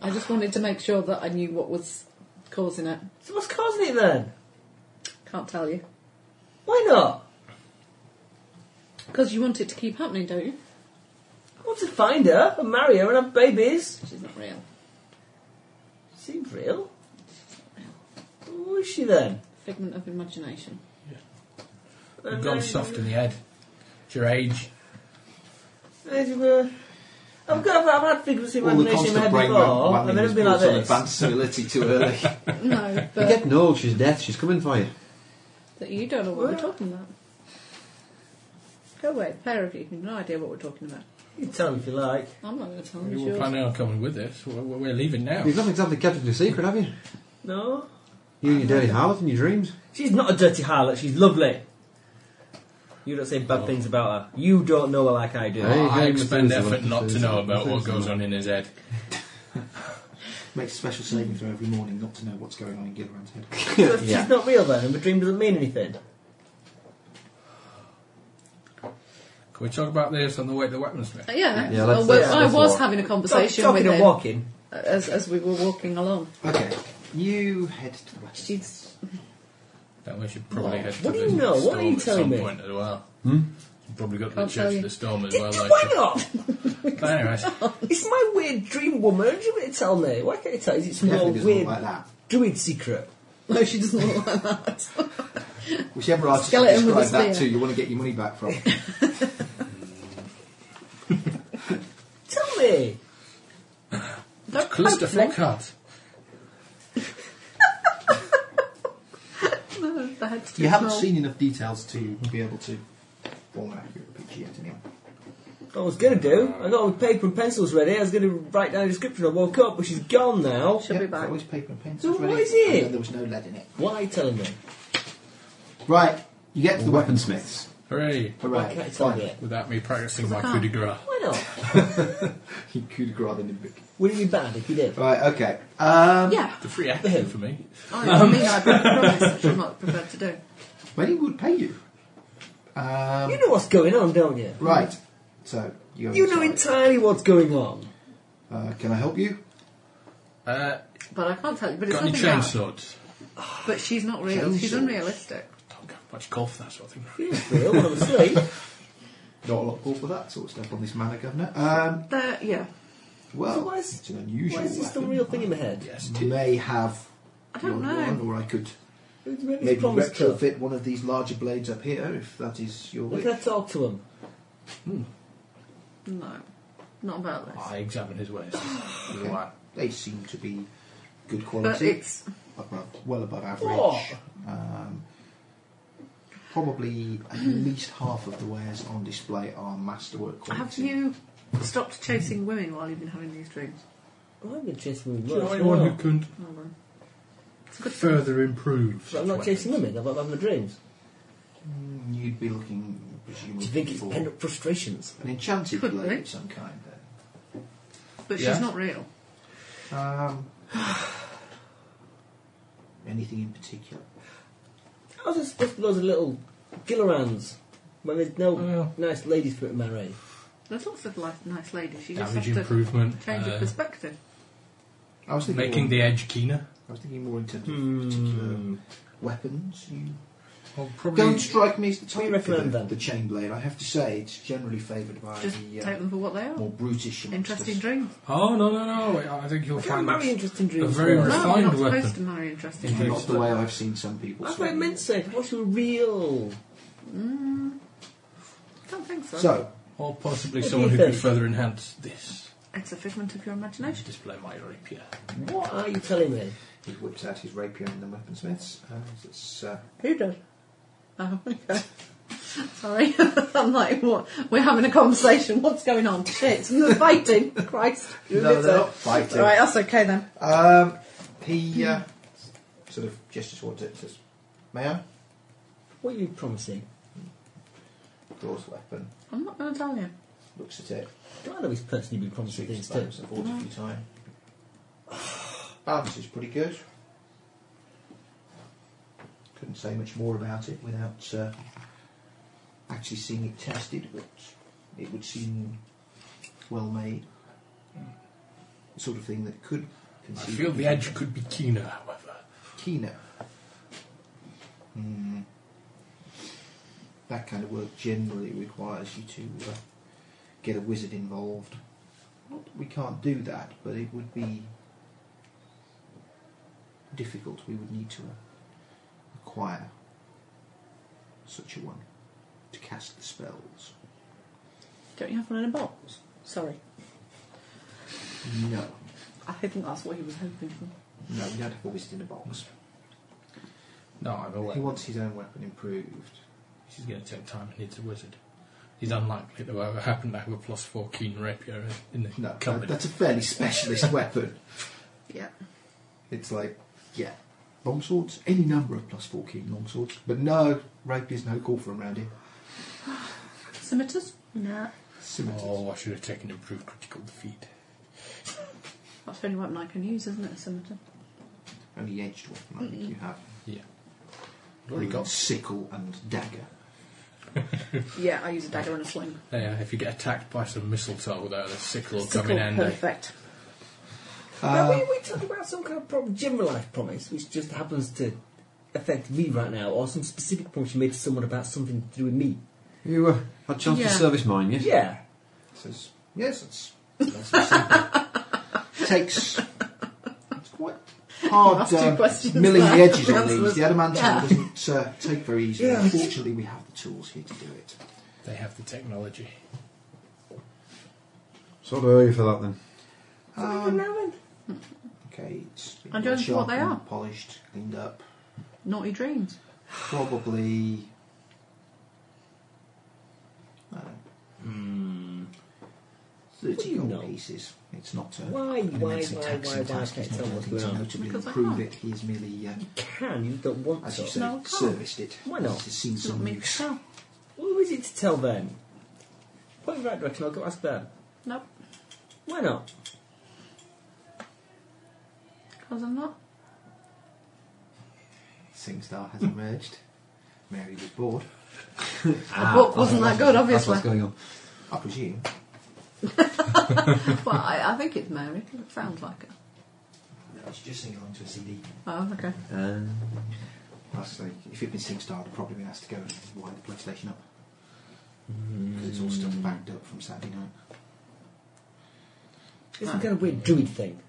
I just wanted to make sure that I knew what was causing it.
So what's causing it then?
Can't tell you.
Why not?
Because you want it to keep happening, don't you?
I want to find her and marry her and have babies.
She's not real.
Seems real. Who is she then?
Figment of imagination.
You've gone
I-
soft in the head. It's your age.
I've got. uh, I've, had figures in my
All the
imagination in my
constant
head
brain
before,
wha-
and
whamming
then
has
it's been
brought
like
on
this.
advanced senility
(laughs)
too early. (laughs)
No,
You're
but
getting old, she's death, she's coming for you.
that you don't know what we're talking about. Go away, pair of you. You've no idea what we're talking about.
You can tell me if you like.
I'm not going to tell
We
you.
were planning on coming with us. We're, we're leaving now.
You've not exactly kept it a secret, have you?
No.
You and your dirty harlot and your dreams.
She's not a dirty harlot, she's lovely. You don't say bad things about her. You don't know her like
(laughs)
I do.
Hey.
I
Game
expend
Methuselah,
effort not to
Methuselah,
know about what goes
Methuselah.
on in his head.
Makes a special saving throw every morning not to know what's going on in Gillibrand's head.
So if she's
Yeah.
not real then, and the dream doesn't mean anything.
Can we talk about this on the way to the weaponsmith?
Uh, Yeah,
Yeah, let's-
Oh, well,
let's-
I
let's
was
walk.
having a conversation
Talking
with
and
him
walking.
as, as we were walking along.
Okay. You head to the west.
She's (laughs)
Then we should probably
What?
head to
What do
the
you know? What
storm
are you
at
telling
some
me? Hmm?
point as well. Probably got to the
Can't tell
church
you.
of the storm as well.
Why (laughs)
Like
not?
but anyways,
It's my weird dream woman. What do you want to tell me? Why can't you tell? Is it some
Definitely
old
doesn't
weird
look like that.
druid secret?
no, she doesn't look like that.
Whichever artist
Skeleton with a
described that to,
spear.
you want to get your money back
(laughs)
from.
Tell me.
Don't
Cluster
poke me.
Flockhart.
No, the head's too
you haven't
small.
seen enough details to be able to form an accurate picture yet, anyway.
I was going to do. I got all the paper and pencils ready. I was going to write down a description. I woke up, but she's gone now.
She'll
Yeah,
be
there's
back.
always paper and pencils
So
ready.
what is it?
And then There was no lead in it.
Why are you telling me?
Right. You get to the weaponsmith.
Weaponsmiths.
Hooray!
Why
Right.
can't you tell me?
Without me practicing my coup de grace.
Why not?
He coup de grace the Nimbic.
Would it be bad if you did?
Right, okay. Um,
Yeah,
The free action for me.
I I
Um,
mean, I promise, which I'm not prepared to do.
When he would pay you. Um,
You know what's going on, don't you?
right. So, you go
You know
inside.
entirely what's going on.
Uh, can I help you?
Uh,
But I can't tell you. But it's
got any
nothing bad.
chainsaws?
But she's not real. She's
Chainsaws.
unrealistic.
Don't go much golf, that sort of thing.
Feels real when I'm (laughs) asleep.
Not a lot of call for that sort of stuff on this manor, Governor. Um,
There, yeah.
well,
So why is-
it's an unusual
Why is this the
weapon.
real thing in my head?
Yes,
may have
I don't
your
know.
one, or I could
Who's made
Maybe
this promise to?
retrofit one of these larger blades up here if that is your
Look
wish.
at I talk to him.
No, not about this.
I examine his waist. With a
Okay.
wire.
They seem to be good
But
quality,
it's
above, well above average.
What?
Um, probably at least half of the wares on display are masterwork quality.
Have you stopped chasing women while you've been having these dreams?
Oh, I'm going to chase women.
Do you know
once
anyone who
more.
could
Hold on. It's a good thing.
further improve?
But I'm not
such
chasing
weapons?
women, I'm having my dreams.
Mm, You'd be looking,
Do
presumably,
you think it's
for
pent
Oh.
up frustrations?
an enchanted
Could
blade
be.
of some kind. Then.
But
Yeah.
she's not real.
Um, (sighs) anything in particular?
How's it supposed to be loads of little Gillerans when there's no
Well.
nice ladies for it in my raid?
There's lots of li- nice ladies. You just
Damage
have to
improvement.
change your
uh,
perspective.
I was thinking
making
more,
the edge keener.
I was thinking more in terms of particular weapons. You
Well, Oh, probably.
don't strike me as the type
we recommend
for the,
them?
the chain blade. I have to say, it's generally favoured by
Just
the
take
uh,
them for what they are.
more brutish. amongst
Interesting
us.
dreams.
Oh no no no! I think you'll
I can't
find
marry interesting dreams.
very
though.
rare-
No, you're
Refined
not
weapon.
supposed to marry interesting
Yeah.
dreams.
Not the way I've seen some people.
That's
swing
what I meant to say. What's your real?
Mm, I don't think so.
So,
or possibly
What do
someone
you
who could
think?
further enhance this.
It's a figment of your
I
imagination.
display my rapier.
What are you telling me?
he whips out his rapier and the weaponsmiths. And it's, uh,
Who does? Oh, (laughs) okay. Sorry. (laughs) I'm like, what? We're having a conversation. What's going on? Shit. They're fighting. (laughs) Christ.
no,
You're a bit
they're
so-
not fighting.
Right, that's okay then.
Um, he uh, sort of gestures towards it. Says, "May I?"
What are you promising?
Draws weapon.
I'm not going to tell you.
Looks at it.
Do I know this person you've been promising
Sweeps
things
back
to?
and forth a few times. Balance is pretty good. Couldn't say much more about it without uh, actually seeing it tested, but it would seem well made. The sort of thing that could
I
conceive
feel the edge could be keener, however.
Kino. Hmm. That kind of work generally requires you to uh, get a wizard involved. Not that we can't do that, but it would be difficult. We would need to uh, acquire such a one to cast the spells.
Don't you have one in a box? Sorry.
No,
I think that's what he was hoping for.
no, we don't have a wizard in a box.
No, I'm
He
aware.
wants his own weapon improved.
This is going to take time. He needs a wizard. He's unlikely to ever happen to have a plus four keen rapier in the
No,
cupboard.
that's a fairly specialist (laughs) weapon.
Yeah.
It's like, yeah, longswords, any number of plus four keen longswords, but no, rapiers no call for 'em round here.
Scimitars? Nah.
Scimitars.
Oh, I should have taken improved critical defeat.
That's the only weapon I can use, isn't it? A scimitar.
Only edged weapon, I think you have.
Mm.
Yeah. I've already got.
sickle and dagger.
Yeah, I use a dagger and a sling.
Yeah, uh, if you get attacked by some mistletoe, though, the sickle will come
Sickle,
in handy.
perfect.
Now,
Uh,
we, we talk about some kind of prom- generalised promise, which just happens to affect me right now, or some specific promise you made to someone about something to do with me.
You uh, had a chance
Yeah.
to service mine, yes?
Yeah.
Says, yes, it's. That's what
(laughs)
simple. Takes. It's quite hard
asked two
uh,
questions
milling the
there.
edges on these. The adamantine
Yeah.
doesn't uh, take very easily.
Yeah.
Unfortunately, we have the tools here to do it.
They have the technology.
So do I owe you for that then.
Okay, it's been
And don't you know what they
sharpened,
are?
polished, cleaned up.
Naughty dreams.
Probably. I don't know,
Hmm.
30
you
gold
know?
pieces. It's not a.
Why,
an
why,
immense
why,
tax
why,
in
why
task.
can't
He's
you
not
tell
done
what's
anything
going
to
on?
notably
Because I
improve
can't.
it. He has merely, uh,
Can, you don't want
as
to.
you say,
No, I can't.
serviced it.
Why not?
It's seen
It's not
some
me to
use.
tell.
Who is it to tell them? Point in the right direction, I'll go ask them.
Nope.
Why not?
Because I'm not.
Singstar has emerged. Mary was
(laughs)
bored, Ah, (laughs)
the book Ah, wasn't that good,
That's
obviously.
what's going on.
I presume.
(laughs) well, I, I think it's Mary. 'cause It sounds like it.
No, it's just singing along to a CD.
Oh, okay.
Uh,
I say, if it'd been Singstar, I'd probably been asked to go and wind the PlayStation up. Because it's all still
Mm.
backed up from Saturday night.
It's some kind of weird druid thing.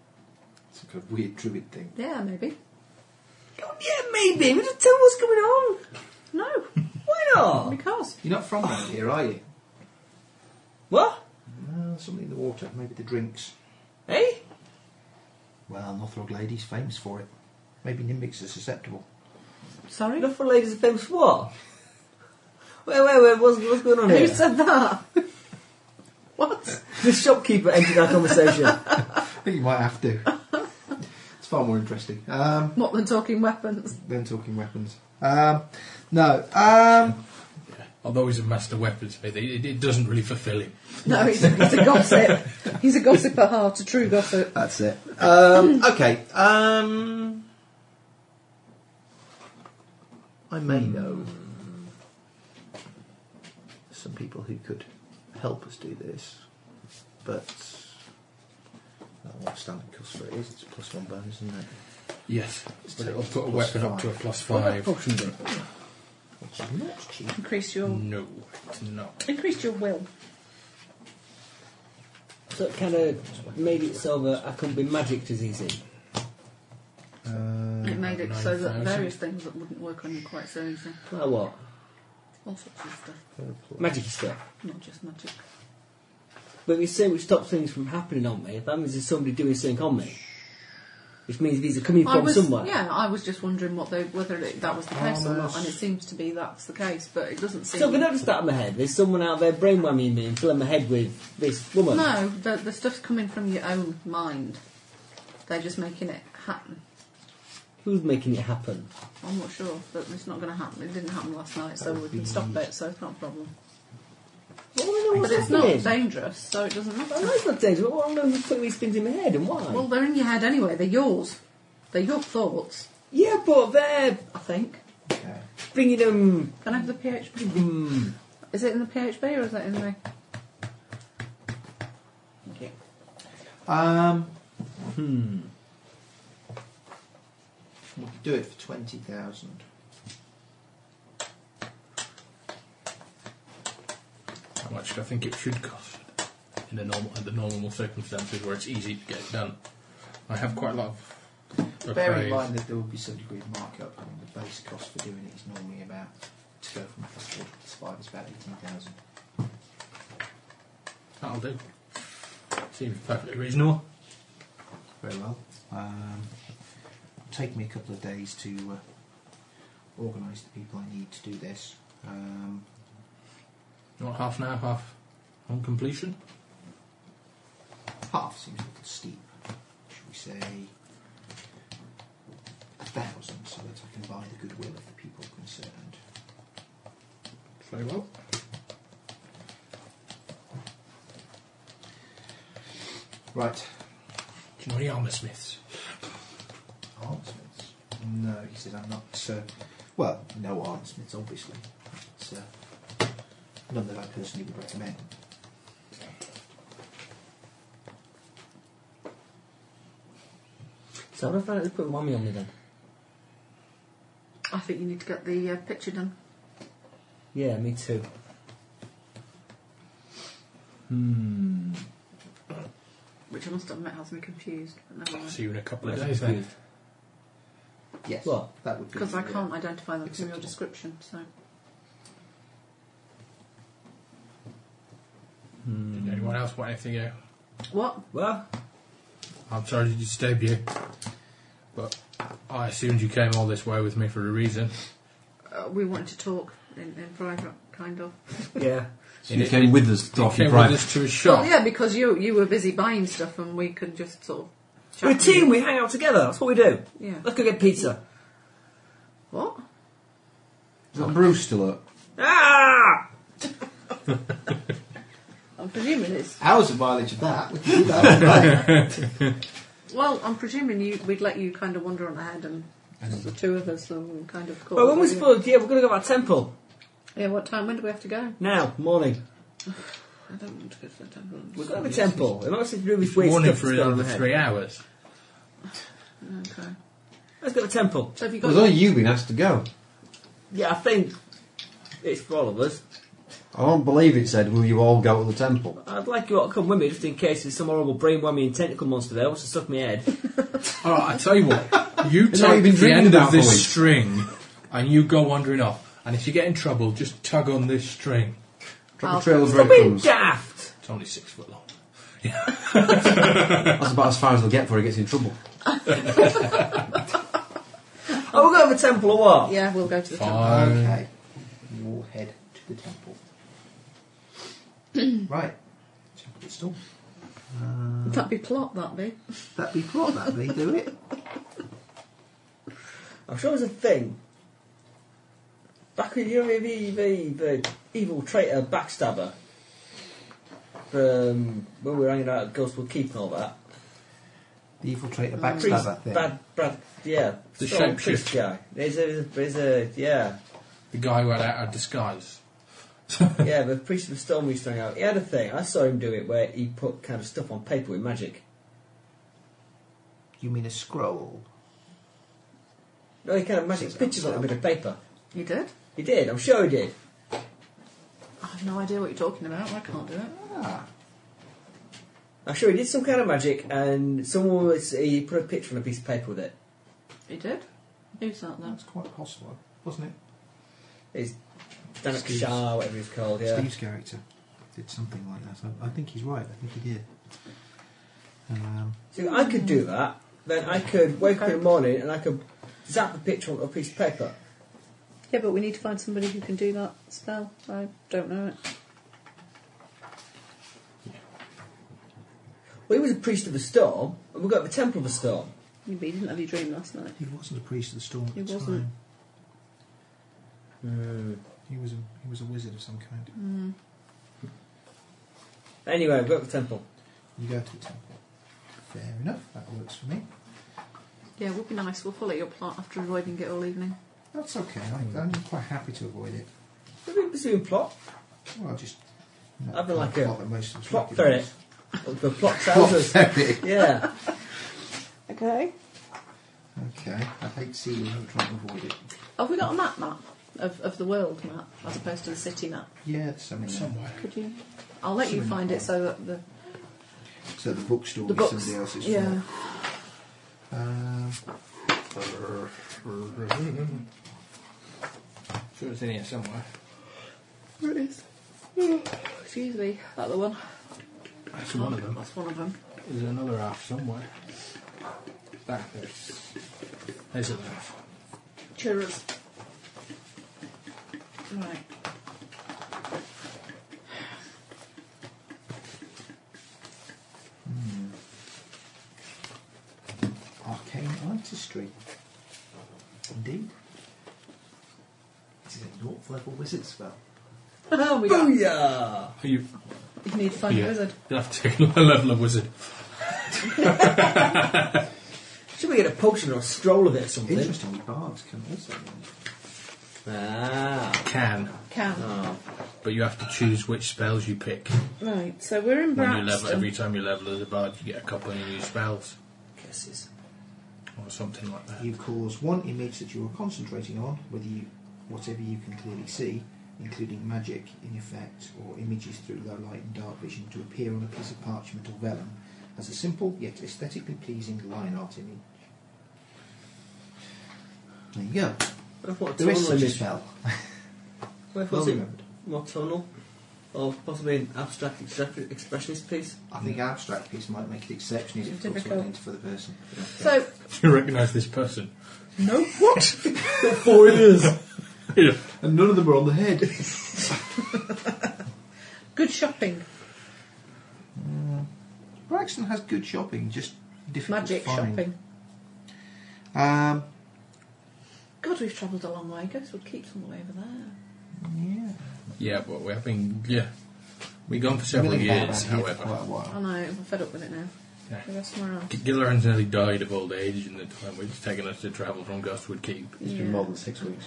It's a kind of weird druid thing.
Yeah, maybe.
Yeah, maybe. We just tell what's going on.
No,
Why not?
because
You're not from around here, are you?
What?
Uh, something in the water, maybe the drinks.
Eh?
Well, Northrog Lady's famous for it. Maybe Nimbics are susceptible. (laughs)
sorry.
Enough for ladies of famous what? (laughs) Wait, wait, wait. What's, what's going on
Who
here?
said that? what?
(laughs) The shopkeeper entered our conversation.
I think you might have to. (laughs) it's far more interesting um,
More than talking weapons.
than talking weapons. Um, no. Um,
Although he's a master weaponsmith, it, it, it doesn't really fulfil him.
No, he's a, he's a gossip. He's a gossip at heart, a true gossip.
that's it. Um, (laughs) okay. Um, I may know some people who could help us do this, but. Not what standard cost for it is. It's plus one bonus, isn't it?
Yes, but it'll put a
Plus
weapon up to a
five.
plus
Oh,
five.
Which is not cheap.
Increase your
No, it's not.
increase your will.
so it kind of made it so that I couldn't be magicked as easy.
Uh,
It made it so that
9,000.
various things that wouldn't work on you quite so easy.
Like what?
All sorts of stuff,
Magic stuff.
not just magic.
But you say which stops things from happening on me, that means there's somebody doing something on me. Which means these are coming
I
from
was,
somewhere.
yeah, I was just wondering what they, whether it, that was the case or not,
Harmless.
and it seems to be that's the case, but it doesn't seem.
So if I notice that in my head, there's someone out there brainwhamming me and filling my head with this woman.
No, the, the stuff's coming from your own mind. They're just making it happen.
Who's making it happen?
I'm not sure, but it's not going to happen. It didn't happen last night, so we can stop it, so it's not a problem.
Well, I know
But
what's
it's not
happening.
dangerous, so it doesn't
I
matter.
know it's not dangerous, but I don't know who's putting these things in my head and why.
Well, they're in your head anyway, they're yours. They're your thoughts,
yeah, but they're
I think.
okay.
bringing them...
Can I have the PHB?
Mm.
Is it in the PHB or is it in the.
Okay.
Um, hmm. We could do it for 20,000.
How much do I think it should cost in the normal, in the normal circumstances where it's easy to get it done? I have quite a lot of.
Bear in
appraise-
mind that there will be some degree of markup. I mean, the base cost for doing it is normally about, to go from plus 4 to plus 5 is about 18,000.
That'll do. Seems perfectly reasonable.
Very well. Um, it'll take me a couple of days to uh, organise the people I need to do this. Um,
You want half an hour, half on completion?
half seems a little steep. Should we say a thousand so that I can buy the goodwill of the people concerned?
Very well.
Right.
Do you know any armour smiths?
Armsmiths? No, he said I'm not. Uh, well, no armsmiths, obviously. It's, uh, none that I personally would recommend.
So how do I find out they put whammy on me then?
I think you need to get the uh, picture done.
Yeah, me too.
Which I must admit has me confused. But never mind.
See you in a couple of days then.
Yes.
What?
That would be.
Because I
uh,
can't identify them from your
acceptable.
description, so.
Did anyone else want anything? Yeah.
What?
Well,
I'm sorry to disturb you, but I assumed you came all this way with me for a reason.
Uh, we wanted to talk in, in private, kind of.
yeah.
So you
It-
came with us to
You
off your
came
private.
with us to a shop.
Well, yeah, because you you were busy buying stuff and we could just sort of.
We're a
with
team,
you.
we hang out together, that's what we do.
Yeah.
Let's go get pizza.
What?
Is that Bruce still up?
Ah!
I'm presuming it's.
Hours of mileage of that. We can do that. right?
(laughs) Well, I'm presuming you we'd let you kind of wander on ahead and just the two of us and kind of. call
Well, when
it
we
a day.
supposed, yeah, we're going to go to our temple.
Yeah, what time? When do we have to go?
Now, morning.
I don't want to go to the temple.
We've got to the temple. It might have to do with
We're
weird
warning
stuff
for
that's going on in
another
my head.
three hours.
Okay.
Let's go to the temple.
So have you
Well,
got?
it's only you been asked to go.
Yeah, I think it's for all of us.
I don't believe it said, will you all go to the temple?
I'd like you all to come with me just in case there's some horrible brain whammy and tentacle monster there wants to suck my head.
All right, I tell you what. You
Is that what you've been
take the
dreaming
end
about
of
for
this
weeks?
string, and you go wandering off. And if you get in trouble, just tug on this string.
Drop
I'll-
a trail of
Stop being
breadcrumbs.
daft!
It's only six foot long.
That's about as far as they'll get before he gets in trouble.
Oh, we're going to the temple or what?
Yeah, we'll go to the temple.
Fine.
Okay. You all head to the temple. (clears throat) right. Temple of the Storm.
That'd be plot, that'd be.
That be plot, that be do (laughs) it.
I'm sure there's a thing. Back in you know, the, the, the evil traitor backstabber from when we were hanging out at Ghostwood Keep and all that.
The evil traitor
Priest,
backstabber thing.
bad, bad, yeah.
The
strong
shapeshifter.
priest guy. There's a, there's a, yeah,
The guy who had out of disguise.
yeah. The priest of the storm we used to hang out. He had a thing. I saw him do it where he put kind of stuff on paper with magic.
You mean a scroll?
No, he kind of magic pictures on a bit of paper.
You did?
He did. I'm sure he did.
I have no idea what you're talking about. I can't do it.
I'm sure he did some kind of magic, and someone was he put a picture on a piece of paper with it.
You did? Who's that then?
That's quite possible, wasn't it?
It's Danik
Steve's-
Shah, whatever he's called. Yeah.
Steve's character did something like that. I, I think he's right. I think he did. Um,
So I could do that. Then I could wake up in the morning and I could zap a picture onto a piece of paper.
Yeah, but we need to find somebody who can do that spell. I don't know it.
Well, he was a priest of the storm, and we got the temple of the storm.
You didn't have your dream last night.
he wasn't a priest of the storm at
He
the
wasn't.
time. He was a he was a wizard of some kind.
Hmm.
Anyway, we got the temple.
You go to the temple. Fair enough. That works for me.
Yeah, it would be nice. We'll follow your plot after avoiding it all evening.
That's okay.
Hmm.
I, I'm quite happy to avoid it.
There's been pursuing plot.
Well, I'll just. not
I'd be like a
plot that most of us
Plot ferret.
recognise.
The plot
Plot
tells us.
ferret.
Yeah.
Okay.
Okay. I'd hate to see you ever try and avoid it.
Have we got a map map? Of, of the world map as opposed to the city map.
Yeah, it's something. there.
Somewhere.
Could you? I'll let you find it so that the,
So the bookstore
the
is
books.
somebody else's.
Yeah.
fault. Um,
Sure it's in here somewhere.
There it is. Excuse me. That the one.
That's one of them.
That's one of them.
There's another half somewhere. That there's. There's another half.
Cheers. Right.
arcane artistry. Indeed. This is a north level wizard spell.
Oh, we got,
Booyah!
Are you? (laughs)
you need to find a wizard.
You'll have to take a level of wizard.
Should we get a potion or a scroll of it or something?
Interestingly, bards can also.
Ah.
Can,
Can.
Ah. but you have to choose which spells you pick.
Right, so we're in
When you level,
Braxton.
every time you level as a bard, you get a couple of new spells
Curses.
or something like that.
You cause one image that you are concentrating on, whether you, whatever you can clearly see, including magic in effect or images through low light and dark vision, to appear on a piece of parchment or vellum as a simple yet aesthetically pleasing line art image. There you go.
What if what
There is
tunnel
such a
image?
spell.
What if
Well
what's it?
remembered.
More tunnel? Or possibly an abstract extra- expressionist piece?
I think abstract piece might make it exceptionally difficult to
Difficult.
identify the person.
So,
Do (laughs) you recognise this person?
No, what?
Four years. yeah.
and none of them are on the head.
(laughs) good shopping.
Braxton has good shopping, just difficult
Magic
to find.
shopping.
Um,
God, we've travelled a long way. Ghostwood Keep's all the way over there.
yeah.
Yeah, but we have been. Yeah, we've gone for several
Really bad
years.
idea for
However,
quite a while.
I know, I'm fed up with it now.
Yeah.
We go somewhere else.
Gilleran's nearly died of old age in the time it's taken us to travel from Ghostwood Keep.
It's been
Yeah.
more than six weeks.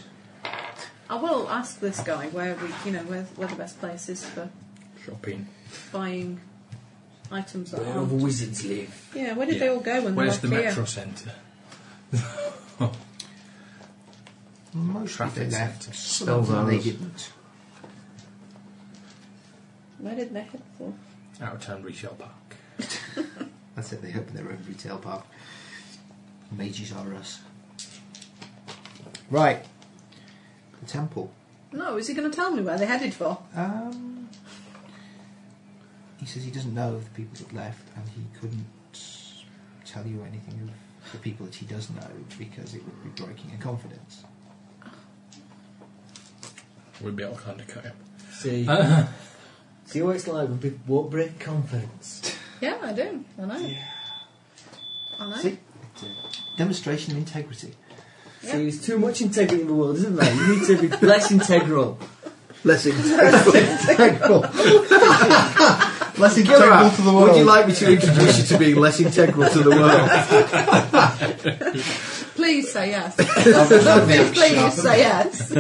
I will ask this guy where we, you know, where, where the best place is for
Shopping.
buying items that
Where the
aren't.
wizards live.
Yeah, where did they all go when
Where's the
they were
metro
here?
centre?
Most of
Traffic
them left.
centre.
Some of
Spells
them
are
they
us.
didn't.
Where did they head for?
Out of town retail park.
I said they open their own retail park. Mages are us. Right. The temple.
No, is he going to tell me where they headed for?
Um, he says he doesn't know of the people that left, and he couldn't tell you anything of the people that he does know because it would be breaking a confidence.
We'd be able to undercut him. (laughs)
See,
Uh-huh.
see what it's like when people won't break confidence.
Yeah, I do. I know. I know.
See, it's a demonstration of integrity.
See, there's too much integrity in the world, isn't there? You need to be less
(laughs)
integral.
Less integral. integral. less integral to the world.
Would you like me to introduce you to being less integral to the world?
Please say yes. please, please say yes.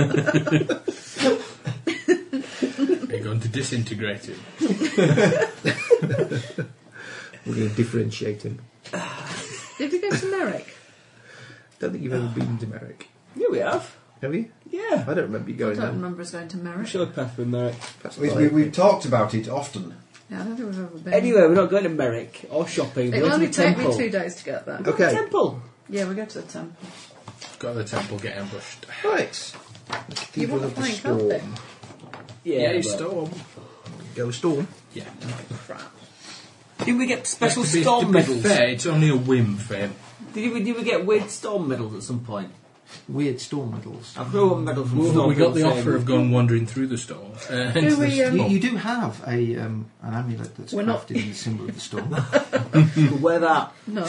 (laughs)
You're going to disintegrate him.
We're going to differentiate him.
Did we go to Merrick?
Don't think you've ever been to Merrick,
Yeah, we have.
have you?
Yeah.
I don't remember you
I
going
don't
there.
remember us going to Merrick.
Should have passed with Merrick.
Perhaps
We,
not.
we, we've talked about it often.
Yeah, I don't think we've ever been.
Anyway, we're not going to Merrick or shopping. We're
it'll
going to
only
the
take
temple.
me two days to get there.
Okay,
Temple.
Yeah, we go to the temple.
Go to the temple, get ambushed.
right.
You
Cathedral
want to
of the
play carpet?
Storm.
Yeah.
you
but-
storm.
Go Storm.
Yeah.
Crap.
Did we get special
To be-
storm
to be
medals?
fair, it's only a whim for him.
Did we, did we get weird storm medals at some point?
Weird storm medals.
I've got one medal from
Well,
storm.
we got the
saying-
offer of going wandering through the storm. Uh, into the (laughs)
we, um,
You,
storm.
you do have a um, an amulet that's
We're not-
crafted in the symbol of the storm.
Wear that.
No.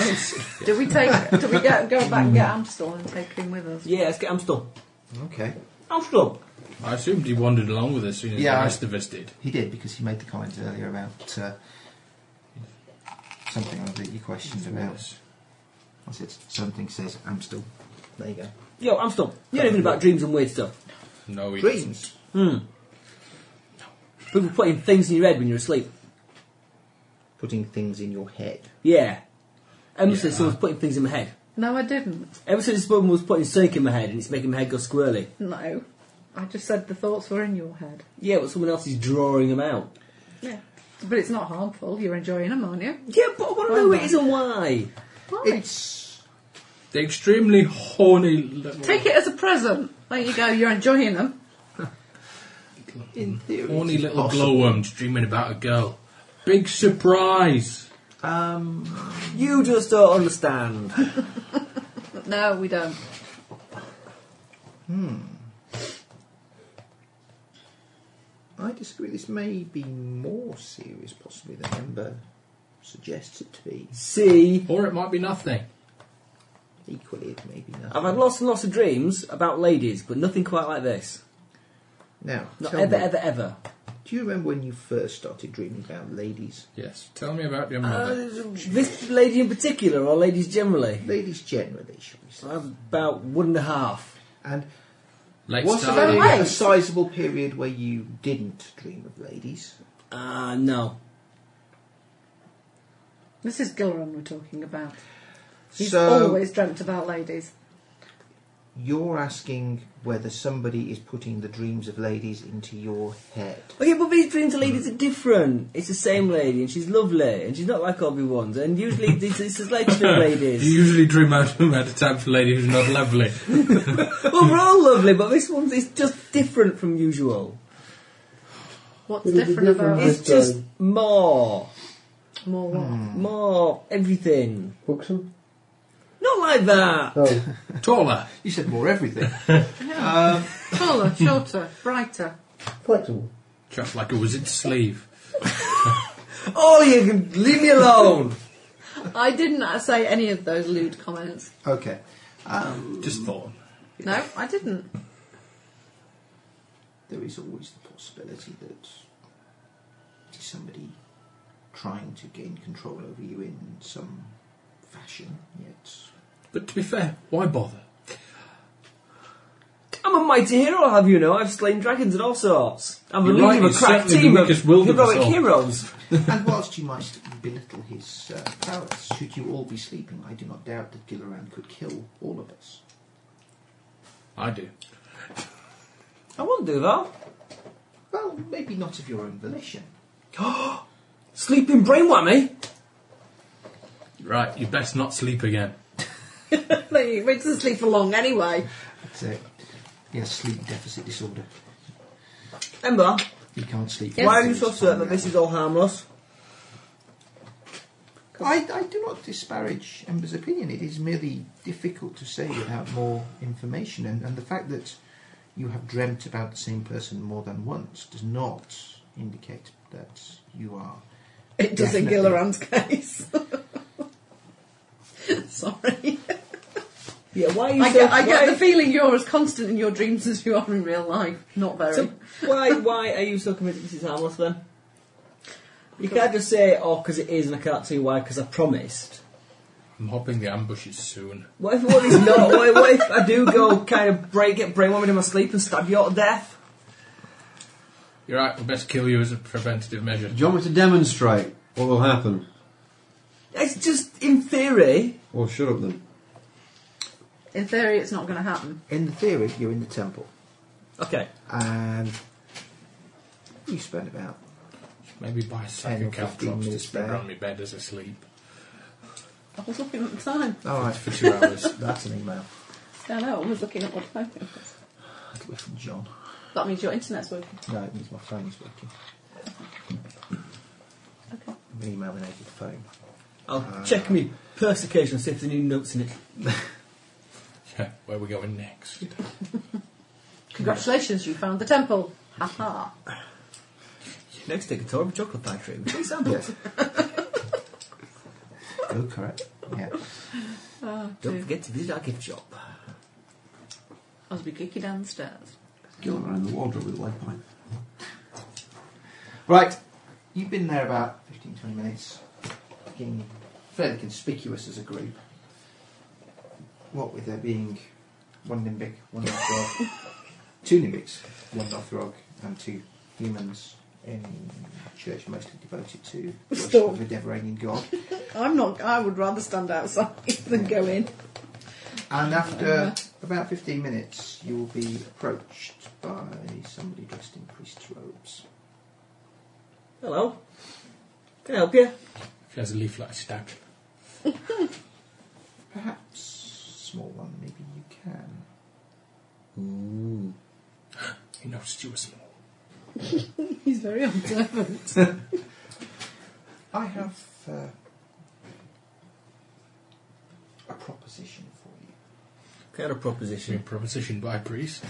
do we take? Do we get, go back and get Amstel and take him with us?
Yeah, let's get Amstel.
(laughs) okay.
Amstel.
I assumed he wandered along with us as soon as
Yeah.
the rest of us did.
He did because he made the comment earlier about uh, something that you questioned about. I said something says Amstel. There you go.
Yo, Amstel. You know even about dreams and weird stuff.
No, he
Dreams.
People putting things in your head when you're asleep.
Putting things in your head.
Yeah. Ever since
Yeah.
someone's putting things in my head.
No, I didn't.
Ever since someone was putting Sonic in my head and it's making my head go squirrely.
No, I just said the thoughts were in your head.
Yeah, but someone else is drawing them out.
Yeah, but it's not harmful. You're enjoying them, aren't you?
Yeah, but I want to know who it is and why.
Why?
It's
didn't. The extremely horny little,
Take it as a present. There you go. You're enjoying them.
in theory.
horny
it's
little
possible.
glowworms dreaming about a girl. Big surprise.
Um,
You just don't understand.
No, we don't.
I disagree. This may be more serious, possibly than Ember suggests it to be.
See,
Or it might be nothing.
Equally, it may be nothing.
I've had lots and lots of dreams about ladies, but nothing quite like this.
Now,
Not
tell
ever,
me,
ever, ever.
do you remember when you first started dreaming about ladies?
Yes. Tell me about your
Uh,
mother.
this lady in particular, or ladies generally?
Ladies generally, shall we say.
I have about one and a half.
And
Late
was
starting.
there a sizable period where you didn't dream of ladies?
Ah, no.
This is Gilran we're talking about. He's
so
always dreamt about ladies.
you're asking whether somebody is putting the dreams of ladies into your head.
Oh yeah, but these dreams of ladies are different. It's the same lady, and she's lovely, and she's not like everyone's. And
(laughs)
usually, this this is later than
You
ladies.
usually dream out at a time for a lady who's not lovely.
well, we're all lovely, but this one's it's just different from usual.
What's
It'll be
different,
different
about
this
It's just more,
more what?
Hmm. more everything.
Buxom?
Not like that.
Oh.
(laughs) Taller.
You said more everything.
Taller, shorter, brighter.
Flexible.
Just like a wizard's sleeve.
Oh, you can leave me alone.
I didn't uh, say any of those lewd comments.
okay.
Just thought.
No, I didn't.
There is always the possibility that it is somebody trying to gain control over you in some fashion, yet
But to be fair, why bother?
I'm a mighty hero, I'll have you know. I've slain dragons and all sorts. I'm the leader
You're right,
of a
he's
crack
certainly the
team of
weakest willed of us
heroic
all.
heroes.
and whilst you might belittle his uh, prowess, should you all be sleeping, I do not doubt that Gilloran could kill all of us.
I do.
I won't do that.
Well, maybe not of your own volition.
Sleeping brain whammy?
Right, you best not sleep again.
They went to sleep for long anyway.
That's it. He has uh, sleep deficit disorder.
Emma,
He can't sleep. for
why are
days.
you so certain that this is all harmless?
I, I do not disparage Ember's opinion. It is merely difficult to say without more information, and, and the fact that you have dreamt about the same person more than once does not indicate that you are.
It does in
Definitely.
Gilliran's case. (laughs) Sorry.
Yeah, why are you
I
so
get, I
why-
get the feeling you're as constant in your dreams as you are in real life. Not very.
So why why are you so convinced this is harmless then? You can't just say oh because it is and I can't see why because I promised.
I'm hoping the ambush is soon.
What if what (laughs) is not? What, what if I do go kind of break it, brainwarmed in my sleep and stab you all to death?
You're right, we best kill you as a preventative measure.
Do you want me to demonstrate what will happen?
It's just in theory.
Well, shut up then.
in theory, it's not going to happen.
In the theory, you're in the temple,
Okay.
and you spend about
Maybe buy a sack
Ten or
of calf
fifteen
drops to
minutes
spread
there.
around my bed as I sleep (laughs)
I was looking at the time.
all right.
for two hours.
oh, That's an email.
I know, I was looking at what time it was.
That'll be from John.
That means your internet's working.
No, it means my phone's working.
Okay.
I'm emailing over the phone.
I'll check me purse occasionally see if there's any notes in it.
yeah, where are we going next?
Congratulations, you found the temple. Ha ha.
Next, take a tour of a chocolate factory. with Three samples.
Yes. oh, correct. Yeah.
Don't forget to visit our gift shop.
I'll be geeky downstairs.
Gilliman in the wardrobe with a lead pipe.
Right. You've been there about 15, 20 minutes, being fairly conspicuous as a group. What with there being one Nimbic, one
(laughs)
Nothrog, two Nimbics, one Nothrog, and two humans in a church mostly devoted to worship
Stop.
of a Deveranian god.
I'm not. I would rather stand outside (laughs) than go in.
And after about 15 minutes, you will be approached by somebody dressed in priest's robes.
Hello. Can I help you?
If he has a leaf like a stack.
Perhaps, small one, maybe you can.
He noticed you were small.
He's very observant.
I have uh, a proposition for you.
Can I have a
Your
proposition?
proposition by priest.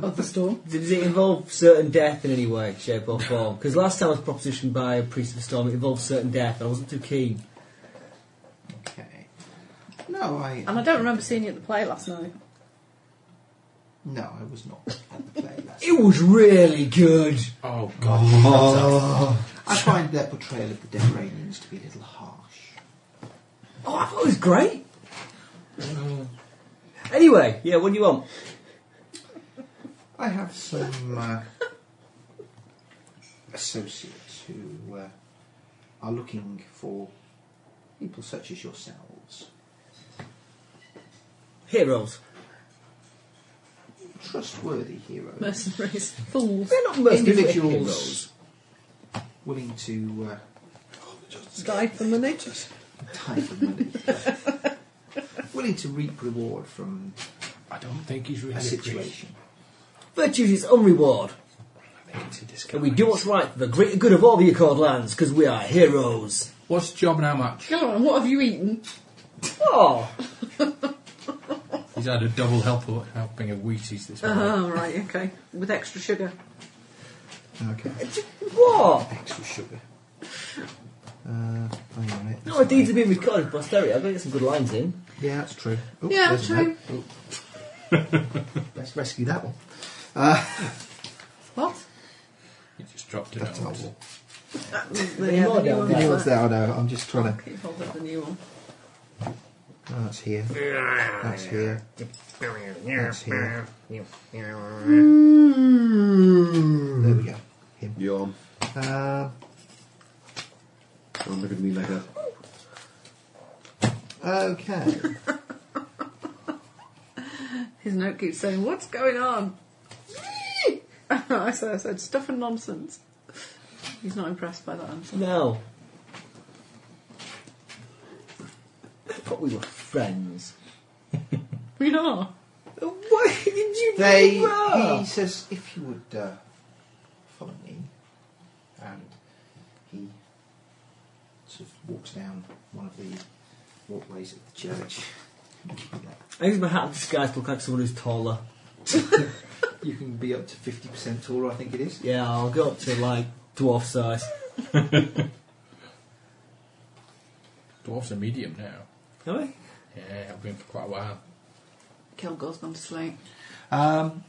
of the storm.
Does it involve certain death in any way, shape or form? Because last time I was propositioned by a priest of the storm, it involved certain death. and I wasn't too keen.
Okay. No, I.
And I don't remember seeing you at the play last night.
No, I was not at the play last
It was really good.
Oh god.
I find their portrayal of the Deveranians to be a little harsh.
Oh, I thought it was great. Mm. Anyway, yeah, what do you want?
I have some uh, associates who uh, are looking for people such as yourselves.
Heroes.
Trustworthy heroes.
Mercenaries, (laughs) fools,
They're not mercenary
Individuals
heroes.
willing to uh,
die for money.
die for (laughs) money. willing to reap reward from
I don't think he's really
a
a priest.
situation.
Virtue is its own reward.
I think it's a disguise.
And we do what's right for the greater good of all the Accord lands, because we are heroes.
What's the job and how much?
Gilran, what have you eaten?
Oh, (laughs)
He's had a double helper, helping of Wheaties this morning.
Oh, right, okay. With extra sugar.
Okay.
what?
Extra sugar. Uh, hang on a minute.
No, our deeds are being recorded for posterity. I've got to get some good lines in.
Yeah, that's true. Oh,
Yeah,
there's a
true.
note. Oh. (laughs) Let's rescue that one.
What?
He just dropped it
That's not
out.
one.
That was the,
Any
Uh, yeah,
more
the new
down
one.
there?
Anyone
was
else there? I know. I'm just trying to.
Keep hold of the new one.
Oh, that's here. That's here. That's here.
Hmm.
There we go. Him.
Yawn.
Um,
I'm looking at me like that.
okay.
His note keeps saying, What's (laughs) going on? I said, I said, Stuff and nonsense. He's not impressed by that answer.
No. But we were friends.
We are. (laughs)
Why did you
They,
do that?
he says, if you would uh, follow me, and he sort of walks down one of the walkways of the church.
I use my hat and disguise to look like someone who's taller.
You can be up to fifty percent taller, I think it is.
Yeah, I'll go up to like dwarf size.
Dwarves are medium now.
Am I?
Yeah, I've been for quite a while.
Kilgore's gone to sleep.
Um,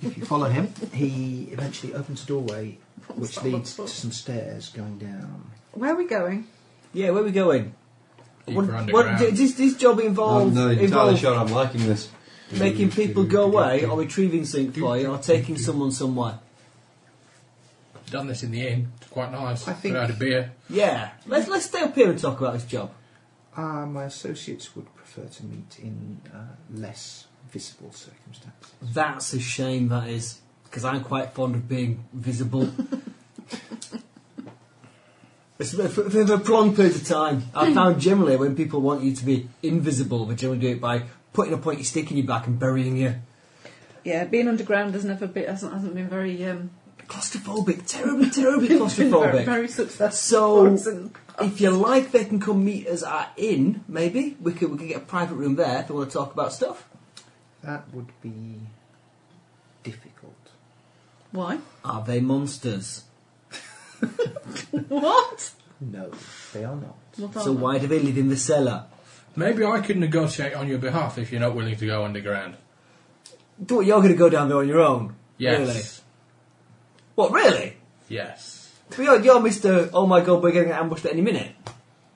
if you follow him, he eventually opens a doorway which leads to some stairs going down.
Where are we going?
Yeah, where are we going?
Deeper
What, what,
underground.
does this, this job
I'm
involve,
not entirely
involve
sure I'm liking this.
making people go away, or retrieving something for you, or taking someone somewhere?
Done this in the inn. It's quite nice.
I think-
Put out a beer.
Yeah, let's let's stay up here and talk about this job.
Uh, my associates would prefer to meet in uh, less visible circumstances.
That's a shame, that is, because I'm quite fond of being visible. (laughs) It's been For, for, for a prolonged period of time, I've found generally when people want you to be invisible, they generally do it by putting a pointy stick in your back and burying you.
Yeah, being underground has never been hasn't, hasn't been very um
Claustrophobic, terribly, (laughs)
(laughs)
terribly
very,
claustrophobic.
very successful.
So, if you like, they can come meet us at inn. Maybe we could we could get a private room there if they want to talk about stuff.
That would be difficult.
why?
Are they monsters?
(laughs) What?
No, they are not.
What
So
are they?
why do they live in the cellar?
Maybe I could negotiate on your behalf if you're not willing to go underground.
Do what you're going to go down there on your own?
Yes.
Really? What really?
Yes.
But You're, you're Mister. Oh my God, we're getting ambushed at any minute.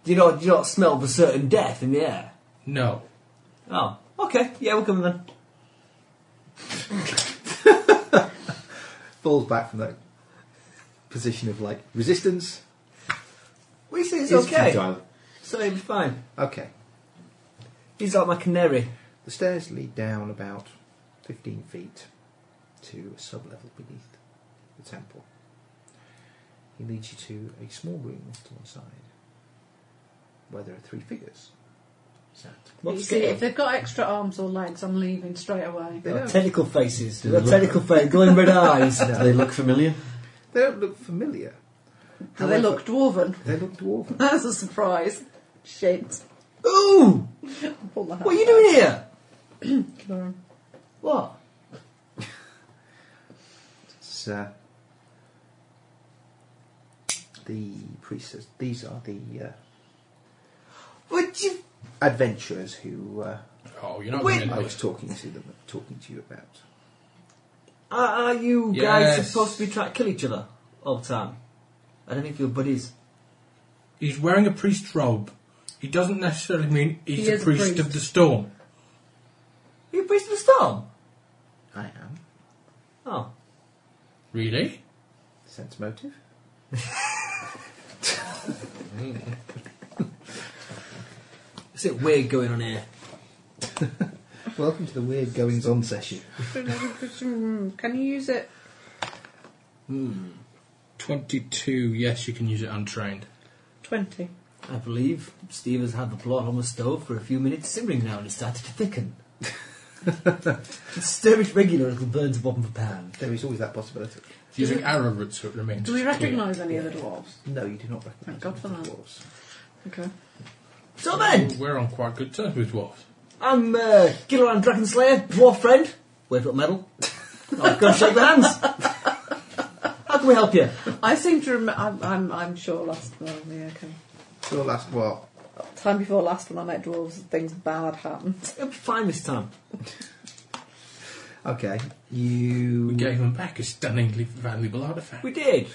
Do you not do you not smell the certain death in the air?
No.
Oh, okay. Yeah, we'll come then.
Falls back from that position of like resistance.
We say it's, okay.
futile.
So it'll be fine.
Okay.
He's like my canary.
The stairs lead down about 15 feet to a sub-level beneath the temple. He leads you to a small room off to one side where there are three figures. sat.
You see, if they've got extra arms or legs, I'm leaving straight away.
They don't,
Tentacle faces.
they
They've got
look-
tentacle face, glowing red eyes.
Do (laughs) they look familiar?
they don't look familiar.
Do they
However,
look dwarven? (laughs)
They look dwarven.
That's a surprise. Shit.
Ooh,
(laughs) Pull the
what are you doing here?
doing?
What?
It's, uh, the priest says these are the uh,
What you?
adventurers who uh,
Oh, you're not
Wait.
going
I
to.
was talking to them, talking to you about.
Are, are you guys
Yes.
supposed to be trying to kill each other all the time? I don't think you're buddies.
He's wearing a priest's robe. He doesn't necessarily mean he's
He
a,
is a
priest
priest.
of the storm.
Are you a priest of the storm?
I am
Oh,
Really?
sense motive.
is it weird going on here?
(laughs) Welcome to the weird goings on session.
(laughs) Can you use it?
22, yes, you can use it untrained.
20.
I believe Steve has had the plot on the stove for a few minutes simmering now and it's started to
(laughs)
thicken. Just Stir it regular, it'll burn to the bottom of the pan.
There is always that possibility.
Using arrow roots, so it remains.
Do we
clear.
recognise any of the dwarves?
No, you do not recognise
Thank God for
them,
that.
of course.
Okay.
So then,
We're on quite good terms with dwarves.
I'm uh, Gilliland Dragonslayer, dwarf friend. Wave up medal. Oh, go and shake the hands. How can we help you?
I seem to remember. I'm, I'm, I'm sure last. Well, yeah, okay.
Your last, well,
Time before last when I met dwarves, things bad happened.
It'll be fine this time.
okay. You.
We gave him back a stunningly valuable artifact.
We did.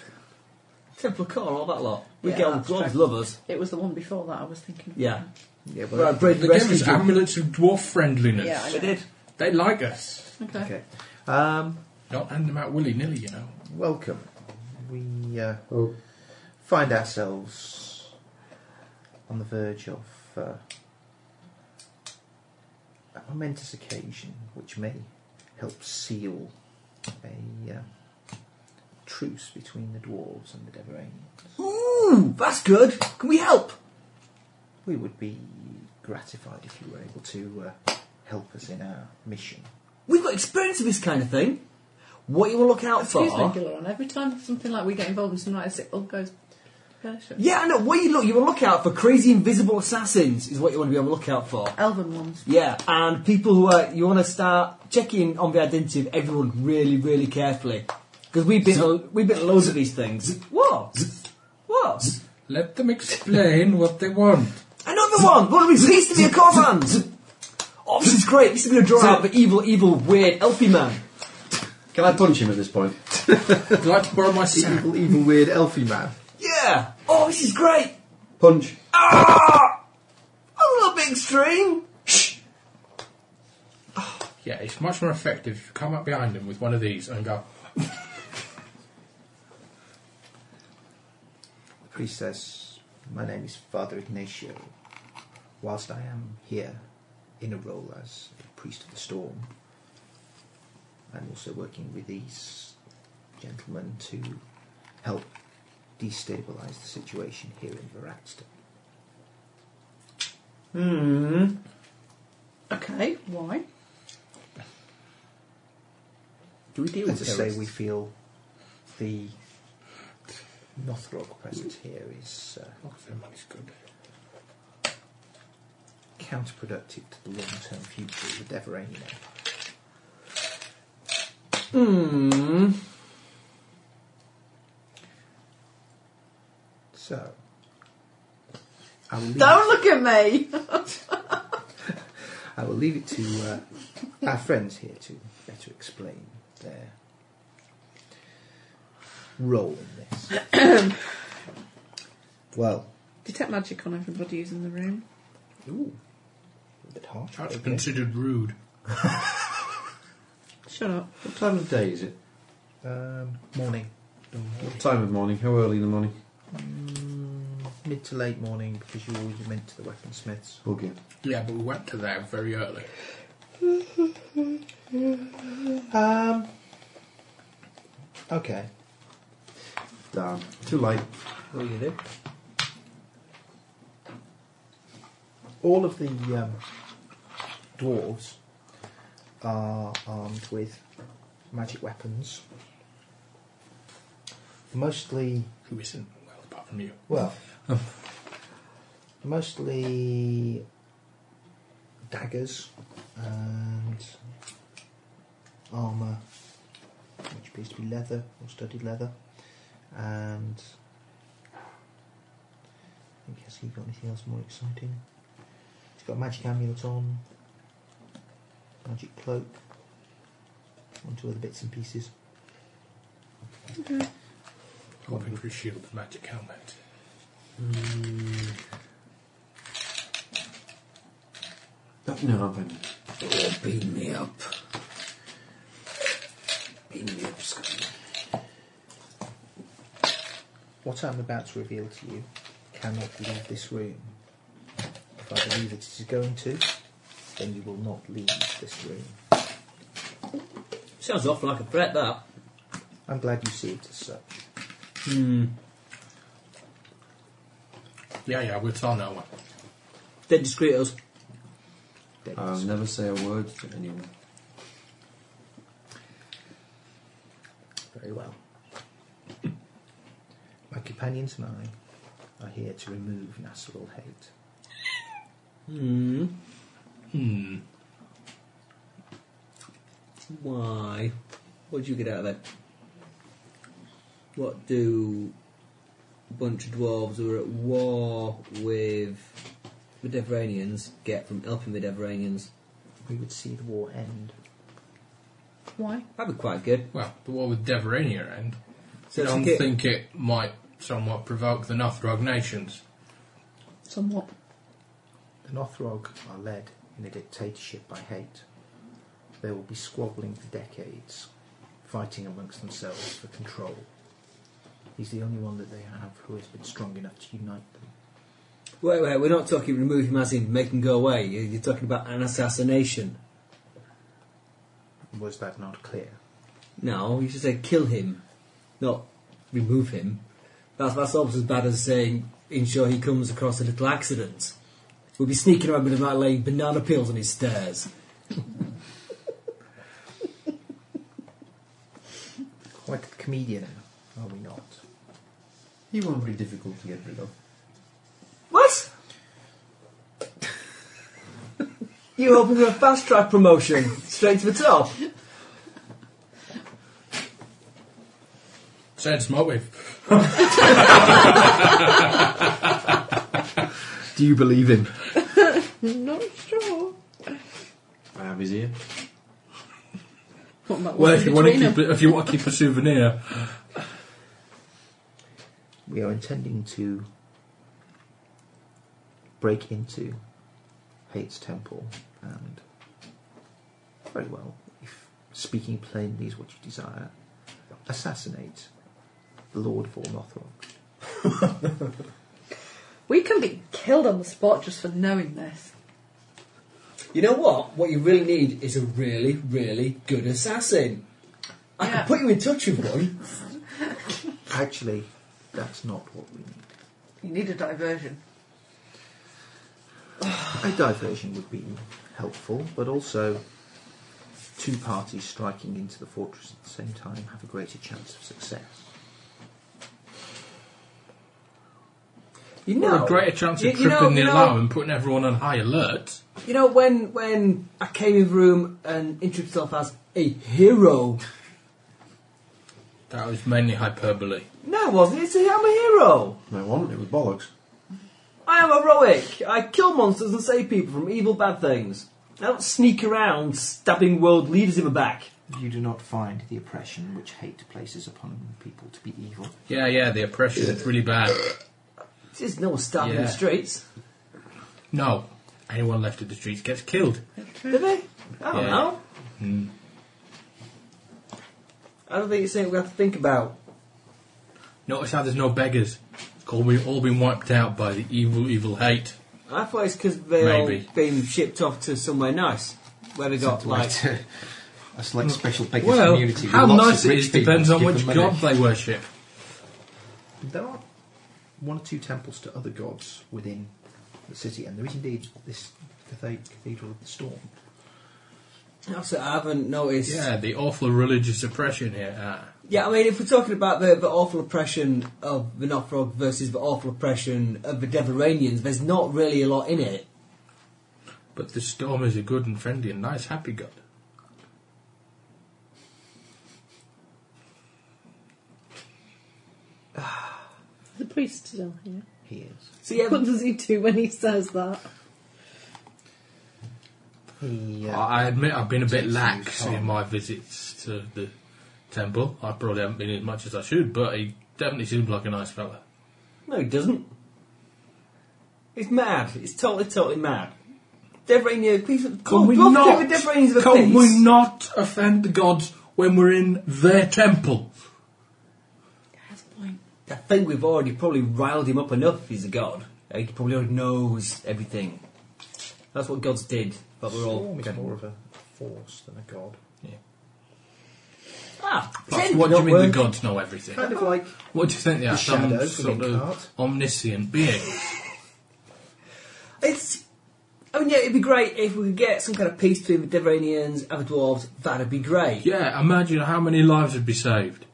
Temple Core, all that lot. We
Yeah,
get on
that's
dwarves
true.
love us.
It was the one before that I was thinking.
Yeah.
Yeah, well,
Right, Brave
They
the
gave us
Rescue.
amulets of dwarf friendliness.
Yeah, I
We did.
They like us.
Okay.
Okay. Um,
Not hand them out willy nilly, you know.
welcome. We uh,
Oh,
find ourselves on the verge of uh, a momentous occasion which may help seal a uh, truce between the dwarves and the Deveranians.
Ooh, that's good. Can we help?
We would be gratified if you were able to uh, help us in our mission.
We've got experience of this kind of thing. What you will look out
Excuse me,
for?
Gilleron. Every time something like we get involved in something like this, it all goes pear-shaped.
Yeah, I know. What you look, you will look out for crazy invisible assassins is what you want to be on the lookout for.
Elven ones.
Yeah, and people who are you want to start checking on the identity of everyone really, really carefully because we've been we've been loads of these things. What? What?
Let them explain (laughs) what they want.
Another one! One of these needs to be a Corvan! Oh, this is great. This is going to draw out the evil, evil, weird, elfy man.
Can I punch him at this point?
I'd like to borrow my sack.
Evil, evil, weird, elfy man.
Yeah! Oh, this is great!
Punch.
Ah! A little bit extreme!
Yeah, it's much more effective if you come up behind them with one of these and go,
The priest says, My name is Father Ignacio. Whilst I am here in a role as a priest of the storm, I'm also working with these gentlemen to help destabilise the situation here in Veraxton.
Hmm.
Okay, why?
Do we deal with
Let's just say
terrorists?
we feel the Northrog presence here is uh,
Look, their money's good.
counterproductive to the long-term future of the Deveranian Empire.
Hmm.
So, I will leave,
Don't look at me!
I will leave it to uh, our friends here to better explain their role in this. well,
Detect magic on everybody who's in the room.
ooh, a bit harsh.
That's
okay.
considered rude.
Shut up.
What time of day is it?
Um, morning,
What time of morning? How early in the morning?
Mm, mid to late morning, because you always went to the weaponsmiths.
Bugger.
Yeah, but we went to there very early.
Um, okay.
Damn. Too late.
What do you do?
all of the um, dwarves are armed with magic weapons. Mostly,
Who isn't? Well, apart from you.
well,
Oh.
mostly daggers and armour, which appears to be leather or studded leather. And I think, has he got anything else more exciting? He's got a magic amulet on, magic cloak, one, two other bits and pieces.
Hoping for a shield with magic helmet.
No, no, I'm fine.
Oh, beat me up. Beat me up, Scotty.
What I'm about to reveal to you cannot leave this room. If I believe that it is going to, then you will not leave this room.
Sounds awful like a threat, that.
I'm glad you see it as such.
Yeah, yeah, we'll tell no one.
Dead discreet us.
David.
I'll never say a word to anyone.
Very well. My companions and I are here to remove Nasserul hate.
Hmm.
Hmm.
Why? What did you get out of it? What do a bunch of dwarves who are at war with the Devranians get from helping the Devranians?
We would see the war end.
Why?
That'd be quite good.
Well, the war with Deverania end.
So
I
it's a
don't
kit-
think it might somewhat provoke the Northrog nations.
Somewhat.
The Northrog are led in a dictatorship by hate. They will be squabbling for decades, fighting amongst themselves for control. He's the only one that they have who has been strong enough to unite them.
Wait, wait, we're not talking remove him as in make him go away. You- You're talking about an assassination.
Was that not clear?
No, you should say kill him. not remove him. That's, that's almost as bad as saying ensure he comes across a little accident. We'll be sneaking around with him like laying banana peels on his stairs.
Quite a comedian, are we not?
He won't be difficult to get rid of.
What? (laughs) you hoping for a fast track promotion straight to the top?
Said smoke with.
Do you believe him?
Not sure.
I have his ear.
What about
Well,
what's
if you
in
want to
between
keep
them?
it, if you want to keep a souvenir,
We are intending to break into Hate's temple and very well, if speaking plainly is what you desire, assassinate the Lord Vormothrock.
We can be killed on the spot just for knowing this.
You know what? What you really need is a really, really good assassin. I
Yeah.
can put you in touch with one.
Actually, that's not what we need.
You need a diversion.
A diversion would be helpful, but also two parties striking into the fortress at the same time have a greater chance of success.
You
or
know,
a greater chance of
you- you know-
tripping
you
the
know-
alarm and putting everyone on high alert.
You know, when when I came in the room and introduced myself as a hero.
That was mainly hyperbole.
No, it wasn't. It's a, I'm a hero.
No one. It was bollocks.
I am heroic. I kill monsters and save people from evil, bad things. I don't sneak around stabbing world leaders in the back.
You do not find the oppression which hate places upon people to be evil.
Yeah, yeah, the oppression is really bad.
There's no one stabbing in
Yeah.
the streets.
No, anyone left in the streets gets killed.
Do they? I don't
Yeah. Hmm.
know. I don't think it's something we have to think about.
Notice how there's no beggars. It's all been, all been wiped out by the evil, evil hate.
I thought it's because they've
Maybe.
been shipped off to somewhere nice, where they got like.
a select special beggars
Well,
community. with
how
lots of
nice it
rich
is
people
depends
to
on
give them
which
money.
god they worship.
There are one or two temples to other gods within the city, and there is indeed this cathe- Cathedral of the Storm.
Also, (laughs) I haven't noticed.
Yeah, the awful religious oppression here. Ah.
Yeah, I mean, if we're talking about the, the awful oppression of the Nothrog versus the awful oppression of the Deveranians, there's not really a lot in it.
But the storm is a good and friendly and nice, happy god.
The priest still here.
He is.
So yeah,
(laughs) What does he do when he says that?
He,
I
uh,
I admit I've been a bit
Takes
lax
you
in
on.
my visits to the temple. I probably haven't been as much as I should, but he definitely seems like a nice fella.
no, he doesn't. He's mad. He's totally, totally mad. Deveranian, please, come
we
come
not-
to the Deveranians of a
Can we
piece.
not offend the gods when we're in their temple?
That's a point.
I think we've already probably riled him up enough. He's a god. He probably already knows everything. That's what gods did. But we're all
Storm is more of a force than a god.
ah.
But
pretend
what do
not
you mean
work.
the gods know everything?
Kind of like
What do you think they are?
The shadow
Some
from
sort
Inkheart.
of omniscient being.
It's. I mean, yeah, it'd be great if we could get some kind of peace between the Deveranians and the dwarves. That'd be great.
yeah, imagine how many lives would be saved.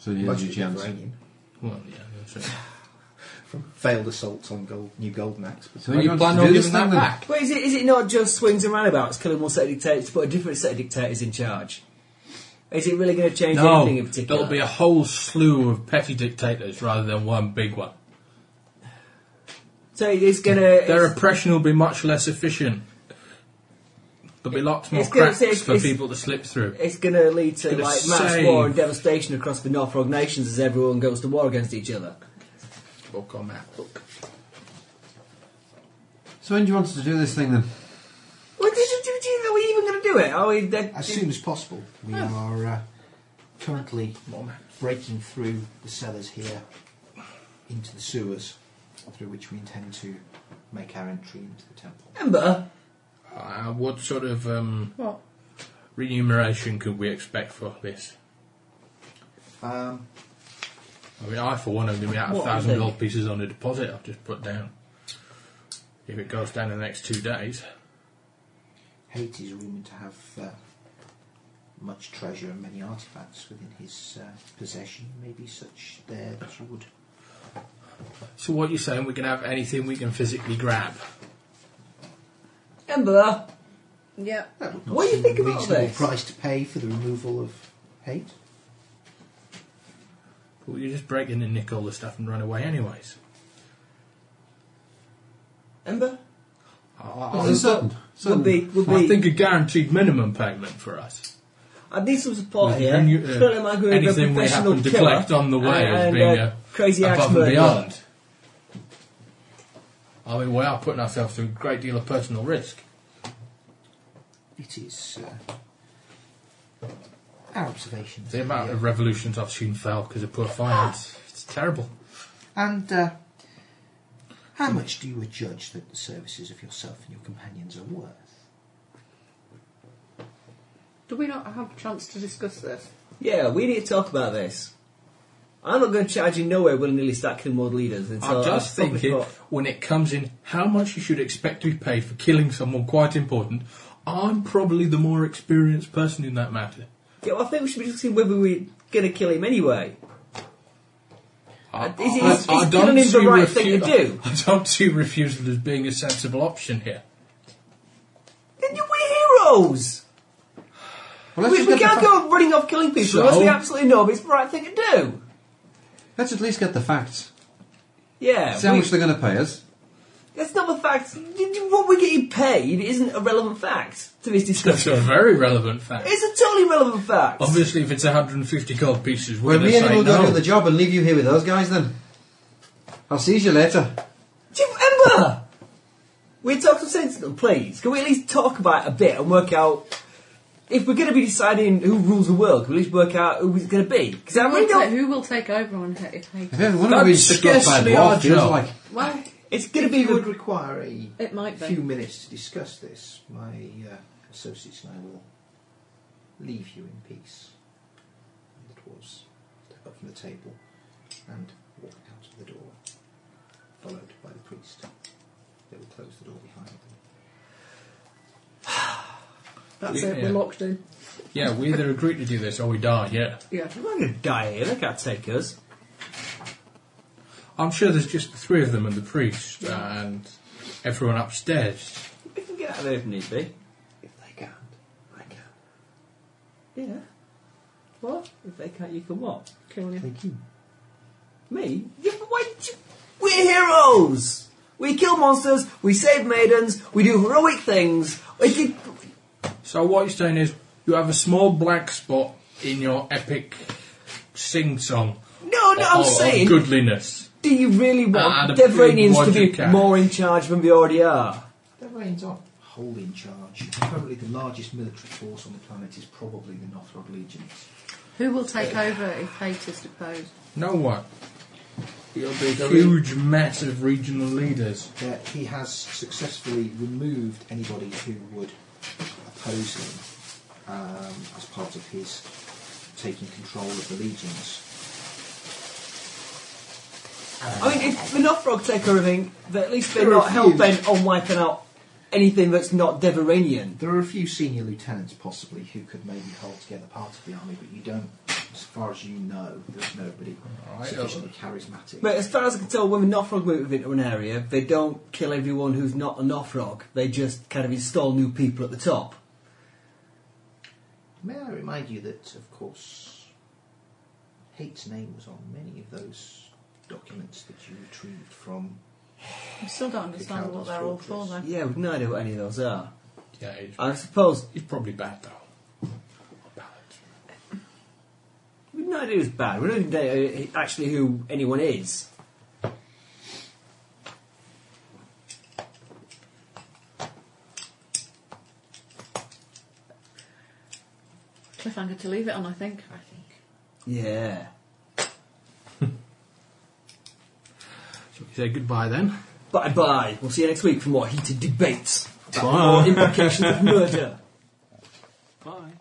So you
much
have
of
your
the
chance.
Iranian
Well, yeah, that's right.
from failed assaults on gold, new golden axe. But
So
Are you
want
planning
to
on
do this
giving that
thing then?
back?
But is it, is it not just swings and roundabouts, killing one set of dictators to put a different set of dictators in charge? Is it really going to change
No,
anything in particular?
there'll be a whole slew of petty dictators rather than one big one.
so it's going to.
Their oppression will be much less efficient. There'll be lots more
It's gonna-
cracks
it's-
for
it's-
people to slip through.
It's going to lead to
gonna
like mass
save-
war and devastation across the Northrog nations as everyone goes to war against each other.
Book on that book.
So when do you want us to do this thing then?
What did you do? do you- Are we even going to do it? Are we? they're-
as soon as possible, we are uh, currently breaking through the cellars here into the sewers, through which we intend to make our entry into the temple.
Remember,
Uh, what sort of um,
What?
remuneration could we expect for this?
Um,
I mean, I for one am going to be out a
What
thousand
they-
gold pieces on a deposit I've just put down. If it goes down in the next two days,
Hate is rumoured to have uh, much treasure and many artifacts within his uh, possession, maybe such there that you would.
so what you're saying? We can have anything we can physically grab.
Ember,
Yeah.
what do you think
a
about
reasonable
this?
price to pay for the removal of hate?
But you just break in and nick all the stuff and run away, anyways.
Ember?
I,
Well,
I,
there's certain- certain- Would be- would
I
be-
think a guaranteed minimum payment for us.
I need some support
With
here.
you- uh,
Oh, Surely my good
anything we
professional
happen to
killer
collect on the way as
and,
being
uh,
a
crazy axe
above and
murderer.
beyond. I mean, we are putting ourselves to a great deal of personal risk.
It is uh, our observation.
The amount of revolutions I've seen fail because
(gasps)
of poor finance, it's terrible.
And uh, how much do you adjudge that the services of yourself and your companions are worth?
Do we not have a chance to discuss this?
Yeah, we need to talk about this. I'm not going to charge you nowhere willy-nilly start killing world leaders until
I'm just
I've probably
thinking
got-
when it comes in how much you should expect to be paid for killing someone quite important. I'm probably the more experienced person in that matter.
Yeah, well, I think we should be discussing whether we're going to kill him anyway.
I,
Is- is- is killing him the
see
right thing to do?
(laughs) I don't see refusal as being a sensible option here.
Then you- we're heroes!
Well,
we
let's, just
we
get
can't
the fa-
go running off killing people unless
So?
we absolutely know if it's the right thing to do.
Let's at least get the facts.
Yeah,
See how
we-
much they're going to pay us.
that's not the fact. What we're getting paid isn't a relevant fact to this
(laughs) That's a
discussion.
very relevant fact.
It's a totally relevant fact.
Obviously, if it's 150 gold pieces,
Well,
we're going
me
to
and him
say
will go
no.
do the job and leave you here with those guys then. I'll see you later.
Jim Ember! We talk some sense to them, please. Can we at least talk about it a bit and work out if we're going to be deciding who rules the world? Can we at least work out who it's going to be? Because I really
Who,
don't.
who will take over on Hate? Hate?
If everyone of
That's
you stuck up by a
scarcely our
dwarf feels
job.
like
Well,
It's going to
if
be
you would
the.
require a
it might
few
be.
minutes to discuss this, my uh, associates and I will leave you in peace. And the dwarves step up from the table and walk out of the door, followed by the priest. They will close the door behind them.
That's
Yeah.
it. We're locked in.
Yeah, we either agree to do this or we die, yeah.
Yeah.
I'm not going to die here. They can't take us.
I'm sure there's just the three of them and the priest and everyone upstairs.
We can get out of there if need be.
If they can't, I can.
Yeah. What? If they can't, you can what?
Kill you.
Thank you.
Me? Yeah, but why? did you- We're heroes. We kill monsters. We save maidens. We do heroic things. We did.
So what you're saying is you have a small black spot in your epic sing-song
No, no.
of-
I'm
of
saying.
goodliness.
Do you really
Add a
want
big
Devranians to be
vodka.
more in charge than they already are?
Their reigns are wholly in charge. Probably the largest military force on the planet is probably the Northrop Legions.
Who will take over if Hate is deposed?
No one. You'll be a huge mess of regional leaders.
Uh, he has successfully removed anybody who would oppose him um, as part of his taking control of the legions.
I mean, if the Northrog take everything, then at least they're
They're
not
a
hell
few.
bent on wiping out anything that's not Deveranian.
There are a few senior lieutenants possibly who could maybe hold together part of the army, but you don't, as far as you know, there's nobody
Alright,
sufficiently charismatic.
But as far as I can tell, when the Northrog move into an area, they don't kill everyone who's not a Northrog. They just kind of install new people at the top.
May I remind you that, of course, Hate's name was on many of those documents that you retrieved from.
I still don't understand what they're all for then.
Yeah, we've no idea what any of those are.
Yeah, it's,
I suppose
it's probably bad though. Balance.
we've no idea who's bad. We don't know uh, actually who anyone is.
Cliffhanger to leave it on, I think.
I think
Yeah.
So we say goodbye then.
Bye bye. We'll see you next week for more heated debates about the implications of murder.
Bye.